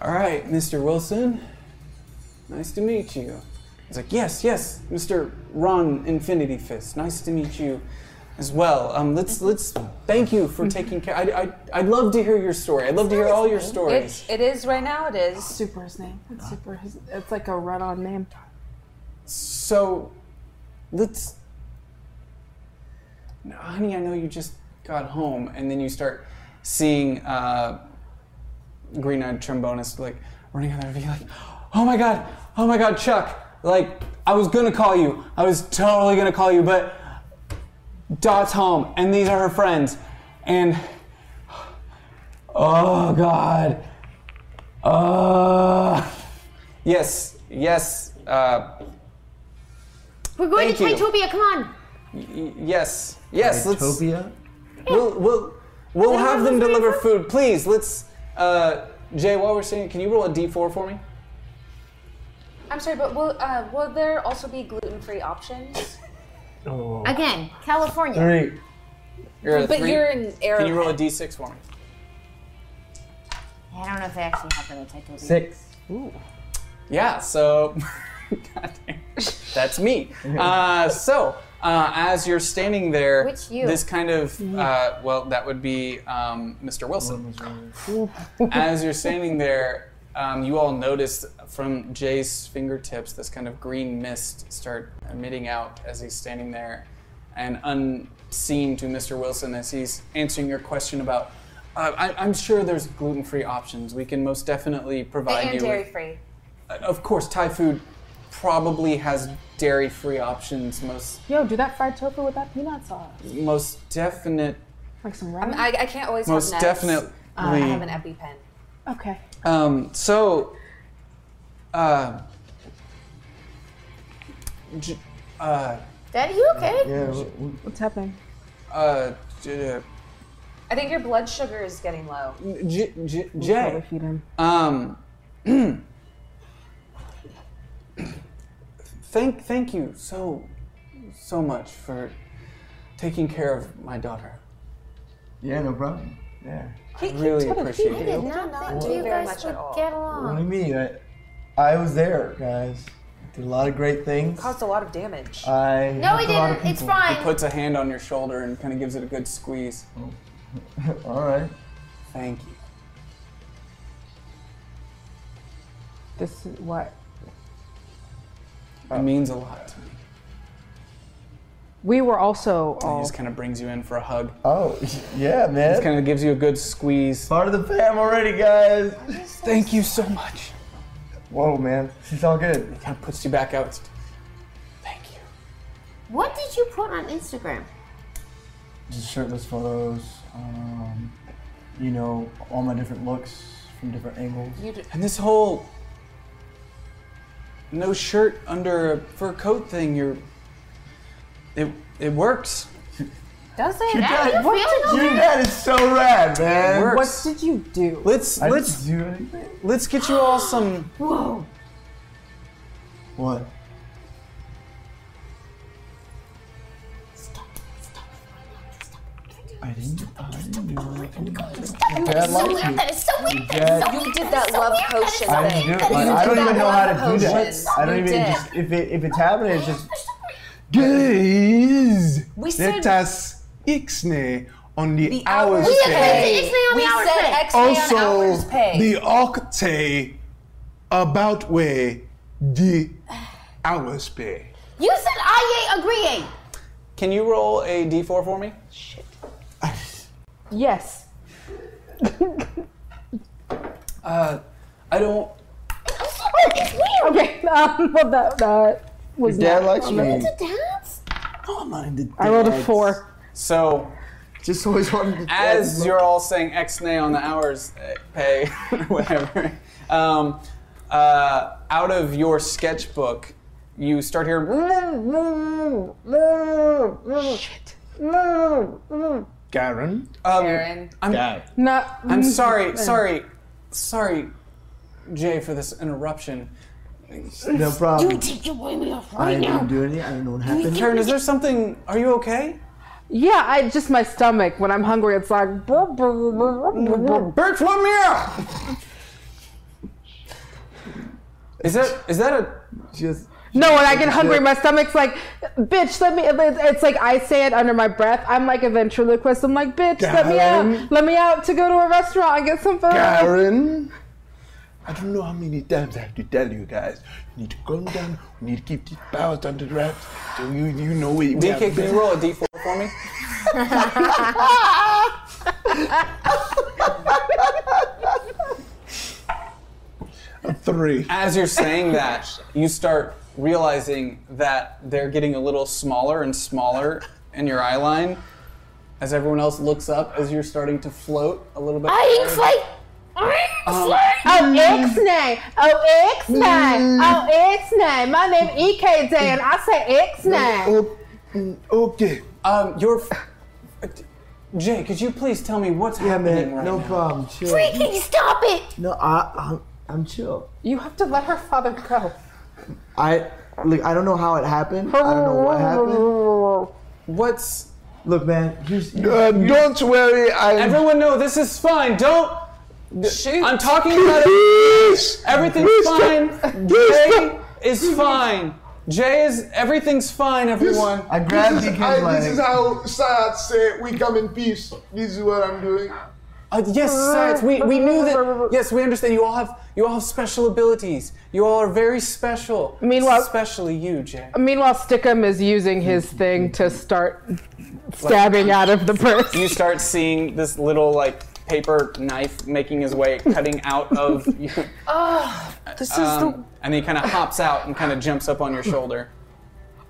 Speaker 3: Like, all right, Mr. Wilson, nice to meet you. He's like, yes, yes, Mr. Ron Infinity Fist, nice to meet you as well. Um, let's let's thank you for taking care. I I I'd love to hear your story. I'd love to hear all your stories.
Speaker 10: It's, it is right now. It is.
Speaker 7: Super his name. It's super. His, it's like a run-on name.
Speaker 3: So, let's. No, honey, I know you just got home, and then you start seeing uh, green-eyed trombonist like running out of you, like, oh my god, oh my god, Chuck, like I was gonna call you. I was totally gonna call you, but Dot's home, and these are her friends, and oh god, uh, yes, yes, uh,
Speaker 5: We're going
Speaker 3: Thank
Speaker 5: to
Speaker 3: you.
Speaker 5: Titopia, come on!
Speaker 3: y- y- yes, yes. Let's.
Speaker 16: Topia?
Speaker 3: We'll we'll we'll have them deliver food, please. Let's. Uh, Jay, while we're sitting, can you roll a D4 for me?
Speaker 10: I'm sorry, but will uh, will there also be gluten free options?
Speaker 16: Oh.
Speaker 5: Again, California.
Speaker 16: Three.
Speaker 3: You're a
Speaker 10: But
Speaker 3: three.
Speaker 10: you're in
Speaker 3: Can you roll a D6 for me?
Speaker 5: I don't know if they actually have them in Titopia.
Speaker 3: Ooh. Yeah, so God damn. that's me. Uh, so uh, as you're standing there,
Speaker 5: Which you?
Speaker 3: this kind of uh, well, that would be um, Mr. Wilson. as you're standing there, um, you all notice from Jay's fingertips this kind of green mist start emitting out as he's standing there, and unseen to Mr. Wilson as he's answering your question about. Uh, I, I'm sure there's gluten-free options. We can most definitely provide you.
Speaker 10: and
Speaker 3: with-
Speaker 10: dairy free.
Speaker 3: uh, Of course, Thai food probably has dairy-free options. Most,
Speaker 7: Yo, do that fried tofu with that peanut sauce.
Speaker 3: most definite,
Speaker 7: Like some
Speaker 10: I,
Speaker 7: ramen.
Speaker 10: I, I can't always
Speaker 3: most
Speaker 10: have nuts.
Speaker 3: definitely.
Speaker 10: Uh, I have an EpiPen.
Speaker 7: Okay.
Speaker 3: Um, so, uh, j- uh,
Speaker 5: Dad, you okay?
Speaker 7: What's happening?
Speaker 3: uh, j-
Speaker 10: I think your blood sugar is getting low.
Speaker 3: j- j- Jay,
Speaker 7: Feed him.
Speaker 3: um, thank, thank you so, so much for taking care of my daughter.
Speaker 16: Yeah, no problem. Yeah.
Speaker 3: I really appreciate
Speaker 6: I
Speaker 3: it.
Speaker 6: did not know
Speaker 10: do
Speaker 6: you
Speaker 10: very
Speaker 6: guys
Speaker 10: much at
Speaker 6: would
Speaker 10: all.
Speaker 6: get
Speaker 16: What do
Speaker 6: along.
Speaker 16: you mean? I, I was there, guys. Did a lot of great things.
Speaker 10: Caused a lot of damage.
Speaker 3: Uh,
Speaker 16: I
Speaker 5: No, he
Speaker 16: helped a lot of
Speaker 5: didn't. It's
Speaker 16: people.
Speaker 3: He
Speaker 5: fine.
Speaker 3: puts a hand on your shoulder and kind of gives it a good squeeze.
Speaker 16: All right.
Speaker 3: Thank you.
Speaker 7: This is what
Speaker 16: Oh.
Speaker 3: It means a lot to me.
Speaker 7: we were also
Speaker 3: He
Speaker 7: all.
Speaker 3: just kind of brings you in for a hug.
Speaker 16: Oh, yeah, man.
Speaker 3: Just kind of gives you a good squeeze.
Speaker 16: Part of the fam already, guys.
Speaker 3: Thank you so much.
Speaker 16: Whoa, man. She's all good.
Speaker 3: He kind of puts you back out. Thank you.
Speaker 5: What did you put on Instagram?
Speaker 16: Just shirtless photos. Um, you know, all my different looks from different angles.
Speaker 3: And this whole no shirt under a fur coat thing, you're it it works.
Speaker 7: Does it?
Speaker 16: Your
Speaker 5: Dad,
Speaker 16: dad,
Speaker 5: you feeling
Speaker 16: your
Speaker 5: okay?
Speaker 16: dad is so rad, man.
Speaker 3: It works.
Speaker 7: What did you do?
Speaker 3: let's
Speaker 16: I
Speaker 3: let's
Speaker 16: didn't do anything.
Speaker 3: let's get you all some
Speaker 5: Whoa!
Speaker 16: What? I didn't. I didn't do anything. Your dad likes me.
Speaker 5: That is so
Speaker 16: Your
Speaker 5: weird!
Speaker 16: dad
Speaker 10: You did that love potion
Speaker 16: I
Speaker 10: thing.
Speaker 16: didn't do it. Like, I
Speaker 10: did
Speaker 16: don't even
Speaker 10: that
Speaker 16: know
Speaker 10: one
Speaker 16: how to do that.
Speaker 10: potion.
Speaker 16: I don't
Speaker 10: You
Speaker 16: even
Speaker 10: did.
Speaker 16: just if it if it's happening, it's just guys.
Speaker 10: We said
Speaker 9: Let us ixnay on the,
Speaker 10: the
Speaker 9: hours
Speaker 10: hours
Speaker 9: pay.
Speaker 10: pay.
Speaker 5: It's me on
Speaker 10: We
Speaker 5: the hours
Speaker 10: said
Speaker 5: pay.
Speaker 10: X
Speaker 9: Also,
Speaker 10: on hours pay.
Speaker 9: the octay about way the hours pay.
Speaker 5: You said I ain't agreeing!
Speaker 3: Can you roll a D four for me?
Speaker 7: Yes.
Speaker 3: Uh I don't
Speaker 7: Okay. Um, well, that, that was
Speaker 16: Dad
Speaker 7: not.
Speaker 16: likes me.
Speaker 5: Dance?
Speaker 16: No, I'm not into
Speaker 7: I rolled a
Speaker 16: dads.
Speaker 7: four.
Speaker 3: so
Speaker 16: Just always wanted to
Speaker 3: as you're all saying ex nay on the hours eh, pay, whatever, um, uh, out of your sketchbook, you start hearing. "Mm, mm,
Speaker 9: Garen,
Speaker 3: Um,
Speaker 10: Aaron.
Speaker 3: I'm,
Speaker 7: No.
Speaker 3: I'm sorry, sorry, sorry, Jay, for this interruption.
Speaker 16: No problem.
Speaker 5: Take your baby off
Speaker 16: I
Speaker 5: right now!
Speaker 16: didn't do anything. I don't know what happened.
Speaker 3: Karen, is there something? Are you okay?
Speaker 7: Yeah, I just my stomach. When I'm hungry, it's like.
Speaker 3: Bitch, let me out! Is that is that a
Speaker 16: Just
Speaker 7: No, when I get hungry, my stomach's like, bitch, let me. It's it's like I say it under my breath. I'm like a ventriloquist. I'm like, bitch, let me
Speaker 16: Darren.
Speaker 7: out. Let me out to go to a restaurant and get some food.
Speaker 9: Garen. I don't know how many times I have to tell you guys. You need to calm down. We need to keep these powers under wraps. So you you know where you
Speaker 3: DK? Can you roll a D4 for me?
Speaker 9: Three.
Speaker 3: As you're saying that, you start realizing that they're getting a little smaller and smaller in your eye line as everyone else looks up as you're starting to float a little bit.
Speaker 6: I
Speaker 3: forward.
Speaker 6: inflate.
Speaker 3: Um,
Speaker 7: Oh, Ixnay. Oh,
Speaker 5: Mm.
Speaker 7: Ixnay. Oh, Ixnay. My name EKJ, and I say
Speaker 5: Ah.
Speaker 7: Ixnay.
Speaker 18: mm,
Speaker 3: Okay. Um, you're. Jay, could you please tell me what's
Speaker 16: Yeah,
Speaker 3: happening
Speaker 16: man,
Speaker 3: right
Speaker 16: no
Speaker 3: now?
Speaker 16: problem. Chill.
Speaker 6: Freaking stop it!
Speaker 16: No, I, I'm, I'm chill.
Speaker 7: You have to let her father go.
Speaker 16: I look. I don't know how it happened. I don't know what happened.
Speaker 3: What's
Speaker 16: look, man? Here's,
Speaker 18: uh,
Speaker 3: don't
Speaker 16: worry.
Speaker 3: Everyone, no, this is fine. Don't.
Speaker 10: Shoot.
Speaker 3: I'm talking about it. Everything's
Speaker 12: Mister-
Speaker 3: fine. Jay is fine. Jay is. Everything's fine, everyone.
Speaker 16: I grabbed
Speaker 18: this,
Speaker 16: DK's
Speaker 18: is, I,
Speaker 16: leg.
Speaker 18: this is how Sad said we come in peace. This is what I'm doing.
Speaker 3: Uh, yes, science. We, we knew that. Yes, we understand. You all have you all have special abilities. You all are very special.
Speaker 7: Meanwhile-
Speaker 3: especially you, Jay.
Speaker 7: Meanwhile, Stickum is using his thing to start stabbing out of the purse.
Speaker 3: You start seeing this little like paper knife making his way, cutting out of. You.
Speaker 13: Oh, this is
Speaker 7: Um,
Speaker 13: the.
Speaker 3: And he kind of hops out and kind of jumps up on your shoulder.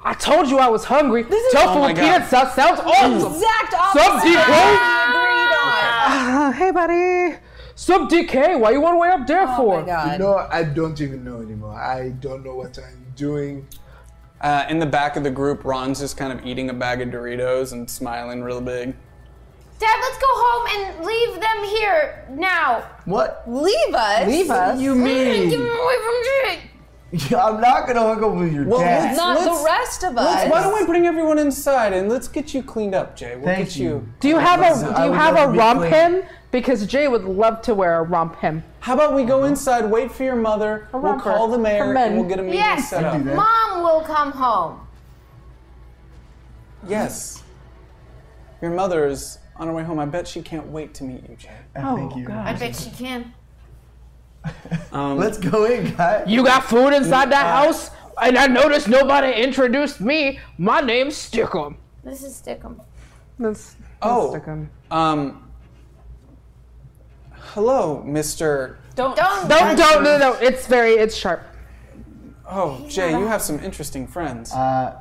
Speaker 7: I told you I was hungry.
Speaker 13: is-
Speaker 7: Tofu
Speaker 3: Oh my
Speaker 7: and
Speaker 3: God.
Speaker 7: peanut sauce sounds awesome.
Speaker 17: Exact opposite.
Speaker 7: Sub DK.
Speaker 17: of what we agreed on.
Speaker 7: Ah, hey, buddy. Sub DK. Why you want to way up there for?
Speaker 18: You know, I don't even know anymore. I don't know what I'm doing.
Speaker 3: Uh, in the back of the group, Ron's just kind of eating a bag of Doritos and smiling real big.
Speaker 6: Dad, let's go home and leave them here now.
Speaker 16: What?
Speaker 10: Leave us.
Speaker 16: Leave us? What do you mean?
Speaker 6: Get them away from Jake.
Speaker 16: I'm not gonna hook up with your dad.
Speaker 10: rest of
Speaker 3: let's-
Speaker 10: us.
Speaker 3: Why don't we bring everyone inside and let's get you cleaned up, Jay? We'll
Speaker 16: Thank
Speaker 3: get
Speaker 16: you.
Speaker 3: you.
Speaker 7: Do you have a Do
Speaker 3: I
Speaker 7: you
Speaker 3: would
Speaker 7: have
Speaker 3: love
Speaker 7: a
Speaker 3: to be
Speaker 7: romp
Speaker 3: clean.
Speaker 7: hem? Because Jay would love to wear a romp hem.
Speaker 3: How about we go inside, wait for your mother, we'll
Speaker 7: romper.
Speaker 3: call the
Speaker 7: For
Speaker 3: mayor,
Speaker 7: men.
Speaker 3: and we'll get a meeting
Speaker 6: Yes,
Speaker 3: set up.
Speaker 6: Mom will come home.
Speaker 3: Yes. Your mother is on her way home. I bet she can't wait to meet you, Jay.
Speaker 6: Oh, thank you. I bet she can.
Speaker 3: Um,
Speaker 16: Let's go in, guys.
Speaker 7: You got food inside that house, and I noticed nobody introduced me. My name's Stickum.
Speaker 6: This is Stickum.
Speaker 7: That's
Speaker 3: Oh, um, hello, Mister.
Speaker 7: don't don't don't don't no, no. It's very it's sharp.
Speaker 3: Oh, Jay, you have some interesting friends.
Speaker 16: Uh,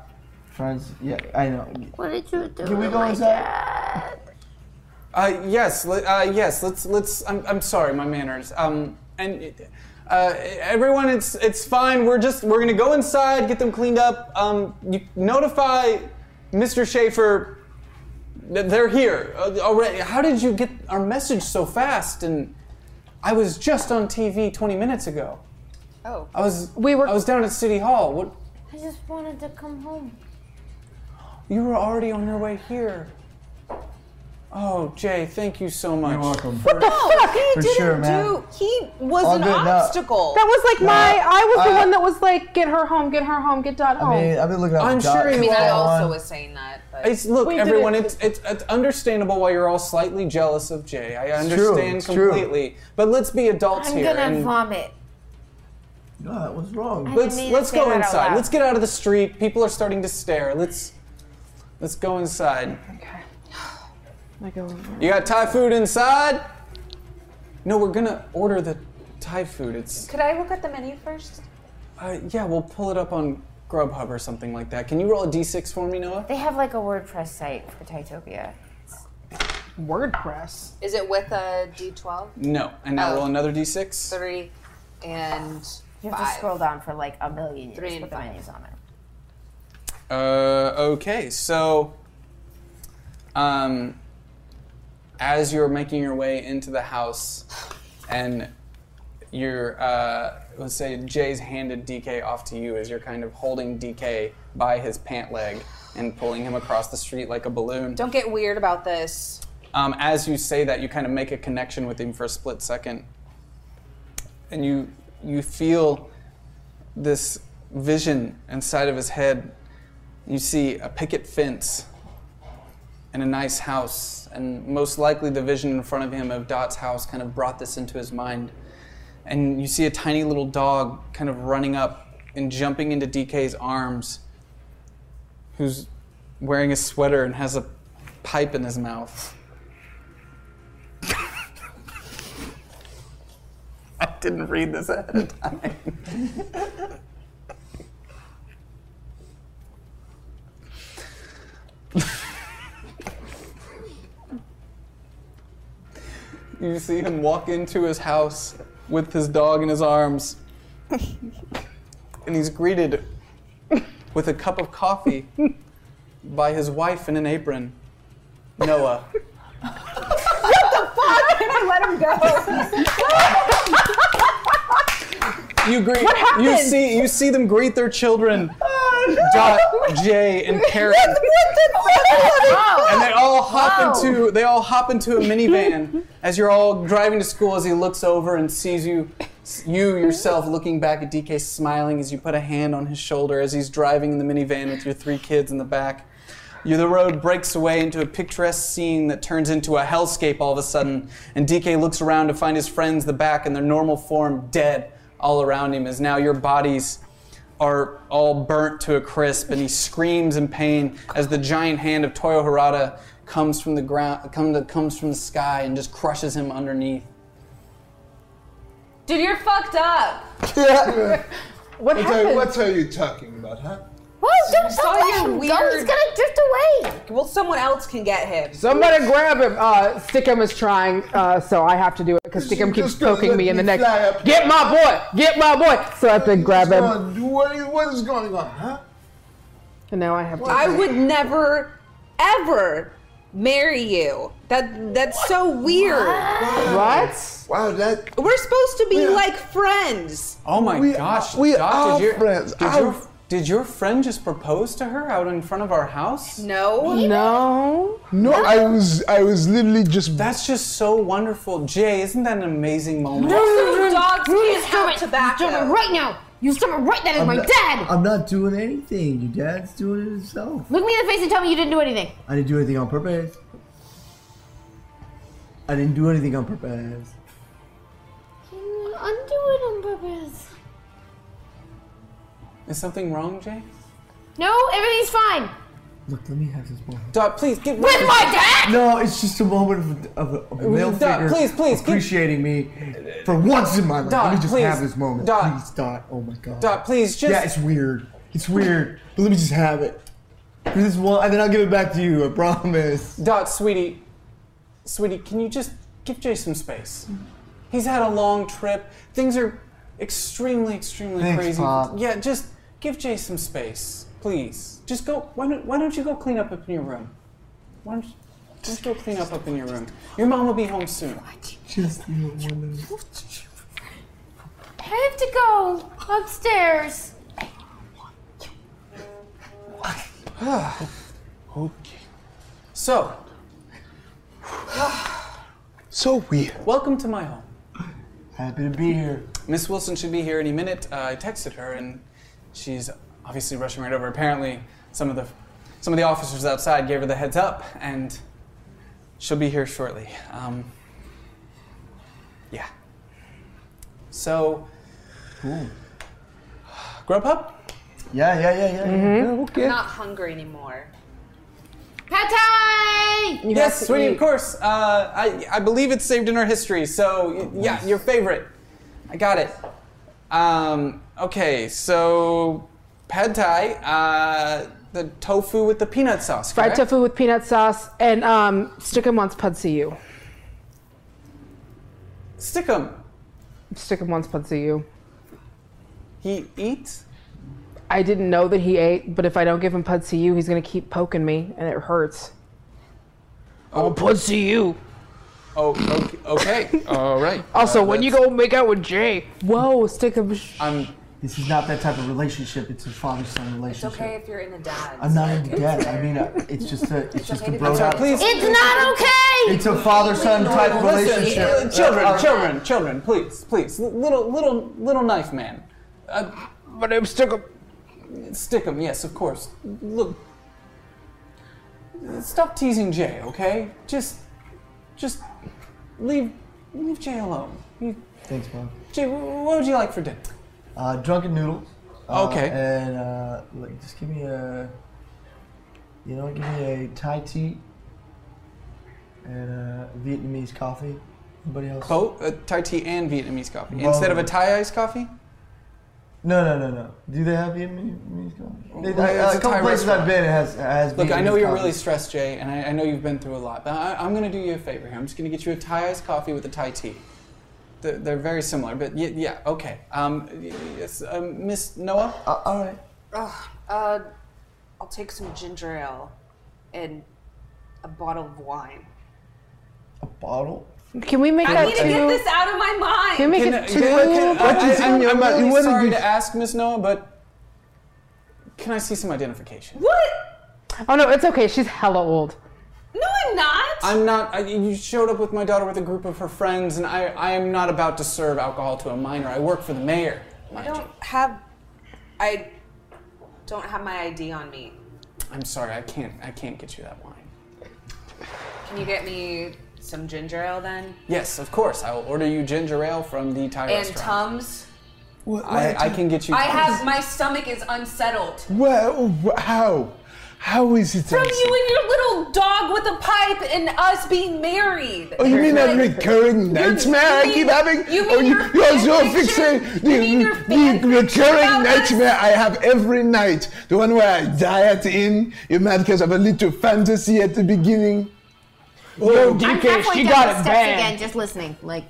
Speaker 16: friends. Yeah, I know.
Speaker 6: What did you do?
Speaker 16: Can we
Speaker 6: to
Speaker 16: go
Speaker 6: my
Speaker 16: inside?
Speaker 3: Uh, yes, le- uh, yes. Let's let's. I'm, I'm sorry, my manners. Um, and uh, everyone, it's it's fine. We're just we're gonna go inside, get them cleaned up. Um, you notify Mr. Schaefer that they're here uh, already. How did you get our message so fast? And I was just on TV 20 minutes ago.
Speaker 10: Oh.
Speaker 3: I was we were I was down at City Hall. What
Speaker 6: I just wanted to come home.
Speaker 3: you were already on your way here. Oh, Jay, thank you so much. You're welcome.
Speaker 10: No, he
Speaker 3: For
Speaker 10: didn't
Speaker 3: sure, man.
Speaker 10: do. He was
Speaker 3: All
Speaker 10: an
Speaker 3: good, no.
Speaker 10: obstacle.
Speaker 7: That was like
Speaker 16: No,
Speaker 7: my. I was the
Speaker 16: I-
Speaker 7: one that was like, get her home, get her home, get Dot home.
Speaker 16: I mean, I've been looking up.
Speaker 3: I'm
Speaker 16: the doc-
Speaker 3: sure
Speaker 10: I mean, I
Speaker 3: Well,
Speaker 10: also
Speaker 3: uh,
Speaker 10: was saying that. But.
Speaker 3: It's look,
Speaker 7: We did
Speaker 3: everyone.
Speaker 7: it-
Speaker 3: It's, it's it's understandable why you're all slightly jealous of Jay. I
Speaker 16: It's
Speaker 3: understand
Speaker 16: true, it's true.
Speaker 3: completely. But let's be adults
Speaker 6: I'm
Speaker 3: here.
Speaker 6: gonna
Speaker 3: and
Speaker 6: vomit.
Speaker 16: No, what's wrong?
Speaker 3: let's
Speaker 6: mean to
Speaker 3: let's
Speaker 6: say
Speaker 3: go
Speaker 6: that out
Speaker 3: inside.
Speaker 6: loud.
Speaker 3: Let's get out of the street. People are starting to stare. Let's let's go inside.
Speaker 7: I go.
Speaker 3: You got Thai food inside? No, we're gonna order the Thai food. It's
Speaker 10: Could I look at the menu first?
Speaker 3: uh, yeah, we'll pull it up on Grubhub or something like that. Can you roll a d6 for me, Noah?
Speaker 6: They have like a WordPress site for Titopia.
Speaker 7: WordPress.
Speaker 10: Is it with a D12?
Speaker 3: No, and now
Speaker 10: Oh.
Speaker 3: roll another d6.
Speaker 10: Three and
Speaker 6: You have to
Speaker 10: five.
Speaker 6: scroll down for like a million years
Speaker 10: Three and
Speaker 6: with the menus on it.
Speaker 3: Uh, okay, so um, as you're making your way into the house, and you're, uh, let's say Jay's handed DK off to you as you're kind of holding DK by his pant leg and pulling him across the street like a balloon.
Speaker 10: Don't get weird about this.
Speaker 3: Um, as you say that, you kind of make a connection with him for a split second, and you you feel this vision inside of his head. You see a picket fence and a nice house, and most likely the vision in front of him of Dot's house kind of brought this into his mind. And you see a tiny little dog kind of running up and jumping into DK's arms, who's wearing a sweater and has a pipe in his mouth. I didn't read this ahead of time. You see him walk into his house with his dog in his arms, and he's greeted with a cup of coffee by his wife in an apron, Noah.
Speaker 14: What the fuck? Can I let him go?
Speaker 3: You greet.
Speaker 14: What
Speaker 3: You
Speaker 14: happened?
Speaker 3: see. You see them greet their children. Dot, Jay, and Karen. and they all hop
Speaker 12: Wow.
Speaker 3: into they all hop into a minivan as you're all driving to school. As he looks over and sees you, you yourself looking back at DK, smiling as you put a hand on his shoulder as he's driving in the minivan with your three kids in the back. You, the road breaks away into a picturesque scene that turns into a hellscape all of a sudden, and DK looks around to find his friends, the back, in their normal form, dead all around him, as now your bodies are all burnt to a crisp, and he screams in pain as the giant hand of Toyo Harada comes from the ground, come, comes from the sky, and just crushes him underneath.
Speaker 17: Dude, you're fucked up.
Speaker 18: what, are, what are you talking about, huh?
Speaker 6: Whoa,
Speaker 10: don't,
Speaker 6: don't let him go. He's gonna
Speaker 10: drift away. Well, someone else can get him.
Speaker 7: Somebody grab him. Uh, Stickum is trying, uh, so I have to do it because Stickum keeps
Speaker 18: Just gonna
Speaker 7: poking
Speaker 18: let
Speaker 7: me in the
Speaker 18: me
Speaker 7: neck.
Speaker 18: fly up
Speaker 7: Get
Speaker 18: here.
Speaker 7: my boy! Get my boy! So I have to grab
Speaker 18: What's
Speaker 7: him.
Speaker 18: going- what is- what is going on, huh?
Speaker 7: And now I have to.
Speaker 10: I would never, ever marry you. That that's so weird.
Speaker 7: What?
Speaker 18: Wow, that
Speaker 10: We're supposed to be like friends.
Speaker 3: Oh my
Speaker 10: We
Speaker 3: gosh!
Speaker 10: are- we
Speaker 3: Doc,
Speaker 10: are
Speaker 3: did your,
Speaker 10: friends.
Speaker 3: Did
Speaker 10: I-
Speaker 3: your, did your friend just propose to her out in front of our house?
Speaker 10: No.
Speaker 7: No.
Speaker 18: No, I was I was literally just
Speaker 3: That's just so wonderful. Jay, isn't that an amazing moment?
Speaker 5: Mm-hmm.
Speaker 17: Also, dogs can't
Speaker 5: stop
Speaker 17: have tobacco.
Speaker 5: You stop it right now. You stop it right now.
Speaker 17: I'm
Speaker 5: my
Speaker 17: not-
Speaker 5: dad.
Speaker 19: I'm not doing anything. Your dad's doing it himself.
Speaker 5: Look me in the face and tell me you didn't do anything.
Speaker 19: I didn't do anything on purpose. I didn't do anything on purpose.
Speaker 6: Undo it on purpose.
Speaker 3: Is something wrong, Jay?
Speaker 5: No, everything's fine.
Speaker 19: Look, let me have this moment.
Speaker 3: Dot, please get
Speaker 5: With my dad?
Speaker 19: No, it's just a moment of, of, a- of a male
Speaker 3: Doc,
Speaker 19: figure
Speaker 3: please, please, keep-
Speaker 19: appreciating me for once in my life.
Speaker 3: Doc,
Speaker 19: let me just
Speaker 3: please.
Speaker 19: have this moment.
Speaker 3: Doc.
Speaker 19: Please, Dot. Oh my god.
Speaker 3: Doc, please, just-
Speaker 19: Yeah, it's weird. It's weird. but let me just have it. For this one, and then I'll give it back to you. I promise.
Speaker 3: Dot, sweetie, sweetie, can you just give Jay some space? He's had a long trip. Things are extremely, extremely
Speaker 19: Thanks,
Speaker 3: crazy.
Speaker 19: Pop.
Speaker 3: Yeah, just give Jay some space, please. Just go. Why don't Why don't you go clean up up in your room? Why don't you, why don't you go clean up up in your room? Your mom will be home soon.
Speaker 19: Just you know, one of those-
Speaker 5: I have to go upstairs.
Speaker 3: okay. So.
Speaker 18: so weird.
Speaker 3: Welcome to my home.
Speaker 19: Happy to be here.
Speaker 3: Miss Wilson should be here any minute. Uh, I texted her, and she's obviously rushing right over. Apparently, some of the some of the officers outside gave her the heads up, and she'll be here shortly. Um, yeah. So, Grubhub.
Speaker 19: Yeah, yeah, yeah, yeah.
Speaker 10: Mm-hmm. I'm not hungry anymore.
Speaker 5: Pad Thai!
Speaker 3: yes, sweetie, of course. Uh, I, I believe it's saved in our history, so y- yeah, your favorite. I got it. Um, okay, so pad thai, uh, the tofu with the peanut sauce.
Speaker 7: Fried
Speaker 3: correct?
Speaker 7: tofu with peanut sauce, and um, Stickum wants Pudsey you.
Speaker 3: Stick 'em.
Speaker 7: Stickum wants Pudsey you.
Speaker 3: He eats?
Speaker 7: I didn't know that he ate, but if I don't give him Pudsey you, he's gonna keep poking me, and it hurts.
Speaker 3: Oh,
Speaker 7: Pudsey you.
Speaker 3: Oh, okay. okay. All right.
Speaker 7: Also,
Speaker 19: Uh,
Speaker 7: when you go make out with Jay, whoa, Stickum.
Speaker 3: I'm.
Speaker 19: This is not that type of relationship. It's a father-son
Speaker 10: It's
Speaker 19: relationship.
Speaker 10: okay if you're in a dad.
Speaker 19: I'm not into debt. I mean, uh, it's just a, it's, just
Speaker 10: okay
Speaker 19: a
Speaker 10: to
Speaker 19: bro.
Speaker 10: be- I'm sorry, please. It's not
Speaker 19: okay. It's a father-son type of
Speaker 3: Listen,
Speaker 19: relationship.
Speaker 3: uh, children,
Speaker 19: Uh,
Speaker 3: children, children, please, please. L- Little, little, little knife man. Uh,
Speaker 7: My name's Stickum.
Speaker 3: Stickum, yes, of course. Look, stop teasing Jay, okay? Just, just leave, leave Jay alone. You-
Speaker 19: Thanks, Bob.
Speaker 3: Jay, wh- wh- what would you like for dinner?
Speaker 19: Uh, drunken noodles. Uh,
Speaker 3: Okay.
Speaker 19: And uh, like, just give me a, you know, give me a Thai tea and a Vietnamese coffee. Anybody else?
Speaker 3: Both uh, Thai tea and Vietnamese coffee
Speaker 19: Both.
Speaker 3: instead of a Thai iced coffee.
Speaker 19: No, no, no, no. Do they have Vietnamese coffee?
Speaker 3: It's
Speaker 19: They, I- I-
Speaker 3: a
Speaker 19: a couple
Speaker 3: Thai
Speaker 19: places
Speaker 3: restaurant.
Speaker 19: I've been has has.
Speaker 3: Look, I know
Speaker 19: Vietnamese
Speaker 3: you're
Speaker 19: coffee.
Speaker 3: really stressed, Jay, and I, I know you've been through a lot, but I, I'm going to do you a favor here. I'm just going to get you a Thai iced coffee with a Thai tea. They're, they're very similar, but y- yeah, okay. Um, y- yes, um, Miss Noah?
Speaker 19: all right.
Speaker 10: Ugh, uh, I'll take some ginger ale and a bottle of wine.
Speaker 19: a bottle.
Speaker 7: Can we make
Speaker 17: I
Speaker 7: that
Speaker 17: need
Speaker 7: two?
Speaker 17: to get this out of my mind.
Speaker 7: Can we
Speaker 3: uh,
Speaker 7: make it two?
Speaker 3: am really
Speaker 7: wouldn't
Speaker 3: sorry
Speaker 7: be-
Speaker 3: to ask, Miss Noah, but can I see some identification?
Speaker 17: What?
Speaker 7: Oh no, it's okay. She's hella old.
Speaker 17: No, I'm not.
Speaker 3: I'm not. I, you showed up with my daughter with a group of her friends, and I, I am not about to serve alcohol to a minor. I work for the mayor.
Speaker 10: I don't have. I don't have my ID on me.
Speaker 3: I'm sorry, I can't. I can't get you that wine.
Speaker 10: Can you get me some ginger ale then?
Speaker 3: Yes, of course. I will order you ginger ale from the Thai
Speaker 10: and
Speaker 3: restaurant.
Speaker 10: Tums.
Speaker 3: I, I can get you.
Speaker 10: I
Speaker 3: Tums.
Speaker 10: have my stomach is unsettled.
Speaker 18: Well, how? How is it?
Speaker 17: From
Speaker 18: unsafe?
Speaker 17: you and your little dog with a pipe and us being married.
Speaker 18: Oh, you mean
Speaker 17: Like,
Speaker 18: that recurring nightmare I keep having?
Speaker 17: you
Speaker 18: oh,
Speaker 17: mean
Speaker 18: you,
Speaker 17: your
Speaker 18: you're
Speaker 17: fan
Speaker 18: so
Speaker 17: fiction?
Speaker 18: fixated. The, the recurring nightmare I have every night. The one where I die at the end. You're mad because of a little fantasy at the beginning.
Speaker 6: Oh,
Speaker 18: DK,
Speaker 6: I'm halfway down the steps again, just listening. Like,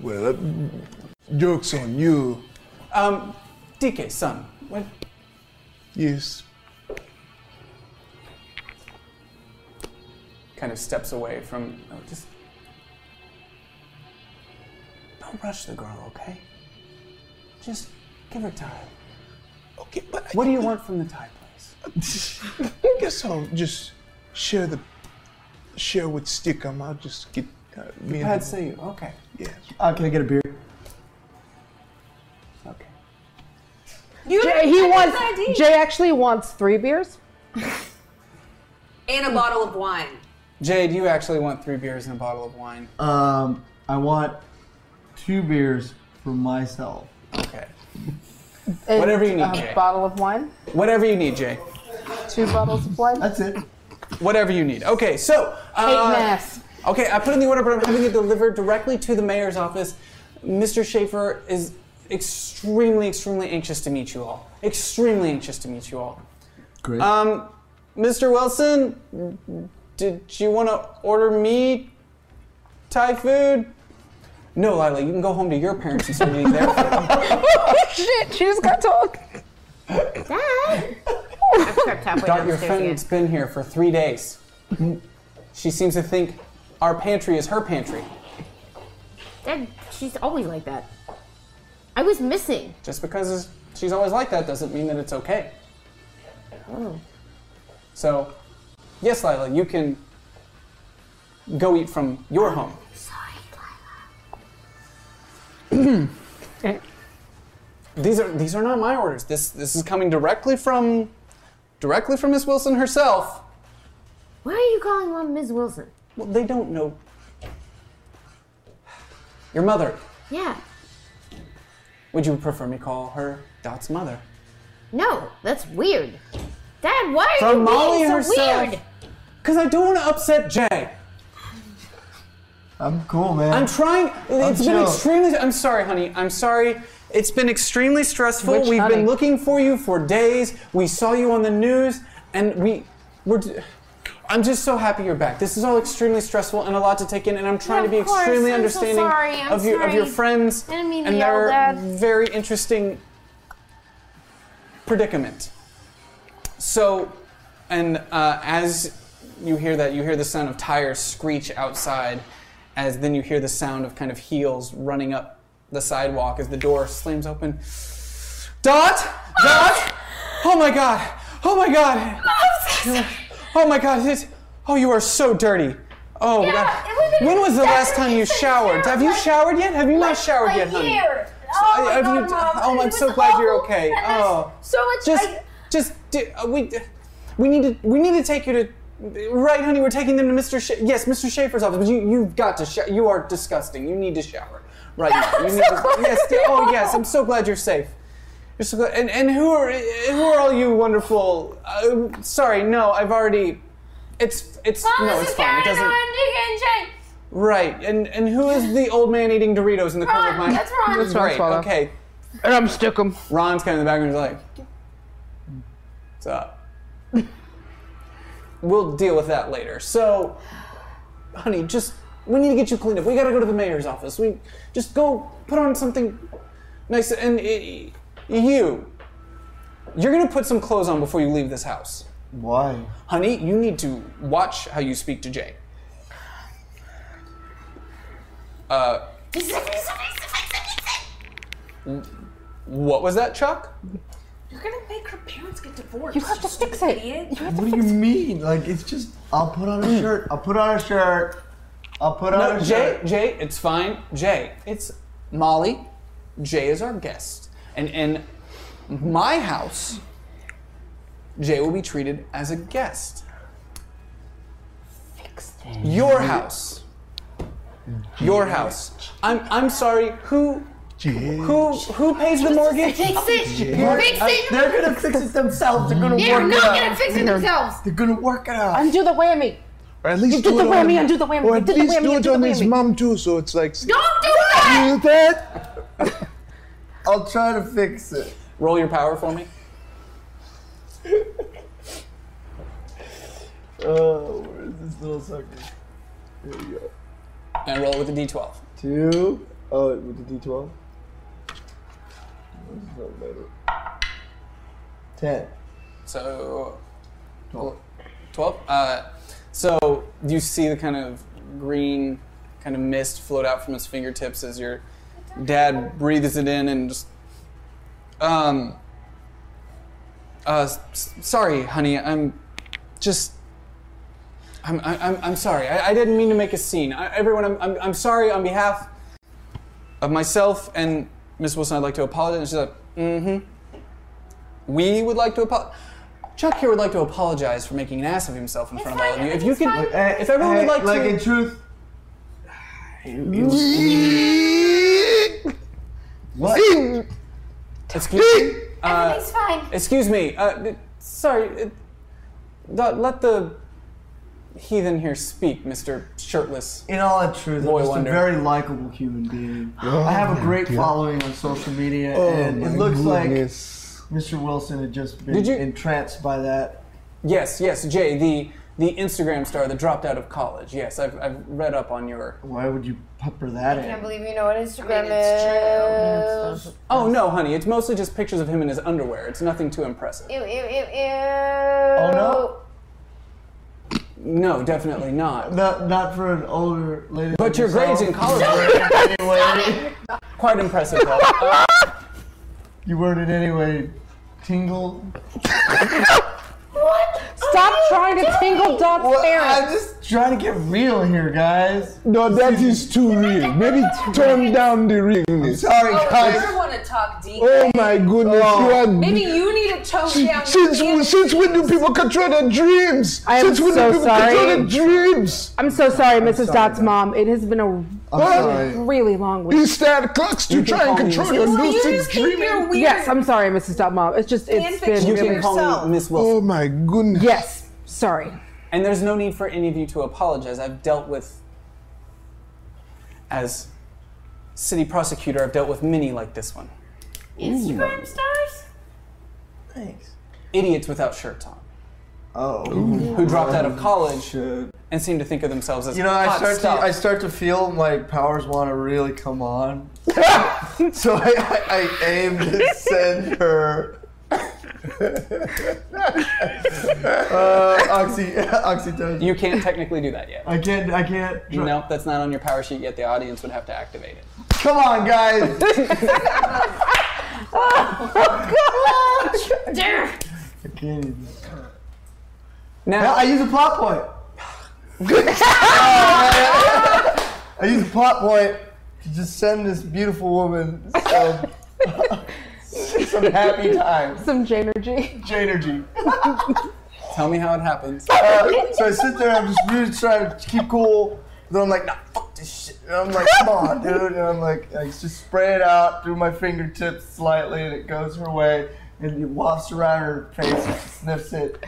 Speaker 18: Well, uh, joke's on you.
Speaker 3: Um, DK, son. What?
Speaker 18: Yes.
Speaker 3: Kind of steps away from. Oh, just don't rush the girl, okay? Just give her time.
Speaker 18: Okay, but
Speaker 3: what do you want from the Thai place?
Speaker 18: I guess I'll just share the share what stick I'm. I'll just get uh, me and
Speaker 3: I'd say you. Okay.
Speaker 18: Yeah.
Speaker 19: Uh, can I get a beer?
Speaker 17: You
Speaker 7: Jay, he wants. Jay actually wants three beers.
Speaker 10: And a bottle of wine.
Speaker 3: Jade, you actually want three beers and a bottle of wine.
Speaker 18: Uh,
Speaker 19: Um, I want two beers for myself.
Speaker 3: Okay.
Speaker 7: And
Speaker 3: Whatever you need,
Speaker 7: A
Speaker 3: Jay.
Speaker 7: bottle of wine.
Speaker 3: Whatever you need, Jay.
Speaker 7: Two bottles of wine.
Speaker 3: Uh,
Speaker 19: That's it.
Speaker 3: Whatever you need. Okay, so. uh,
Speaker 7: Hate mass.
Speaker 3: Okay, I put in the order, but I'm having it delivered directly to the mayor's office. Mr. Schaefer is extremely, extremely anxious to meet you all. Extremely anxious to meet you all.
Speaker 19: Great.
Speaker 3: Um, Mr. Wilson, did you want to order me Thai food? No, Lila, you can go home to your parents and start eating their food.
Speaker 7: Shit, she just got told.
Speaker 3: Dot, your friend's been here for three days. she seems to think our pantry is her pantry.
Speaker 6: that, she's always like that. I was missing.
Speaker 3: Just because she's always like that doesn't mean that it's okay. So, yes, Lila, you can go eat from your home. These are these are not my orders. This this is coming directly from directly from Miss Wilson herself.
Speaker 6: Why are you calling mom Ms. Wilson?
Speaker 3: Well, they don't know. Your mother.
Speaker 6: Yeah.
Speaker 3: Would you prefer me call her Dot's mother?
Speaker 6: No, that's weird. Dad, why are
Speaker 3: From
Speaker 6: you
Speaker 3: Molly
Speaker 6: being so
Speaker 3: herself.
Speaker 6: weird?
Speaker 3: Because I don't want to upset Jay.
Speaker 19: I'm cool, man.
Speaker 3: I'm trying. It's been
Speaker 19: chill.
Speaker 3: extremely. I'm sorry, honey. I'm sorry. It's been extremely stressful.
Speaker 19: Which
Speaker 3: We've
Speaker 19: honey?
Speaker 3: been looking for you for days. We saw you on the news, and we we're. d- I'm just so happy you're back. This is all extremely stressful and a lot to take in, and I'm trying
Speaker 5: Yeah,
Speaker 3: to be
Speaker 5: of course.
Speaker 3: extremely
Speaker 5: I'm so
Speaker 3: understanding
Speaker 5: sorry. I'm
Speaker 3: of your of your
Speaker 5: sorry.
Speaker 3: friends
Speaker 5: I didn't mean to
Speaker 3: and
Speaker 5: yell,
Speaker 3: their
Speaker 5: Dad.
Speaker 3: very interesting predicament. So, and uh, as you hear that, you hear the sound of tires screech outside, as then you hear the sound of kind of heels running up the sidewalk as the door slams open. Dot! Dot! Oh my god! Oh my god! Oh my god! It's, oh, you are so dirty! Oh,
Speaker 17: Yeah,
Speaker 3: God.
Speaker 17: it would've been
Speaker 3: when was the
Speaker 17: better
Speaker 3: last time you showered? Have you showered yet? Have you not showered
Speaker 17: a
Speaker 3: yet, honey?
Speaker 17: year.
Speaker 3: So,
Speaker 17: Oh
Speaker 3: I-
Speaker 17: my
Speaker 3: have
Speaker 17: God,
Speaker 3: you-
Speaker 17: Mom.
Speaker 3: oh, I'm
Speaker 17: It
Speaker 3: so
Speaker 17: was
Speaker 3: glad you're
Speaker 17: awful,
Speaker 3: okay.
Speaker 17: and there's
Speaker 3: oh,
Speaker 17: so much
Speaker 3: Just,
Speaker 17: I-
Speaker 3: just do, uh, we, we need to, we need to take you to, right, honey? We're taking them to Mr. Sha- yes, Mr. Schaefer's office. But you, you've got to shower. You are disgusting. You need to shower right now. You
Speaker 17: I'm
Speaker 3: need
Speaker 17: so
Speaker 3: to,
Speaker 17: glad
Speaker 3: yes,
Speaker 17: you're
Speaker 3: oh
Speaker 17: all-
Speaker 3: yes. I'm so glad you're safe. You're so glad. And, and who are who are all you wonderful? Uh, sorry, no, I've already. It's it's
Speaker 17: Mom,
Speaker 3: no,
Speaker 17: this
Speaker 3: it's
Speaker 5: oh,
Speaker 17: is
Speaker 3: fine.
Speaker 17: Karen
Speaker 3: It doesn't.
Speaker 17: Orndike and Jay.
Speaker 3: Right, and and who is the old man eating Doritos in the corner of my?
Speaker 5: Ron, that's Ron. That's Ron
Speaker 3: Great.
Speaker 5: Swallow.
Speaker 3: Okay. And I'm stick him. Ron's kind of in the background. He's like, "What's up?" we'll deal with that later. So, honey, just we need to get you cleaned up. We got to go to the mayor's office. We just go put on something nice. And eh, you, you're gonna put some clothes on before you leave this house.
Speaker 18: Why?
Speaker 3: Honey, you need to watch how you speak to Jay. Uh, what was that, Chuck?
Speaker 10: You're gonna make her parents get divorced.
Speaker 7: You have to fix it.
Speaker 10: Idiot.
Speaker 18: What do you mean? Like it's just I'll put on a shirt. I'll put on a shirt. I'll put on
Speaker 3: no,
Speaker 18: a
Speaker 3: Jay,
Speaker 18: shirt.
Speaker 3: Jay, it's fine. Jay, it's Molly. Jay is our guest. And in my house, Jay will be treated as a guest. Fix this. Your house. Your house. I'm I'm sorry, who who who pays the mortgage?
Speaker 5: Fix it. Fix
Speaker 18: Uh,
Speaker 5: it.
Speaker 18: they're gonna fix it themselves. They're gonna
Speaker 5: They're
Speaker 18: work it
Speaker 5: not
Speaker 18: out.
Speaker 5: gonna fix it
Speaker 18: They're-
Speaker 5: themselves.
Speaker 18: They're gonna work it out.
Speaker 7: Undo the whammy.
Speaker 9: Or at least
Speaker 7: You did
Speaker 9: do
Speaker 7: the
Speaker 9: it on-
Speaker 7: whammy, undo the whammy,
Speaker 9: Or
Speaker 7: you
Speaker 9: at
Speaker 7: did the
Speaker 9: least
Speaker 7: whammy,
Speaker 9: do
Speaker 7: you
Speaker 9: it
Speaker 7: did the
Speaker 9: on his
Speaker 7: whammy.
Speaker 9: mom too, so it's like.
Speaker 5: Don't do
Speaker 9: that! Do that!
Speaker 18: I'll try to fix it.
Speaker 3: Roll your power for me.
Speaker 18: Oh, where is this little sucker? Here we go.
Speaker 3: And roll with a D12.
Speaker 18: Two. Oh, with the D12. This is not better. Ten.
Speaker 3: So, 12. Uh, so you see the kind of green kind of mist float out from his fingertips as your dad breathes it in and just. Um. Uh, s- s- sorry, honey. I'm just. I'm, I- I'm, I'm sorry. I, I didn't mean to make a scene. I, everyone, I'm, I'm, I'm sorry on behalf of myself and Miss Wilson. I'd like to apologize. And she's like, mm hmm. We would like to apologize. Chuck here would like to apologize for making an ass of himself in front of all of you. If you could, uh, if everyone would like,
Speaker 18: like
Speaker 3: to,
Speaker 18: in truth.
Speaker 3: what? Excuse me. Uh,
Speaker 5: Everything's fine.
Speaker 3: excuse me. Uh, d- sorry. It, let- let the heathen here speak, Mister Shirtless.
Speaker 18: In all truth,
Speaker 3: Boy
Speaker 18: I'm just
Speaker 3: wonder.
Speaker 18: a very likable human being.
Speaker 3: Oh
Speaker 18: I have a
Speaker 3: my
Speaker 18: great
Speaker 3: God.
Speaker 18: following on social media,
Speaker 9: Oh
Speaker 18: and it
Speaker 9: my
Speaker 18: looks
Speaker 9: goodness.
Speaker 18: like Mr. Wilson had just been
Speaker 3: Did you-
Speaker 18: entranced by that.
Speaker 3: Yes, yes, Jay, the the Instagram star that dropped out of college. Yes, I've, I've read up on your.
Speaker 9: Oh,
Speaker 18: Why would you pepper that in?
Speaker 5: believe you know what Instagram
Speaker 3: is. Oh no, honey, it's mostly just pictures of him in his underwear. It's nothing too impressive.
Speaker 5: Ew, ew, ew, ew.
Speaker 18: Oh no,
Speaker 3: No, definitely not.
Speaker 18: not not for an older lady.
Speaker 3: But your grades in college
Speaker 18: college. anyway,
Speaker 3: quite impressive. though. Uh,
Speaker 18: you weren't in any way tingle.
Speaker 7: Stop trying to tingle Dot's
Speaker 18: I'm
Speaker 7: parents.
Speaker 18: just trying to get real here, guys.
Speaker 9: No, that is too real. Maybe turn down the realness.
Speaker 18: sorry,
Speaker 10: Oh, I
Speaker 9: guys.
Speaker 10: never want to talk DK.
Speaker 9: Oh my goodness, you are.
Speaker 10: Maybe you need to tone
Speaker 9: Si-
Speaker 10: down.
Speaker 9: Since, when- since when do people control their dreams?
Speaker 7: I am
Speaker 9: since when
Speaker 7: so
Speaker 9: do people
Speaker 7: sorry.
Speaker 9: control their dreams?
Speaker 7: I'm so sorry, Mrs.
Speaker 9: sorry,
Speaker 7: Dot's mom. It has been a
Speaker 9: sorry.
Speaker 7: really long week.
Speaker 9: You start clocks to
Speaker 7: You can
Speaker 9: try and
Speaker 7: call me
Speaker 9: control
Speaker 7: Mrs.
Speaker 9: your
Speaker 7: Well, you
Speaker 9: lucid
Speaker 7: just keep
Speaker 9: dreaming.
Speaker 7: your weird- Yes, I'm sorry, Mrs. Dot Mom. It's just it's been
Speaker 3: you
Speaker 7: really
Speaker 3: can call me Miss Wilson.
Speaker 9: Oh my goodness.
Speaker 7: Yes, sorry.
Speaker 3: And there's no need for any of you to apologize. I've dealt with, as city prosecutor, I've dealt with many like this one.
Speaker 5: Instagram stars?
Speaker 9: Oh.
Speaker 18: Thanks.
Speaker 3: Idiots without shirts on,
Speaker 18: Oh.
Speaker 3: who dropped out of college
Speaker 9: Oh.
Speaker 3: and seem to think of themselves as
Speaker 18: You know, I
Speaker 3: hot
Speaker 18: start to
Speaker 3: stuff.
Speaker 18: I start to feel my powers want to really come on. so I, I, I aim to send her uh, oxy oxytocin.
Speaker 3: you can't technically do that yet.
Speaker 18: I can't. I can't.
Speaker 3: No, nope, that's not on your power sheet yet. The audience would have to activate it.
Speaker 18: Come on, guys.
Speaker 3: Oh,
Speaker 5: Dare.
Speaker 18: I can't even.
Speaker 3: Now
Speaker 18: I use a plot point. I use a plot point to just send this beautiful woman some, some happy times.
Speaker 7: Some Janergy.
Speaker 18: Janergy.
Speaker 3: Tell me how it happens.
Speaker 18: Uh, so I sit there, I'm just really trying to keep cool. Then I'm like, nah, fuck this shit. And I'm like, come on, dude. And I'm like, I just spray it out through my fingertips slightly, and it goes her way. And it wafts around her face, and she sniffs it.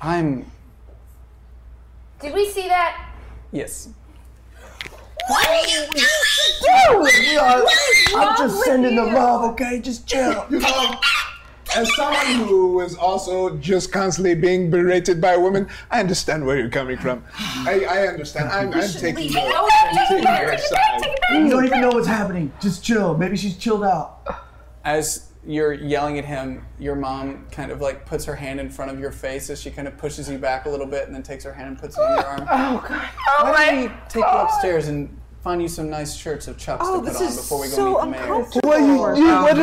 Speaker 3: I'm
Speaker 5: Did we see that?
Speaker 3: Yes.
Speaker 5: What are you
Speaker 19: Dude, you are, I'm just sending the love, okay? Just chill.
Speaker 18: You know, as someone who is also just constantly being berated by women, I understand where you're coming from. I, I understand. I'm,
Speaker 19: You
Speaker 18: I'm
Speaker 19: should
Speaker 18: taking
Speaker 19: leave.
Speaker 18: your,
Speaker 19: Take it back,
Speaker 18: I'm taking your side.
Speaker 19: You don't even know what's happening. Just chill. Maybe she's chilled out.
Speaker 3: As you're yelling at him, your mom kind of like puts her hand in front of your face as she kind of pushes you back a little bit and then takes her hand and puts it on your arm.
Speaker 7: Oh, God.
Speaker 3: Why don't we take you upstairs and find you some nice shirts of chucks
Speaker 19: Oh,
Speaker 3: to
Speaker 19: this
Speaker 3: put on
Speaker 19: is
Speaker 3: before we go
Speaker 19: so
Speaker 3: meet the mayor?
Speaker 18: What are you, you, what are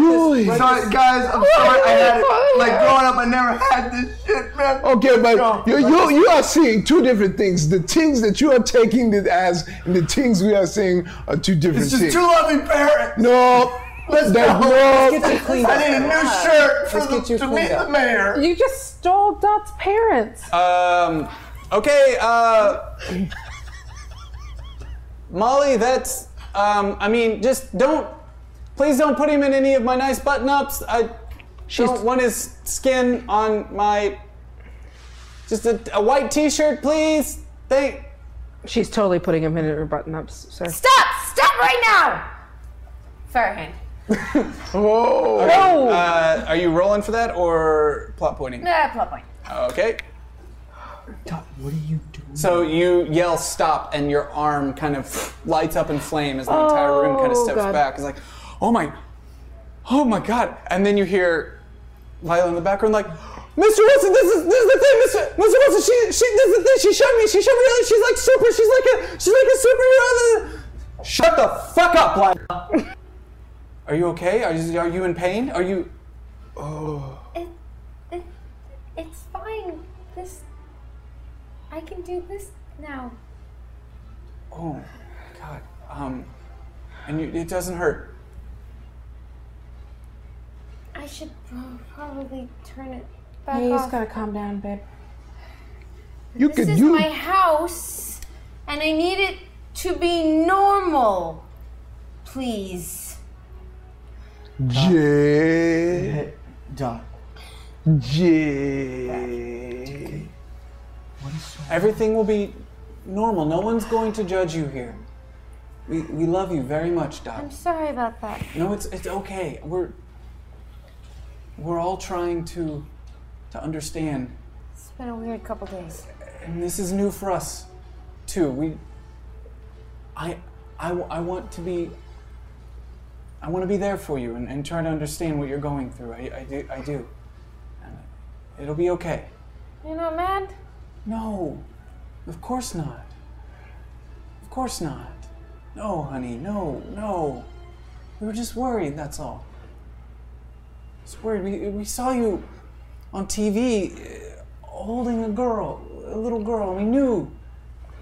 Speaker 18: you doing?
Speaker 19: Um, Sorry, guys, I'm sorry. I had it. Like, growing up, I never had this shit, man.
Speaker 18: Okay, but you, you you are seeing two different things. The things that you are taking it as, and the things we are seeing are two different
Speaker 19: It's just
Speaker 18: things.
Speaker 19: too loving parents.
Speaker 18: No,
Speaker 19: Let's
Speaker 18: that-
Speaker 19: go.
Speaker 18: no.
Speaker 19: Let's get you cleaned I up. need a new Yeah. shirt for Let's the- get you to meet cleaned the up. mayor.
Speaker 7: You just stole Dot's parents.
Speaker 3: Um, okay, uh, Molly, that's, um, I mean, just don't, please don't put him in any of my nice button ups. I don't want his skin on my, just a, a white t shirt, please. Thank,
Speaker 7: She's totally putting him in her button ups, sir.
Speaker 5: Stop! Stop right now!
Speaker 14: Farhan.
Speaker 3: Oh.
Speaker 7: No.
Speaker 3: Uh, are you rolling for that or plot pointing?
Speaker 14: Nah, plot point.
Speaker 3: Okay. what are you doing? So you yell stop, and your arm kind of lights up in flame as the entire room kind of
Speaker 12: Oh,
Speaker 3: steps
Speaker 12: God.
Speaker 3: back. It's like, oh my, oh my God! And then you hear Lila in the background like, Mr. Wilson, this is this is the thing, Mr. Mr. Wilson. She she this is the thing. She showed me. She showed me. Like, she's like super. She's like a she's like a superhero. Shut the fuck up, Lila. are you okay? Are you, are you in pain? Are you? Oh.
Speaker 6: It's fine. This. I can do this now.
Speaker 3: Oh, God. Um, and you, it doesn't hurt.
Speaker 6: I should pro- probably turn it back
Speaker 7: Hey, you
Speaker 6: off.
Speaker 7: just gotta calm down, babe.
Speaker 18: You
Speaker 6: this is my house, and I need it to be normal. Please.
Speaker 18: J.
Speaker 19: Doc.
Speaker 18: J.
Speaker 3: Everything will be normal. No one's going to judge you here. We, we love you very much, Doc.
Speaker 6: I'm sorry about that.
Speaker 3: No, it's it's okay. We're we're all trying to to understand,
Speaker 6: It's been a weird couple days.
Speaker 3: and this is new for us too. We I I, w- I want to be I want to be there for you and, and try to understand what you're going through. I, I do I do. And it'll be okay.
Speaker 6: You're not mad?
Speaker 3: No, of course not. Of course not. No, honey, no, no. We were just worried, that's all. Just worried. We, we saw you on TV uh, holding a girl, a little girl, and we knew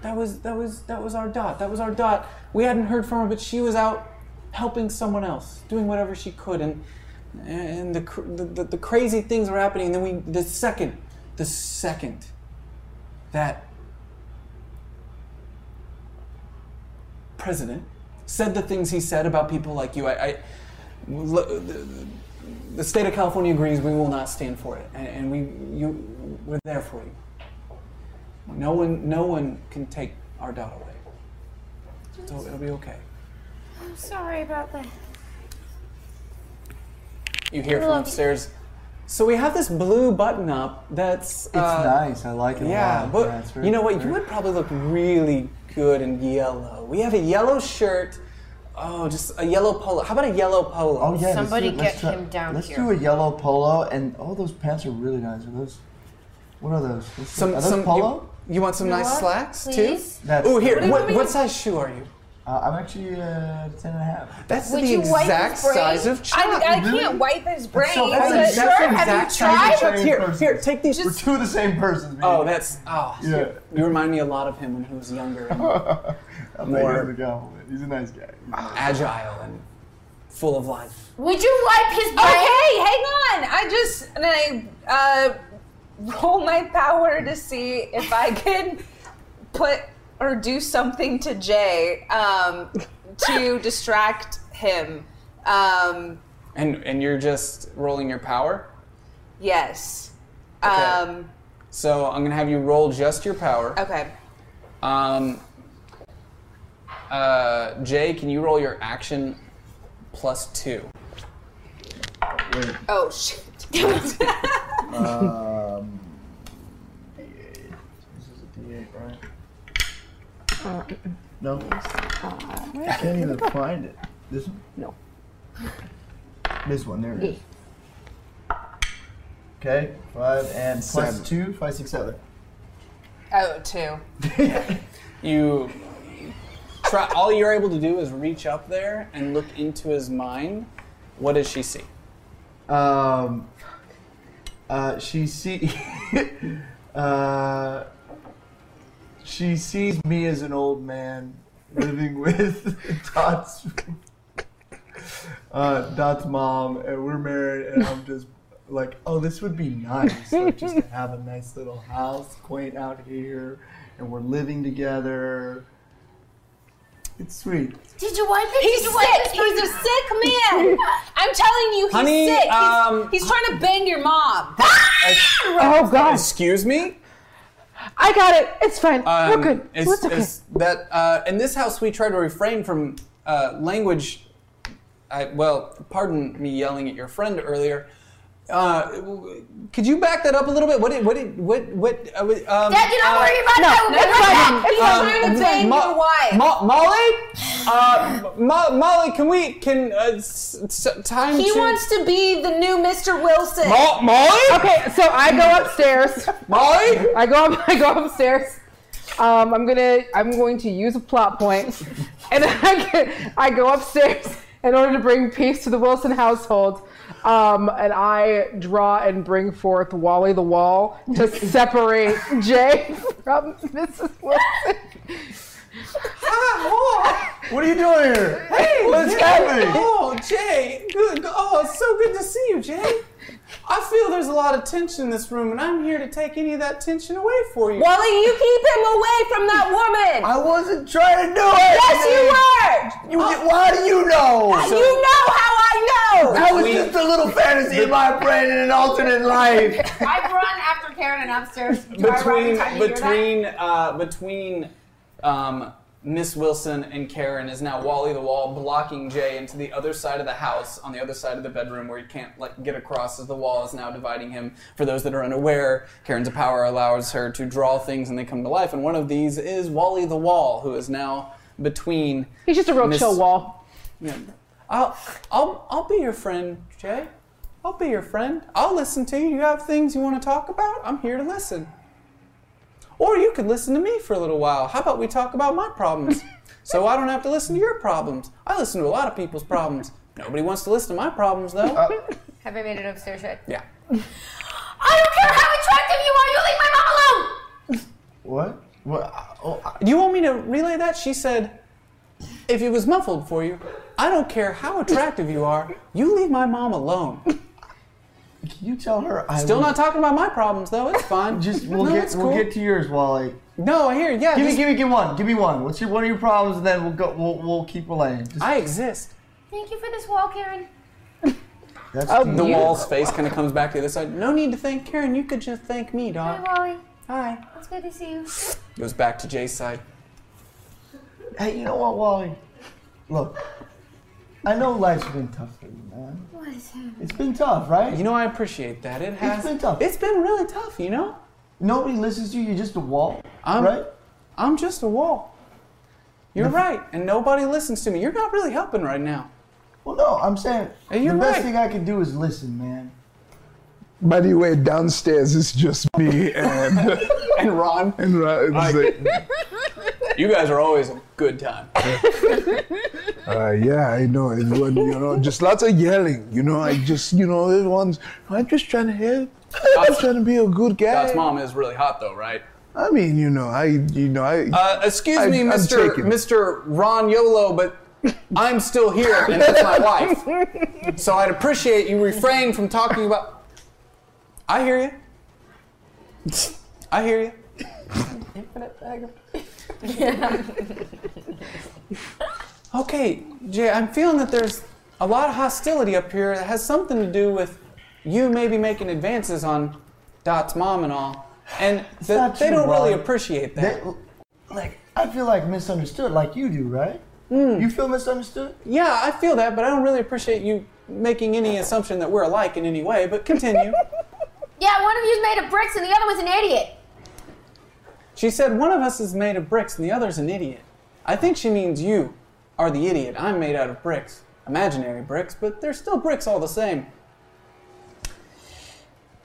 Speaker 3: that was that was that was our dot. That was our dot. We hadn't heard from her, but she was out helping someone else, doing whatever she could, and and the cr- the, the, the crazy things were happening. And then we the second, the second that president said the things he said about people like you. I, I l- the, the state of California agrees we will not stand for it, and, and we you we're there for you. No one no one can take our dot away. So it'll be okay.
Speaker 6: I'm sorry about that.
Speaker 3: You hear from upstairs. So we have this blue button up that's. uh, It's
Speaker 19: nice. I like it a
Speaker 3: Yeah,
Speaker 19: lot.
Speaker 3: but
Speaker 19: Yeah, it's very-
Speaker 3: you know what?
Speaker 19: very-
Speaker 3: You would probably look really good in yellow. We have a yellow shirt. Oh, just a yellow polo. How about a yellow polo?
Speaker 19: Oh, yeah. let's do- let's try- let's do a yellow polo, and all those pants are really nice. Are those? What are those? Let's see.
Speaker 3: Some-
Speaker 19: are those
Speaker 3: some-
Speaker 19: polo?
Speaker 3: You, want some
Speaker 19: You know
Speaker 3: nice
Speaker 19: what?
Speaker 3: slacks
Speaker 19: Please?
Speaker 3: too?
Speaker 19: That's-
Speaker 3: oh, here.
Speaker 19: What do you
Speaker 3: What,
Speaker 19: want me
Speaker 3: what
Speaker 19: to-
Speaker 3: size shoe are you?
Speaker 19: Uh, I'm actually uh, ten and a half.
Speaker 3: That's Would the you wipe exact his brain? size of
Speaker 17: I, I
Speaker 19: Really?
Speaker 17: can't wipe his brain.
Speaker 19: so
Speaker 17: Are
Speaker 19: that's
Speaker 17: you
Speaker 19: the- that's
Speaker 17: sure?
Speaker 19: the
Speaker 17: Have
Speaker 19: exact
Speaker 17: you
Speaker 19: size
Speaker 17: tried?
Speaker 19: of Chinese
Speaker 3: Here,
Speaker 19: person.
Speaker 3: here, take these.
Speaker 19: We're two of the same persons. Man.
Speaker 3: Oh, that's oh.
Speaker 19: Yeah.
Speaker 3: You remind me a lot of him when he was younger and
Speaker 19: I'm not
Speaker 3: more
Speaker 19: giving him a compliment. He's a nice guy.
Speaker 3: agile and full of life.
Speaker 17: Would you wipe his brain?
Speaker 10: Okay, hang on. I just and I uh, roll my power to see if I can put or do something to Jay um, to distract him. Um,
Speaker 3: And and you're just rolling your power.
Speaker 10: yes.
Speaker 3: Okay.
Speaker 10: Um,
Speaker 3: So I'm gonna have you roll just your power.
Speaker 10: Okay.
Speaker 3: Um, uh, Jay, can you roll your action plus two?
Speaker 18: Wait.
Speaker 10: Oh shit.
Speaker 18: Um, this is a D8, right? No. I can't even find it. This one?
Speaker 7: No.
Speaker 18: This one, there it is. Okay, five and plus
Speaker 10: Seven.
Speaker 18: two, five, six, seven.
Speaker 10: Oh, two.
Speaker 3: You try. All you're able to do is reach up there and look into his mind. What does she see?
Speaker 18: Um, uh, she see, uh, she sees me as an old man living with Dot's, uh, Dot's mom, and we're married, and I'm just like, oh, this would be nice, like, just to have a nice little house, quaint out here, and we're living together. It's sweet.
Speaker 5: Did you wipe it? He's Did you wipe sick. He's a sick man. I'm telling you, he's
Speaker 3: Honey,
Speaker 5: sick. He's,
Speaker 3: um,
Speaker 5: he's trying to bang your mom.
Speaker 3: Oh God! Excuse me.
Speaker 7: I got it. It's fine.
Speaker 3: Um,
Speaker 7: We're good.
Speaker 3: It's,
Speaker 7: it's okay.
Speaker 3: it's that uh, in this house we try to refrain from uh, language. I, well, pardon me yelling at your friend earlier. Uh, w- could you back that up a little bit? What? Did, what? Did, what? What? Uh, w- um,
Speaker 5: Dad, do not
Speaker 3: uh, um,
Speaker 5: worry about No, that. We'll it's be right fine. back. It's fine. Trying to bang your wife.
Speaker 3: Mo- Molly? Uh, Mo- Molly, can we? Can uh, s- s- time?
Speaker 5: He
Speaker 3: to-
Speaker 5: wants to be the new Mr. Wilson.
Speaker 3: Mo- Molly?
Speaker 7: Okay, so I go upstairs.
Speaker 3: Molly?
Speaker 7: I go up, I go upstairs. Um, I'm gonna I'm going to use a plot point. And I, go- I go upstairs in order to bring peace to the Wilson household. Um, and I draw and bring forth Wally the Wall to separate Jay from Mrs. Wilson.
Speaker 18: What are you doing here?
Speaker 3: Ah, Hey,
Speaker 18: what's
Speaker 3: Jay.
Speaker 18: happening?
Speaker 3: Oh, Jay, good. Oh, it's so good to see you, Jay. I feel there's a lot of tension in this room, and I'm here to take any of that tension away for you.
Speaker 5: Wally, you keep him away from that woman.
Speaker 18: I wasn't trying to do it.
Speaker 5: Yes, you were.
Speaker 18: You, why do you know?
Speaker 5: Uh, you know how I know.
Speaker 18: That was just a little fantasy in my brain in an alternate life.
Speaker 20: I've run after Karen and upstairs. Do I run in
Speaker 3: between
Speaker 20: time to hear that?
Speaker 3: between uh, between um, Miss Wilson and Karen is now Wally the wall blocking Jay into the other side of the house on the other side of the bedroom where he can't like get across as the wall is now dividing him. For those that are unaware, Karen's power allows her to draw things and they come to life, and one of these is Wally the wall who is now between.
Speaker 7: He's just a real
Speaker 3: Miss-
Speaker 7: chill wall.
Speaker 3: Yeah. I'll, I'll, I'll be your friend, Jay. I'll be your friend. I'll listen to you. You have things you want to talk about? I'm here to listen. Or you could listen to me for a little while. How about we talk about my problems? so I don't have to listen to your problems. I listen to a lot of people's problems. Nobody wants to listen to my problems, though.
Speaker 6: Have I made it upstairs yet?
Speaker 3: yeah.
Speaker 5: I don't care how attractive you are. You leave my mom alone.
Speaker 18: What? What? Oh, I-
Speaker 3: Do you want me to relay that? She said, if it was muffled for you, I don't care how attractive you are, you leave my mom alone.
Speaker 18: Can you tell her I
Speaker 3: Still
Speaker 18: will-
Speaker 3: not talking about my problems, though. It's fine.
Speaker 18: Just we'll
Speaker 3: No,
Speaker 18: get
Speaker 3: it's
Speaker 18: we'll
Speaker 3: cool.
Speaker 18: get to yours, Wally.
Speaker 3: No, I hear. Yeah.
Speaker 18: Give me
Speaker 3: just-
Speaker 18: give me give one. Give me one. What's your one of your problems, and then we'll go. We'll, we'll keep relaying. Just,
Speaker 3: I exist.
Speaker 6: Thank you for this wall, Karen.
Speaker 18: that's
Speaker 3: Oh,
Speaker 18: deep.
Speaker 3: the wall's face kind of comes back to the other side. No need to thank Karen. You could just thank me,
Speaker 6: Hi,
Speaker 3: Doc.
Speaker 6: Wally.
Speaker 3: Hi.
Speaker 6: It's good to see you.
Speaker 3: Goes back to Jay's side.
Speaker 18: Hey, you know what, Wally? Look, I know life's been tough for you, man.
Speaker 6: What is happening?
Speaker 18: It's been tough, right?
Speaker 3: You know I appreciate that. It has.
Speaker 18: it's been tough.
Speaker 3: It's been really tough. You know.
Speaker 18: Nobody listens to you. You're just a wall,
Speaker 3: I'm,
Speaker 18: right?
Speaker 3: I'm just a wall. You're right, and nobody listens to me. You're not really helping right now.
Speaker 18: Well, no, I'm saying
Speaker 3: Hey, you're
Speaker 18: the best
Speaker 3: right.
Speaker 18: thing I can do is listen, man.
Speaker 21: By the way, downstairs is just me and
Speaker 3: and Ron.
Speaker 21: And Ron. It's like,
Speaker 3: You guys are always a good time.
Speaker 21: uh, yeah, I know. It was, you know, just lots of yelling. You know, I just, you know, everyone's. I'm just trying to help. I'm just trying to be a good guy.
Speaker 3: Doc's mom is really hot, though, right?
Speaker 21: I mean, you know, I, you know, I.
Speaker 3: Uh, excuse me,
Speaker 21: I'm- I'm
Speaker 3: Mr.
Speaker 21: taken.
Speaker 3: Mr. Ron Yolo, but I'm still here, and it's my wife. So I'd appreciate you refrain from talking about. I hear you. I hear you. Okay, Jay, I'm feeling that there's a lot of hostility up here that has something to do with you maybe making advances on Dot's mom and all. And the,
Speaker 19: not
Speaker 3: they
Speaker 19: true,
Speaker 3: don't really
Speaker 19: Ron.
Speaker 3: appreciate that.
Speaker 19: like I feel like misunderstood, like you do, right?
Speaker 3: Hmm.
Speaker 19: You feel misunderstood?
Speaker 3: yeah, I feel that, but I don't really appreciate you making any assumption that we're alike in any way, but continue.
Speaker 5: Yeah, one of you's made of bricks and the other one's an idiot.
Speaker 3: she said, One of us is made of bricks and the other's an idiot. I think she means you are the idiot. I'm made out of bricks, imaginary bricks, but they're still bricks all the same.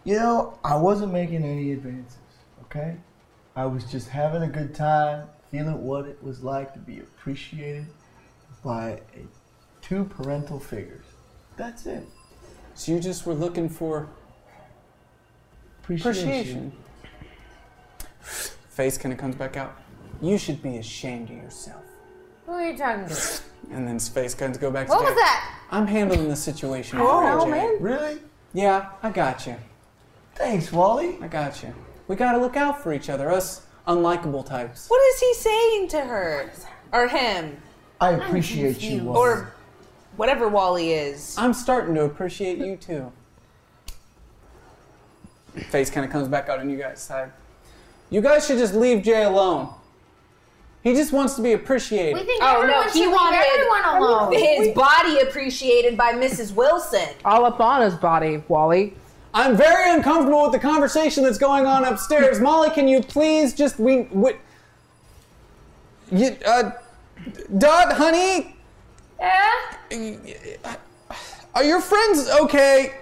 Speaker 19: You know, I wasn't making any advances, okay? I was just having a good time, feeling what it was like to be appreciated by a, two parental figures. That's it.
Speaker 3: So you just were looking for
Speaker 19: Appreciation.
Speaker 3: Face kind of comes back out. You should be ashamed of yourself.
Speaker 5: Who are you talking to?
Speaker 3: And then Space Guns go back to
Speaker 5: What was
Speaker 3: Jack.
Speaker 5: that?
Speaker 3: I'm handling the situation.
Speaker 5: Oh,
Speaker 3: for you,
Speaker 5: no,
Speaker 3: Jack.
Speaker 5: man.
Speaker 19: Really?
Speaker 3: Yeah, I got you.
Speaker 19: Thanks, Wally.
Speaker 3: I got you. We gotta look out for each other, us unlikable types.
Speaker 10: What is he saying to her? Or him?
Speaker 19: I appreciate you, Wally.
Speaker 10: Or whatever Wally is.
Speaker 3: I'm starting to appreciate you too. Face kind of comes back out on you guys' side. You guys should just leave Jay alone. He just wants to be appreciated.
Speaker 5: We think
Speaker 10: Oh, no,
Speaker 5: everyone
Speaker 10: he
Speaker 5: should leave
Speaker 10: wanted-
Speaker 5: everyone alone.
Speaker 10: His body appreciated by Mrs. Wilson.
Speaker 7: All up on his body, Wally.
Speaker 3: I'm very uncomfortable with the conversation that's going on upstairs. Molly, can you please just we, we you, uh, Dot, honey,
Speaker 5: Yeah?
Speaker 3: are your friends okay?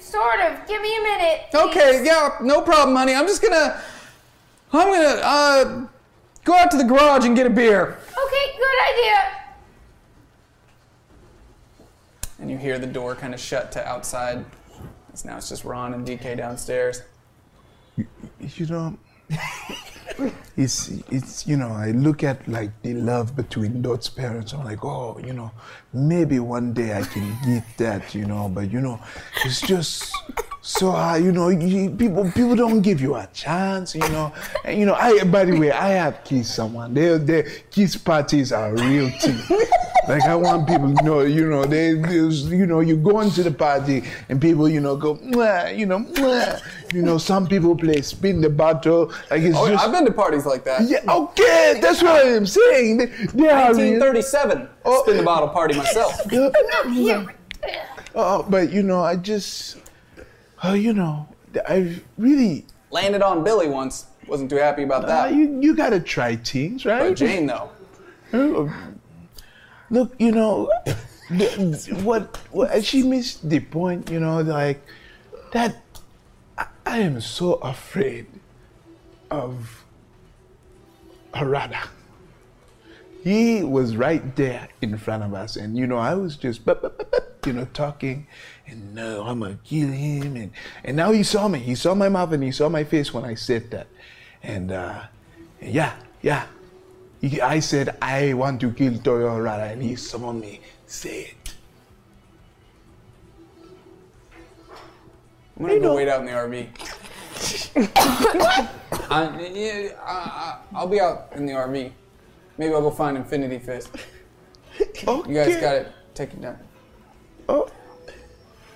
Speaker 5: Sort of. Give me a minute.
Speaker 3: Okay, yeah, no problem, honey. I'm just gonna, I'm gonna uh, go out to the garage and get a beer.
Speaker 5: Okay, good idea.
Speaker 3: And you hear the door kind of shut to outside. It's now it's just Ron and DK downstairs.
Speaker 18: you know it's it's you know i look at like the love between dot's parents i'm like oh you know maybe one day i can get that you know but you know it's just so hard you know you, people people don't give you a chance you know and you know i by the way i have kissed someone they they kiss parties are a real thing like I want people to know, you know, they, there's- you know, you go into the party and people, you know, go, Mwah, you know, Mwah. you know, some people play spin the bottle, like it's
Speaker 3: Oh, yeah,
Speaker 18: just.
Speaker 3: I've been to parties like that.
Speaker 18: Yeah, okay, that's what I'm saying. They, they are real.
Speaker 3: 1937. Spin the bottle party myself.
Speaker 18: Oh, but you know, I just, oh, you know, I really,
Speaker 3: Landed on Billy once. Wasn't too happy about
Speaker 18: uh,
Speaker 3: that.
Speaker 18: you you gotta try things, right?
Speaker 3: But Jane though.
Speaker 18: Huh? Oh. Look, you know, the- what, what she missed the point, you know, like that. I, I am so afraid of Harada. He was right there in front of us, and you know, I was just, bup, bup, bup, bup, you know, talking, and no, I'm gonna kill him, and and now he saw me, he saw my mouth, and he saw my face when I said that, and uh, yeah, yeah, he- I said, I want to kill Toyo Harada, and he summoned me. Say it.
Speaker 3: I'm gonna go wait out in the RV. I, yeah, I, I, will be out in the RV. Maybe I'll go find Infinity Fist. You guys got it. Take it down.
Speaker 18: oh,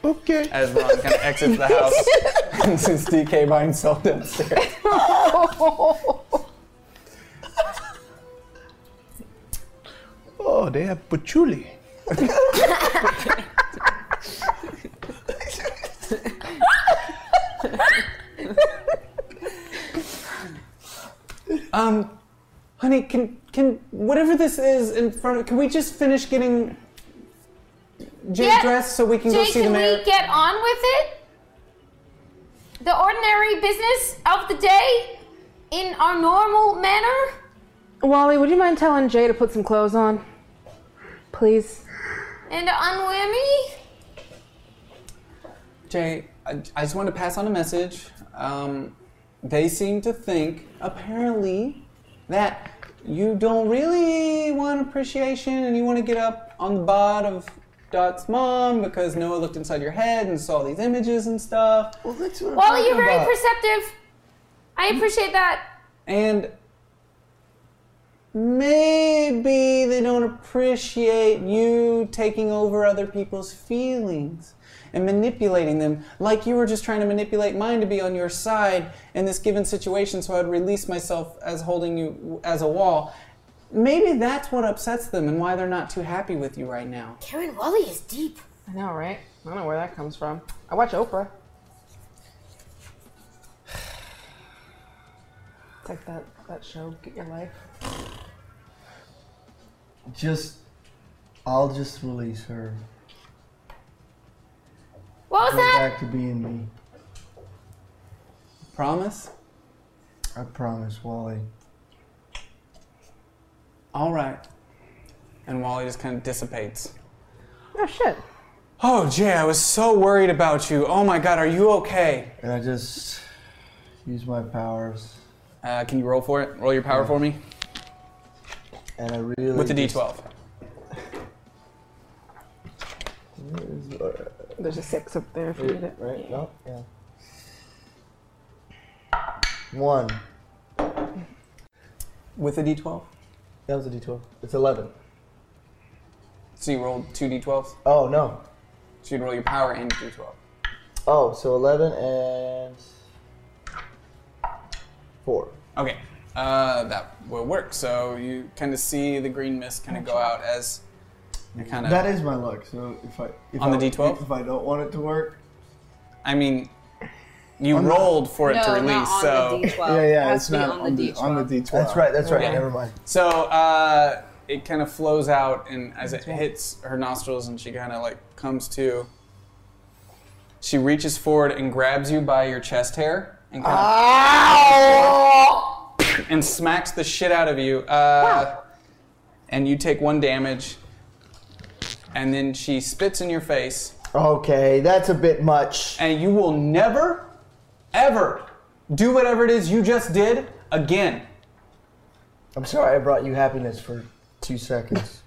Speaker 18: Okay.
Speaker 3: As Ron kind of exits the house, and sees DK by himself downstairs.
Speaker 18: Oh, they have patchouli.
Speaker 3: Um, honey, can can whatever this is in front of? Can we just finish getting Jay
Speaker 5: Yeah.
Speaker 3: dressed so we can go
Speaker 5: Jay,
Speaker 3: see the
Speaker 5: can
Speaker 3: mayor?
Speaker 5: we get on with it? The ordinary business of the day in our normal manner?
Speaker 7: Wally, would you mind telling Jay to put some clothes on? Please.
Speaker 5: And unwear me?
Speaker 3: Jay, I, I just wanted to pass on a message. Um, they seem to think, apparently, that you don't really want appreciation and you want to get up on the bod of Dot's mom because Noah looked inside your head and saw these images and stuff.
Speaker 19: Well, that's what
Speaker 5: Wally, you're very perceptive. I appreciate that.
Speaker 3: And maybe they don't appreciate you taking over other people's feelings and manipulating them like you were just trying to manipulate mine to be on your side in this given situation so I'd release myself as holding you as a wall. Maybe that's what upsets them and why they're not too happy with you right now.
Speaker 7: Karen Wally is deep. I know, right? I don't know where that comes from. I watch Oprah. It's like that, that show, Get Your Life.
Speaker 22: Just, I'll just release her.
Speaker 6: What was
Speaker 22: Go
Speaker 6: that?
Speaker 22: back to being me.
Speaker 3: Promise?
Speaker 22: I promise, Wally.
Speaker 3: All right. And Wally just kind of dissipates.
Speaker 7: Oh, shit.
Speaker 3: Oh, Jay, I was so worried about you. Oh my God, are you okay?
Speaker 22: And I just use my powers.
Speaker 3: Uh, can you roll for it? Roll your power for me
Speaker 22: And I really.
Speaker 3: with the
Speaker 22: just-
Speaker 3: D12.
Speaker 7: There's a six up there if you need it.
Speaker 22: Right? No? Yeah. One.
Speaker 3: With a d12?
Speaker 22: That was a d12. It's 11.
Speaker 3: So you rolled two d12s?
Speaker 22: Oh, no.
Speaker 3: So you'd roll your power and your d12.
Speaker 22: Oh, so 11 and. Four.
Speaker 3: Okay, uh, that will work. So you kind of see the green mist kind of go out as you kind of.
Speaker 22: That is my luck. So if I if
Speaker 3: On
Speaker 22: I,
Speaker 3: the D12?
Speaker 22: if I don't want it to work,
Speaker 3: I mean, you
Speaker 22: On the-
Speaker 3: rolled for it to
Speaker 22: No,
Speaker 3: release,
Speaker 22: not
Speaker 3: so.
Speaker 22: on the D12. Yeah, yeah, It has it's to be not on the on the- on the D12. D12. That's right, that's right, never mind.
Speaker 3: So uh, it kind of flows out, and as it hits her nostrils, and she kind of like comes to. She reaches forward and grabs you by your chest hair and kind of and smacks the shit out of you. Uh, And you take one damage. And then she spits in your face.
Speaker 22: okay, that's a bit much.
Speaker 3: And you will never, ever do whatever it is you just did again.
Speaker 22: I'm sorry I brought you happiness for two seconds.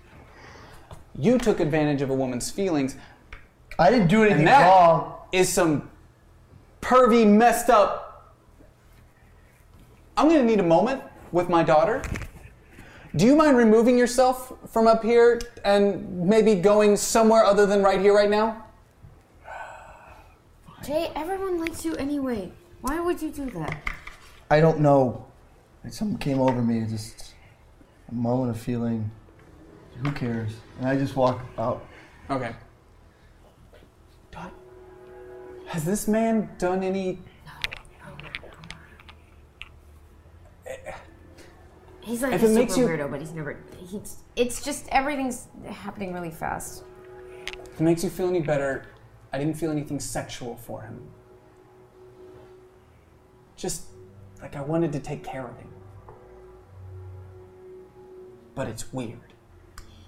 Speaker 3: You took advantage of a woman's feelings.
Speaker 22: I didn't do anything
Speaker 3: and that
Speaker 22: wrong.
Speaker 3: Is some pervy messed up. I'm gonna need a moment with my daughter. Do you mind removing yourself from up here and maybe going somewhere other than right here right now?
Speaker 5: Jay, everyone likes you anyway. Why would you do that?
Speaker 22: I don't know. Like, Something came over me. It's Just a moment of feeling. Who cares? And I just walk out.
Speaker 3: Okay. Has this man done any?
Speaker 5: He's like
Speaker 3: If
Speaker 5: a
Speaker 3: it makes
Speaker 5: super
Speaker 3: you-
Speaker 5: weirdo, but he's never. He's, it's just everything's happening really fast.
Speaker 3: If it makes you feel any better, I didn't feel anything sexual for him. Just like I wanted to take care of him. But it's weird.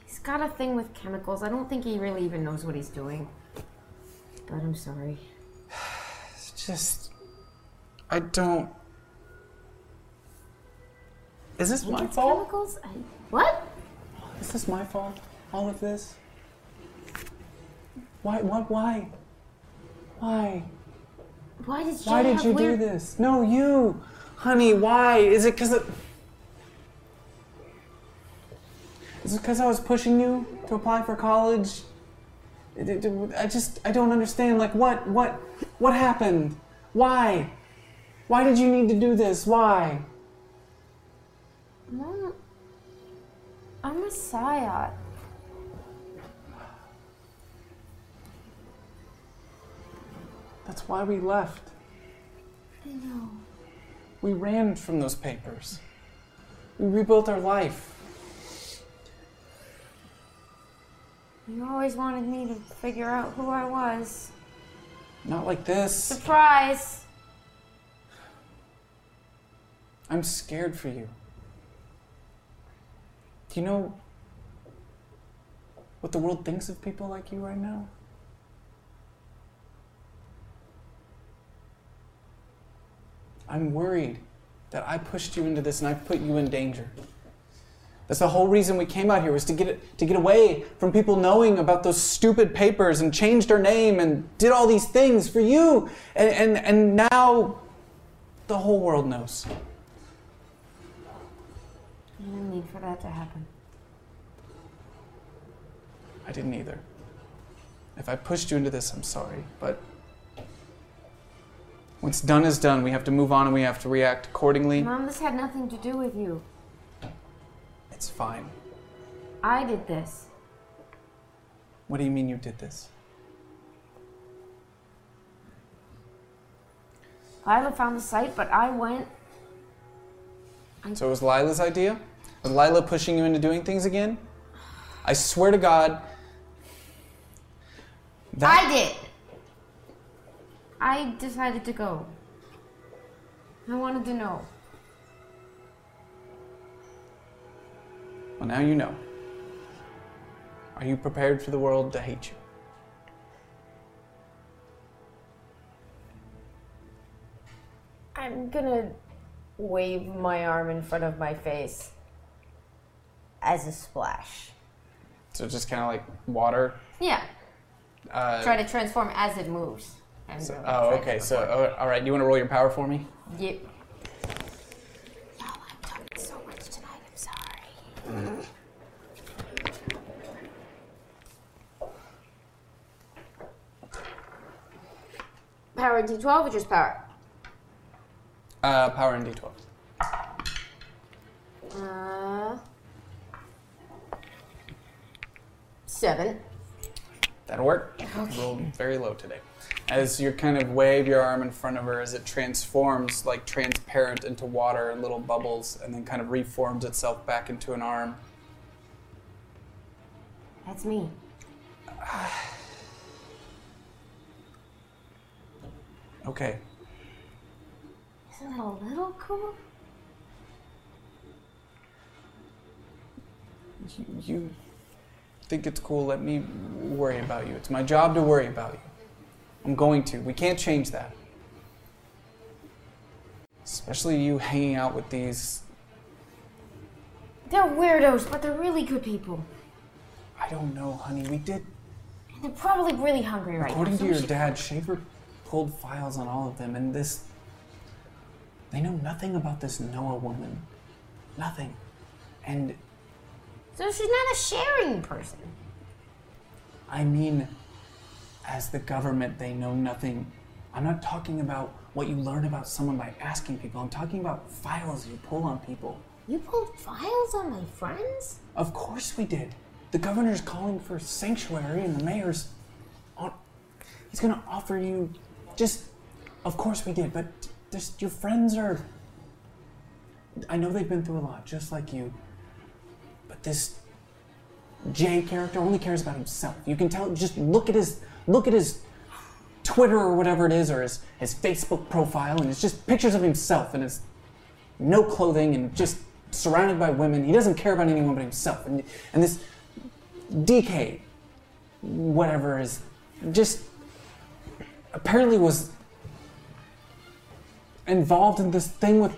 Speaker 5: He's got a thing with chemicals. I don't think he really even knows what he's doing. But I'm sorry.
Speaker 3: It's just. I don't. Is this my fault?
Speaker 5: Chemicals? I, what?
Speaker 3: Is this my fault? All of this? Why? Why? Why? Why?
Speaker 5: Why did you?
Speaker 3: Why did
Speaker 5: have
Speaker 3: you
Speaker 5: weird...
Speaker 3: do this? No, you, honey. Why? Is it because of? Is it because I was pushing you to apply for college? It- it- I just I don't understand. Like what what what happened? Why? Why did you need to do this? Why?
Speaker 5: Mom, I'm a psyop.
Speaker 3: That's why we left.
Speaker 5: I know.
Speaker 3: We ran from those papers. We rebuilt our life.
Speaker 5: You always wanted me to figure out who I was.
Speaker 3: Not like this.
Speaker 5: Surprise!
Speaker 3: I'm scared for you. Do you know what the world thinks of people like you right now? I'm worried that I pushed you into this and I put you in danger. That's the whole reason we came out here was to get it, to get away from people knowing about those stupid papers and changed her name and did all these things for you. And and, and now the whole world knows.
Speaker 5: I didn't need for that to happen.
Speaker 3: I didn't either. If I pushed you into this, I'm sorry, but what's done is done. We have to move on and we have to react accordingly.
Speaker 5: Mom, this had nothing to do with you.
Speaker 3: It's fine.
Speaker 5: I did this.
Speaker 3: What do you mean you did this?
Speaker 5: Lila found the site, but I went.
Speaker 3: So it was Lila's idea? Was Lila pushing you into doing things again? I swear to God.
Speaker 5: I did. I decided to go. I wanted to know.
Speaker 3: Well, now you know. Are you prepared for the world to hate you?
Speaker 14: I'm gonna wave my arm in front of my face as a splash.
Speaker 3: So just kind of like water.
Speaker 5: Yeah.
Speaker 3: Uh,
Speaker 5: Try to transform as it moves. And
Speaker 3: so-
Speaker 5: go.
Speaker 3: oh, okay. So, oh, all right. You want to roll your power for me?
Speaker 5: Yep.
Speaker 6: So much tonight, I'm sorry.
Speaker 5: Power D12 or just power?
Speaker 3: Uh, power and d12.
Speaker 5: Uh, seven.
Speaker 3: That'll work.
Speaker 5: Okay.
Speaker 3: Rolled very low today. As you kind of wave your arm in front of her, as it transforms like transparent into water and little bubbles, and then kind of reforms itself back into an arm.
Speaker 5: That's me.
Speaker 3: Okay.
Speaker 5: Isn't that a little cool?
Speaker 3: You, you think it's cool? Let me worry about you. It's my job to worry about you. I'm going to. We can't change that. Especially you hanging out with these.
Speaker 5: They're weirdos, but they're really good people.
Speaker 3: I don't know, honey. We did.
Speaker 5: And they're probably really hungry right
Speaker 3: According
Speaker 5: now. so
Speaker 3: to
Speaker 5: we
Speaker 3: your
Speaker 5: should-
Speaker 3: dad, Shaver pulled files on all of them, and this. They know nothing about this Noah woman. Nothing. And
Speaker 5: So she's not a sharing person.
Speaker 3: I mean, as the government, they know nothing. I'm not talking about what you learn about someone by asking people. I'm talking about files you pull on people.
Speaker 5: You pulled files on my friends?
Speaker 3: Of course we did. The governor's calling for sanctuary, and the mayor's on. He's gonna offer you. Just, of course we did. But just your friends are. I know they've been through a lot, just like you. But this Jay character only cares about himself. You can tell. Just look at his look at his Twitter or whatever it is, or his his Facebook profile, and it's just pictures of himself and his no clothing and just surrounded by women. He doesn't care about anyone but himself. And and this DK, whatever is, just apparently was involved in this thing with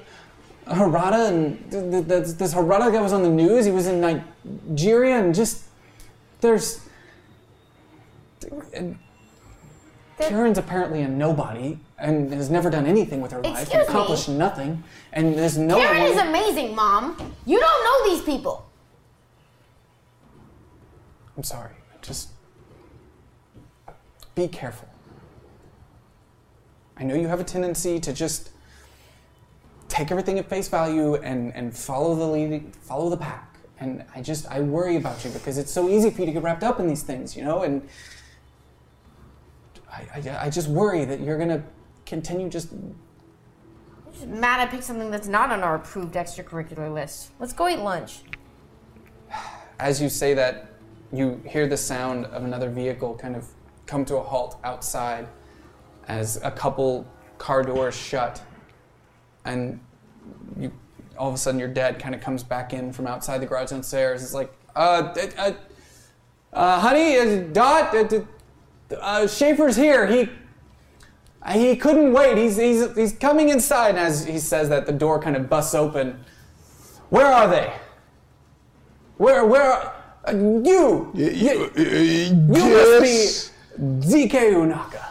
Speaker 3: Harada and th- th- th- this Harada guy was on the news. He was in Nigeria and just there's. And Karen's apparently a nobody and has never done anything with her life and
Speaker 5: Excuse me?
Speaker 3: accomplished nothing. And there's
Speaker 13: Oh.
Speaker 3: no.
Speaker 5: Karen is amazing, Mom. You don't know these people.
Speaker 3: I'm sorry. Just be careful. I know you have a tendency to just take everything at face value and, and follow the lead, follow the pack. And I just I worry about you because it's so easy for you to get wrapped up in these things, you know. And I, I, I just worry that you're gonna continue just
Speaker 5: I'm just mad I picked something that's not on our approved extracurricular list. Let's go eat lunch.
Speaker 3: As you say that, you hear the sound of another vehicle kind of come to a halt outside as a couple car doors shut. And you, all of a sudden, your dad kind of comes back in from outside the garage downstairs. It's like, uh, d- uh, uh, honey, uh, Dot, uh, d- uh, Schaefer's here. He he couldn't wait. He's, he's, he's coming inside. And as he says that, the door kind of busts open. Where are they? Where, where are uh, you? You,
Speaker 18: uh, yes.
Speaker 3: must be DK Unaka.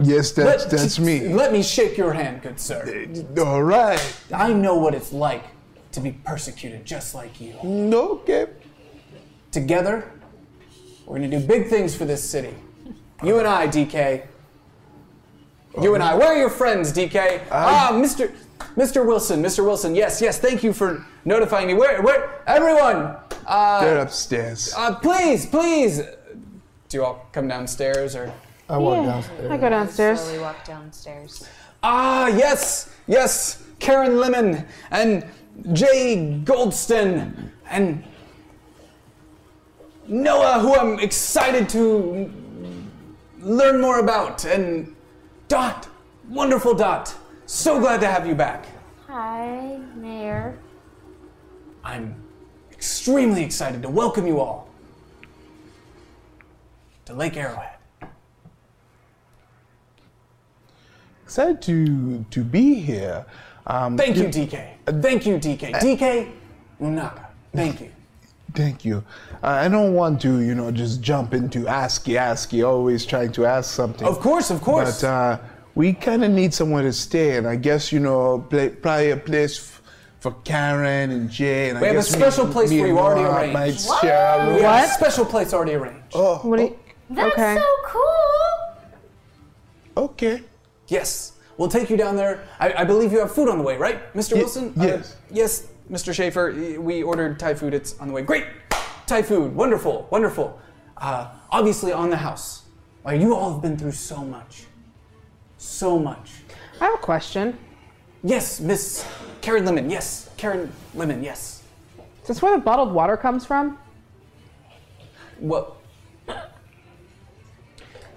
Speaker 18: Yes, that's,
Speaker 3: Let-
Speaker 18: that's me.
Speaker 3: Let me shake your hand, good sir.
Speaker 18: All right.
Speaker 3: I know what it's like to be persecuted just like you.
Speaker 18: No, okay.
Speaker 3: Together, we're going to do big things for this city. You and I, DK. You and I. Where are your friends, DK? ah, Mr. Mr. Wilson, Mr. Wilson. Yes, yes. Thank you for notifying me. Where, where, everyone?
Speaker 18: They're
Speaker 3: Uh,
Speaker 18: upstairs.
Speaker 3: uh, please, please. Do you all come downstairs or?
Speaker 23: I
Speaker 3: walk
Speaker 7: I go downstairs.
Speaker 10: Slowly walk downstairs.
Speaker 3: Ah, yes, yes, Karen Lemon and Jay Goldston and Noah, who I'm excited to learn more about, and Dot, wonderful Dot. So glad to have you back.
Speaker 6: Hi, Mayor.
Speaker 3: I'm extremely excited to welcome you all to Lake Arrowhead.
Speaker 18: Excited to to be here. Um,
Speaker 3: Thank you, DK. Thank you, DK. DK Munaka. Thank you.
Speaker 18: Thank you. I I don't want to, you know, just jump into ASCII, ASCII, always trying to ask something.
Speaker 3: Of course, of course.
Speaker 18: But uh, we kind of need somewhere to stay, and I guess, you know, pla probably a place f- for Karen and Jay. And
Speaker 3: We
Speaker 18: I
Speaker 3: have a
Speaker 18: guess
Speaker 3: special place
Speaker 18: me
Speaker 3: for you
Speaker 18: and
Speaker 3: already
Speaker 18: Nora
Speaker 3: arranged.
Speaker 18: might share a
Speaker 3: We
Speaker 18: room.
Speaker 3: have a special place already arranged.
Speaker 18: Oh,
Speaker 7: what do you,
Speaker 5: That's so cool.
Speaker 18: Okay.
Speaker 3: Yes. We'll take you down there. I, I believe you have food on the way, right, Mr. Wilson? Yes. yes, Mr. Schaefer. y- We ordered Thai food. It's on the way. Great. Thai food. Wonderful. Wonderful. Uh, obviously on the house. Why you all have been through so much. So much.
Speaker 7: I have a question.
Speaker 3: Yes, Miss Karen Lemon. Yes, Karen Lemon. Yes.
Speaker 7: Is this where the bottled water comes from?
Speaker 3: Well,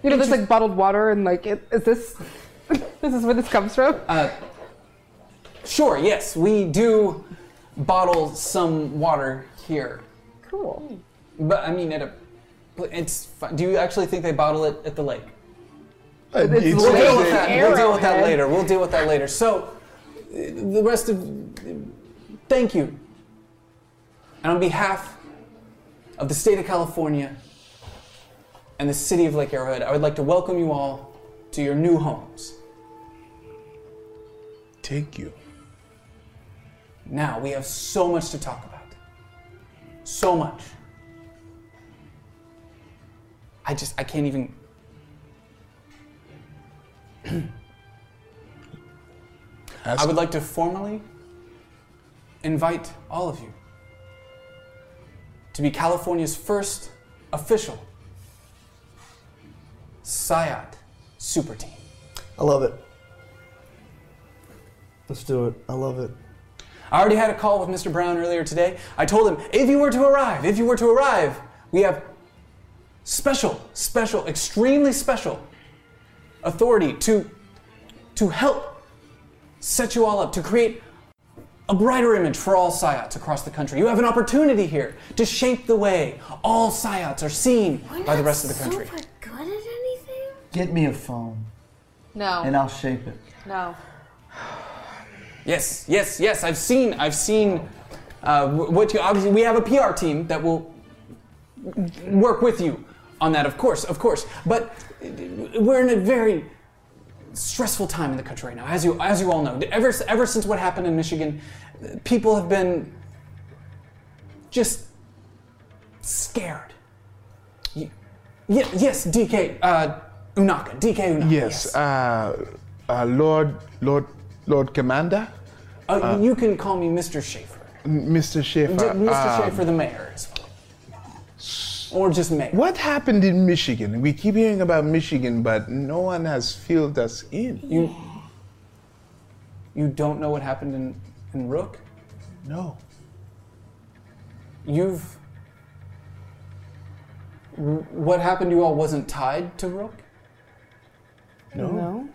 Speaker 7: You know, there's like bottled water and like, it, is this, this is where this comes from?
Speaker 3: Uh, sure. Yes, we do bottle some water here.
Speaker 7: Cool.
Speaker 3: But I mean, at a, it's. Fine. Do you actually think they bottle it at the lake?
Speaker 18: Uh,
Speaker 3: we'll,
Speaker 18: it's
Speaker 3: deal with
Speaker 18: like-
Speaker 3: that. we'll deal with that
Speaker 18: Arrowhead.
Speaker 3: later. We'll deal with that later. So, uh, the rest of. Thank you. And on behalf of the state of California and the city of Lake Arrowhead, I would like to welcome you all to your new homes.
Speaker 18: Thank you.
Speaker 3: Now, we have so much to talk about. So much. I just, I can't even. I would like to formally invite all of you to be California's first official SIOT super team.
Speaker 23: I love it. Let's do it. I love it.
Speaker 3: I already had a call with Mr. Brown earlier today. I told him, if you were to arrive, if you were to arrive, we have special, special, extremely special authority to to help set you all up to create a brighter image for all psyots across the country. You have an opportunity here to shape the way all psyots are seen by the rest of the country.
Speaker 24: Get me a phone,
Speaker 10: No.
Speaker 24: and I'll shape it.
Speaker 10: No.
Speaker 3: Yes, yes, yes. I've seen, I've seen. Uh, wh- what you obviously we have a PR team that will work with you on that, of course, of course. But we're in a very stressful time in the country right now, as you as you all know. Ever ever since what happened in Michigan, people have been just scared. Ye- ye- yes, DK uh, Unaka, DK Unaka.
Speaker 18: Yes, uh, uh, Lord, Lord, Lord Commander,
Speaker 3: Uh,
Speaker 18: uh,
Speaker 3: you can call me Mr. Schaefer.
Speaker 18: M- Mr. Schaefer.
Speaker 3: D- Mr.
Speaker 18: um,
Speaker 3: Schaefer, the mayor, as well. Or just Mayor.
Speaker 18: What happened in Michigan? We keep hearing about Michigan, but no one has filled us in.
Speaker 3: You, you don't know what happened in, in Rook?
Speaker 18: No.
Speaker 3: You've. w- What happened to you all wasn't tied to Rook?
Speaker 18: No.
Speaker 7: no.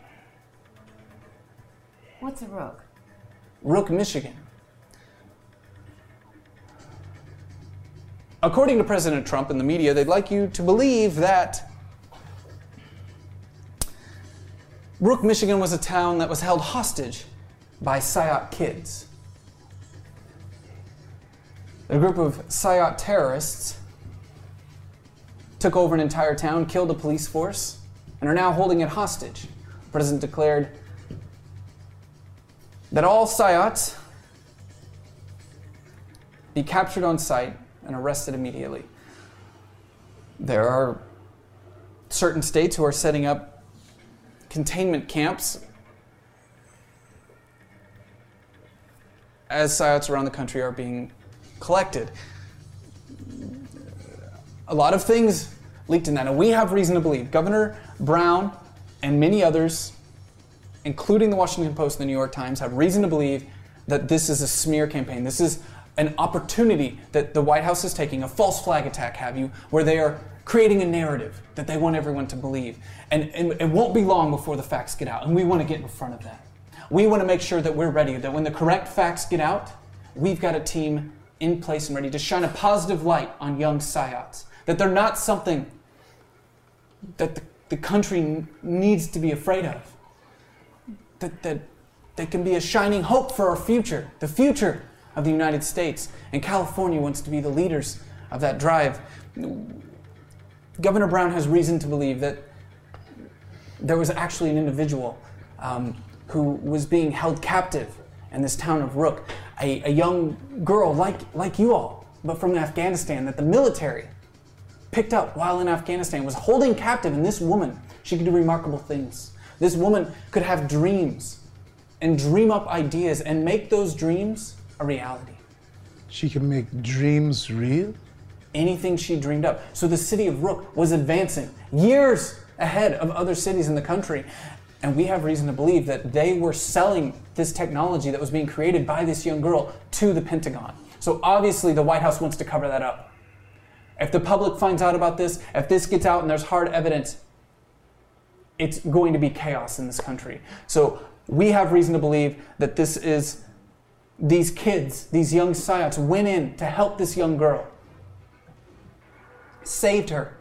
Speaker 6: What's a rook?
Speaker 3: Rook, Michigan. According to President Trump and the media, they'd like you to believe that Rook, Michigan was a town that was held hostage by Psyop kids. A group of Psyop terrorists took over an entire town, killed a police force, and are now holding it hostage. The president declared that all Psyots be captured on site and arrested immediately. There are certain states who are setting up containment camps as psyops around the country are being collected. A lot of things leaked in that, and we have reason to believe Governor Brown and many others, including the Washington Post and the New York Times, have reason to believe that this is a smear campaign. This is an opportunity that the White House is taking, a false flag attack, have you, where they are creating a narrative that they want everyone to believe. And, and it won't be long before the facts get out, and we want to get in front of that. We want to make sure that we're ready, that when the correct facts get out, we've got a team in place and ready to shine a positive light on young psyops, that they're not something that the, the country n- needs to be afraid of, that, that they can be a shining hope for our future, the future of the United States. And California wants to be the leaders of that drive. Governor Brown has reason to believe that there was actually an individual um, who was being held captive in this town of Rook, a, a young girl like, like you all, but from Afghanistan, that the military picked up while in Afghanistan, was holding captive. And this woman, she could do remarkable things. This woman could have dreams and dream up ideas and make those dreams a reality.
Speaker 18: She can make dreams real?
Speaker 3: Anything she dreamed up. So the city of Rook was advancing years ahead of other cities in the country. And we have reason to believe that they were selling this technology that was being created by this young girl to the Pentagon. So obviously, the White House wants to cover that up. If the public finds out about this, if this gets out and there's hard evidence, it's going to be chaos in this country. So we have reason to believe that this is these kids, these young psyops, went in to help this young girl, saved her.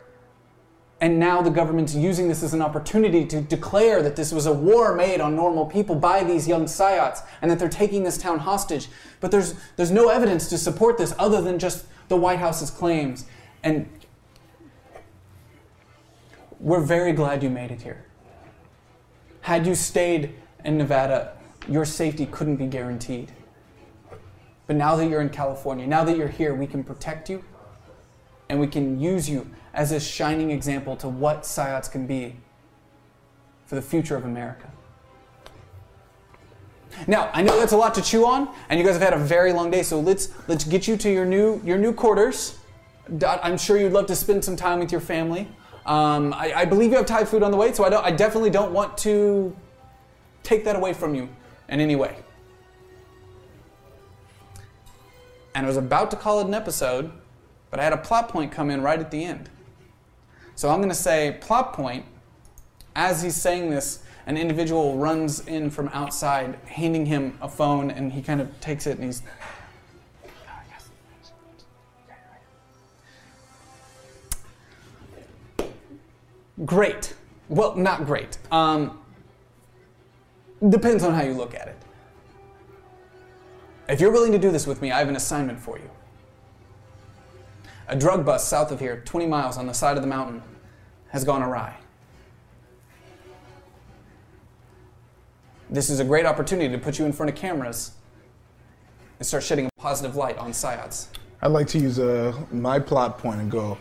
Speaker 3: And now the government's using this as an opportunity to declare that this was a war made on normal people by these young psyops and that they're taking this town hostage. But there's, there's no evidence to support this other than just the White House's claims. And we're very glad you made it here. Had you stayed in Nevada, your safety couldn't be guaranteed. But now that you're in California, now that you're here, we can protect you and we can use you as a shining example to what psyops can be for the future of America. Now, I know that's a lot to chew on, and you guys have had a very long day, so let's let's get you to your new your new quarters. Dot, I'm sure you'd love to spend some time with your family. Um, I, I believe you have Thai food on the way, so I don't I definitely don't want to take that away from you in any way. and I was about to call it an episode, but I had a plot point come in right at the end. So I'm going to say plot point. As he's saying this, an individual runs in from outside, handing him a phone, and he kind of takes it and he's. Great. Well, not great. Um, depends on how you look at it. If you're willing to do this with me, I have an assignment for you. A drug bust south of here, 20 miles on the side of the mountain, has gone awry. This is a great opportunity to put you in front of cameras and start shedding a positive light on psyops.
Speaker 18: I'd like to use uh, my plot point and go,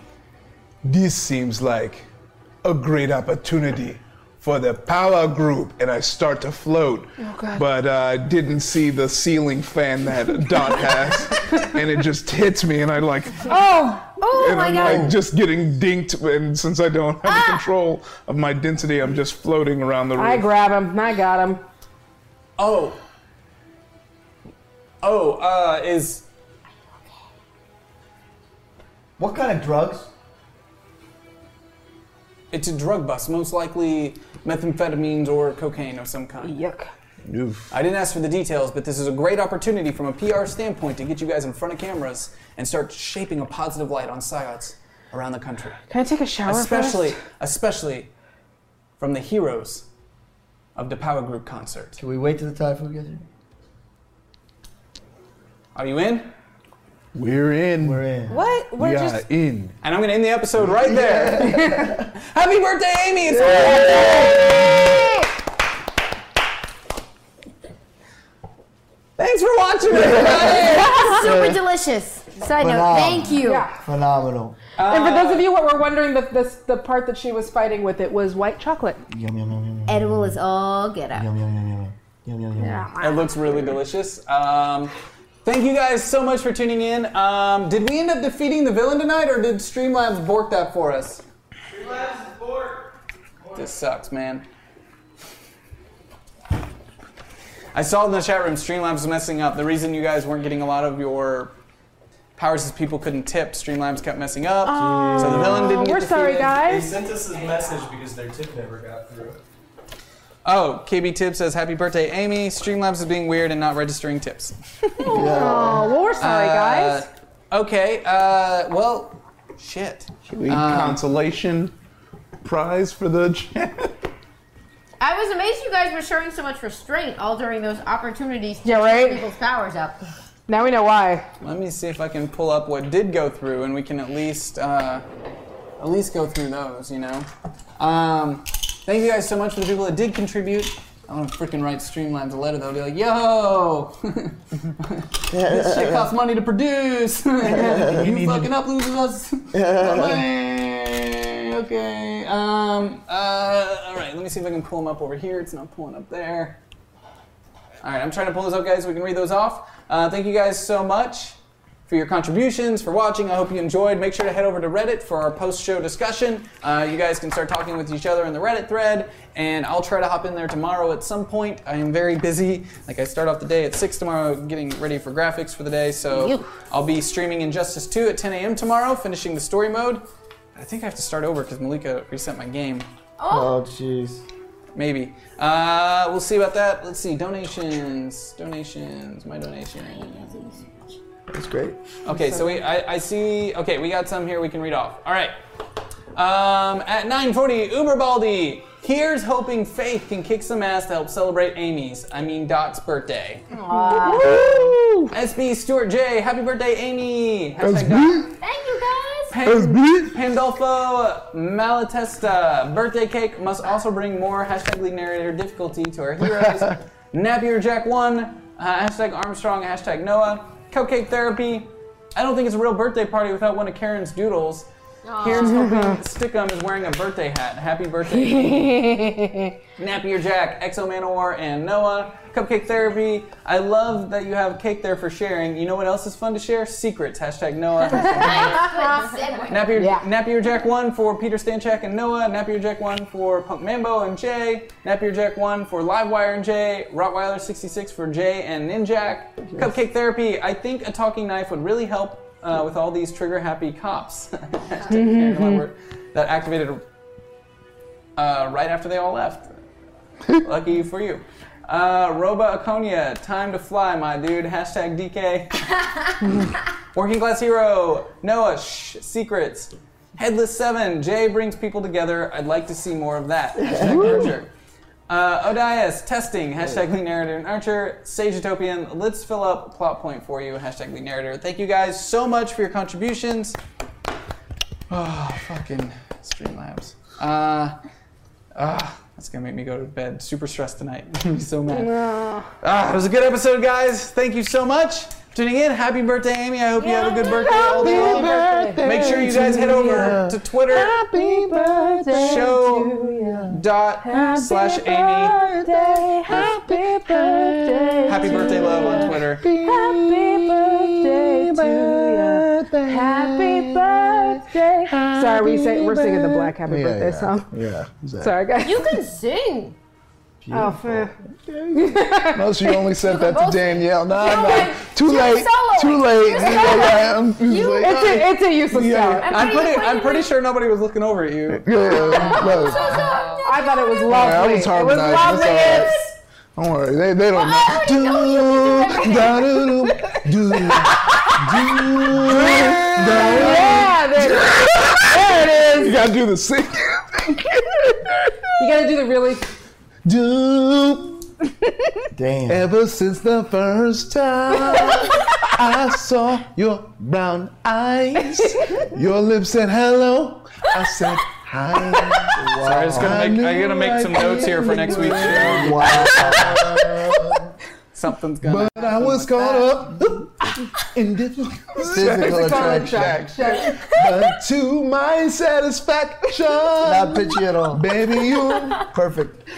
Speaker 18: this seems like a great opportunity for the power group, and I start to float.
Speaker 7: Oh, God.
Speaker 18: But I uh, didn't see the ceiling fan that Dot has, and it just hits me, and I like,
Speaker 7: Oh!
Speaker 18: and I'm like just getting dinked. And since I don't have control of my density, I'm just floating around the room.
Speaker 7: I grab him. I got him.
Speaker 3: Oh. Oh, uh, is.
Speaker 22: What kind of drugs?
Speaker 3: It's a drug bust, most likely methamphetamines or cocaine of some kind.
Speaker 7: Yuck.
Speaker 3: I didn't ask for the details, but this is a great opportunity from a PR standpoint to get you guys in front of cameras and start shaping a positive light on psyops around the country.
Speaker 7: Can I take a shower
Speaker 3: especially,
Speaker 7: first?
Speaker 3: especially from the heroes of the Power Group concert. Can
Speaker 22: we wait till the Thai food gets here?
Speaker 3: Are you in?
Speaker 18: We're in. We're
Speaker 22: in.
Speaker 3: What?
Speaker 18: We're in.
Speaker 3: And I'm going to end the episode right there. Happy birthday, Amy! It's Thanks for watching, everybody.
Speaker 5: Ah, Super delicious.
Speaker 6: Side note, thank you.
Speaker 13: um, Yeah.
Speaker 22: Phenomenal.
Speaker 7: Uh,
Speaker 13: and for those of you who were wondering, that this the part that she was fighting with it was white chocolate.
Speaker 22: Yum, yum, yum, yum,
Speaker 6: Edible is all get up.
Speaker 22: yum, yum, yum, yum, yum, yum, yum, yum.
Speaker 3: It looks really delicious. Um, thank you guys so much for tuning in. Um, did we end up defeating the villain tonight, or did Streamlabs bork that for us? This sucks, man. I saw in the chat room Streamlabs was messing up. The reason you guys weren't getting a lot of your powers is people couldn't tip. Streamlabs kept messing up, so the villain didn't. get
Speaker 13: Oh, We're sorry,
Speaker 3: defeated.
Speaker 13: guys.
Speaker 25: They sent us this message because their tip never got through.
Speaker 3: Oh, KB Tip says happy birthday, Amy. Streamlabs is being weird and not registering tips.
Speaker 13: Oh, well, we're sorry, guys.
Speaker 3: Uh, okay. Uh, well, shit.
Speaker 9: Should we
Speaker 18: Uh,
Speaker 3: Um,
Speaker 9: consolation prize for the champ?
Speaker 14: I was amazed you guys were showing so much restraint all during those opportunities to
Speaker 13: Yeah,
Speaker 14: keep
Speaker 13: right?
Speaker 14: people's powers up.
Speaker 13: Now we know why.
Speaker 3: Let me see if I can pull up what did go through, and we can at least uh, at least go through those. You know. Um, thank you guys so much for the people that did contribute. I'm gonna freaking write Streamlabs a letter. They'll be like, "Yo, this shit costs money to produce. you fucking up, losing us." Money. okay. Um. Uh. All right. Let me see if I can pull them up over here. It's not pulling up there. All right. I'm trying to pull those up, guys. so we can read those off. Uh, thank you guys so much for your contributions, for watching. I hope you enjoyed. Make sure to head over to Reddit for our post show discussion. Uh, you guys can start talking with each other in the Reddit thread, and I'll try to hop in there tomorrow at some point. I am very busy. Like, I start off the day at 6 tomorrow, getting ready for graphics for the day. So
Speaker 12: Phew.
Speaker 3: I'll be streaming Injustice 2 at 10 a.m. tomorrow, finishing the story mode. I think I have to start over because Malika reset my game.
Speaker 22: Oh, jeez.
Speaker 3: Maybe. Uh, we'll see about that. Let's see. Donations. Donations. My donations.
Speaker 16: That's great.
Speaker 3: Okay, so we I, I see. Okay, we got some here we can read off. All right. Um, at 9:40, Uber Baldi. Here's hoping Faith can kick some ass to help celebrate Amy's. I mean Doc's birthday. Woo! SB Stuart J. Happy birthday, Amy. Hashtag Doc.
Speaker 6: Thank you guys.
Speaker 3: Pan- Pandolfo Malatesta. Birthday cake must also bring more hashtag lead narrator difficulty to our heroes. Napier Jack One. Uh, hashtag Armstrong. Hashtag Noah. Cupcake therapy. I don't think it's a real birthday party without one of Karen's doodles. Karen's hoping Stickum is wearing a birthday hat. Happy birthday. Napier Jack, Exo Manowar, and Noah. Cupcake Therapy. I love that you have cake there for sharing. You know what else is fun to share? Secrets. Hashtag Noah. Hashtag Noah. Napier, Napier Jack 1 for Peter Stanchak and Noah. Napier Jack 1 for Punk Mambo and Jay. Napier Jack 1 for Livewire and Jay. Rottweiler 66 for Jay and Ninjak. Cupcake Therapy. I think a talking knife would really help uh, with all these trigger happy cops that activated uh, right after they all left. Lucky for you. Uh, Roba Aconia, time to fly, my dude. Hashtag DK. Working Class Hero, Noah, shh, secrets. Headless Seven, Jay brings people together. I'd like to see more of that. Hashtag Archer. Uh, Odias, testing. Hashtag lead narrator and Archer. Sage Utopian, let's fill up plot point for you. Hashtag lead narrator. Thank you guys so much for your contributions. Oh, fucking Streamlabs. Uh, ah, that's gonna make me go to bed super stressed tonight. I'm gonna be so mad. Ah, it was a good episode, guys. Thank you so much for tuning in. Happy birthday, Amy. I hope you have a good birthday all day long. Make sure you guys head over to Twitter.
Speaker 12: Happy birthday.
Speaker 3: Show dot slash Amy.
Speaker 12: Birthday, happy birthday.
Speaker 3: Happy birthday, love on Twitter.
Speaker 12: Happy birthday to you.
Speaker 13: Happy birthday. Sorry, we say, we're singing the Black Happy
Speaker 12: Yeah,
Speaker 13: Birthday
Speaker 12: yeah.
Speaker 13: song.
Speaker 16: Yeah.
Speaker 13: Sorry, guys.
Speaker 14: You can sing.
Speaker 13: Oh,
Speaker 18: No, she only sent that to Danielle. No,
Speaker 13: No,
Speaker 18: no. Too
Speaker 13: you're
Speaker 18: late.
Speaker 13: soloing.
Speaker 18: Too late.
Speaker 13: You're
Speaker 18: You know, yeah,
Speaker 13: soloing.
Speaker 18: I'm- it's
Speaker 13: You-
Speaker 18: like,
Speaker 13: It's a- it's a useless
Speaker 18: yeah.
Speaker 13: talent. I'm
Speaker 3: I'm pretty, I'm pretty sure nobody was looking over at you.
Speaker 13: I thought it was lovely.
Speaker 18: Yeah, I was
Speaker 13: it was
Speaker 18: harmonizing. That's
Speaker 13: lovely.
Speaker 18: all right. Don't worry. They, they don't know. Do, da, do, do, do,
Speaker 12: Yeah, there-
Speaker 18: there it is. You gotta do the sing.
Speaker 13: you gotta do the really.
Speaker 18: Do.
Speaker 16: Damn.
Speaker 18: Ever since the first time I saw your brown eyes, your lips said hello. Oh, I said hi.
Speaker 3: Sorry, I was gonna make, I'm gonna make some notes here for next week's show.
Speaker 18: Wow.
Speaker 3: Something's gonna.
Speaker 18: But I was caught up Indifferent
Speaker 22: Physical attraction.
Speaker 18: But uh, to my satisfaction. Not
Speaker 22: bitchy at all.
Speaker 18: Baby, you.
Speaker 22: Perfect.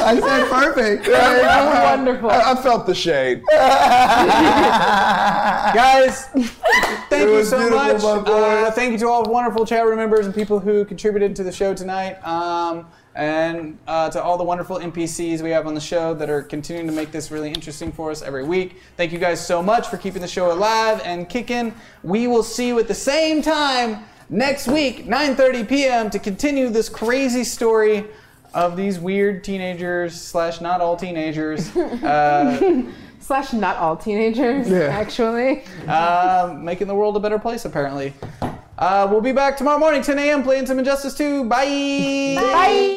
Speaker 22: I said perfect.
Speaker 18: Wonderful. I, I felt the shade.
Speaker 3: Guys, thank you
Speaker 18: was
Speaker 3: so
Speaker 18: beautiful,
Speaker 3: much.
Speaker 18: my boy.
Speaker 3: Uh, thank you to all wonderful chat room members and people who contributed to the show tonight. Um, and uh, to all the wonderful NPCs we have on the show that are continuing to make this really interesting for us every week. Thank you guys so much for keeping the show alive and kicking. We will see you at the same time next week, 9:30 p.m. to continue this crazy story of these weird teenagers slash not all teenagers. Uh,
Speaker 7: Slash, not all teenagers,
Speaker 3: Yeah.
Speaker 7: actually.
Speaker 3: uh, making the world a better place, apparently. Uh, we'll be back tomorrow morning, 10 a.m., playing some Injustice 2. Bye.
Speaker 7: Bye.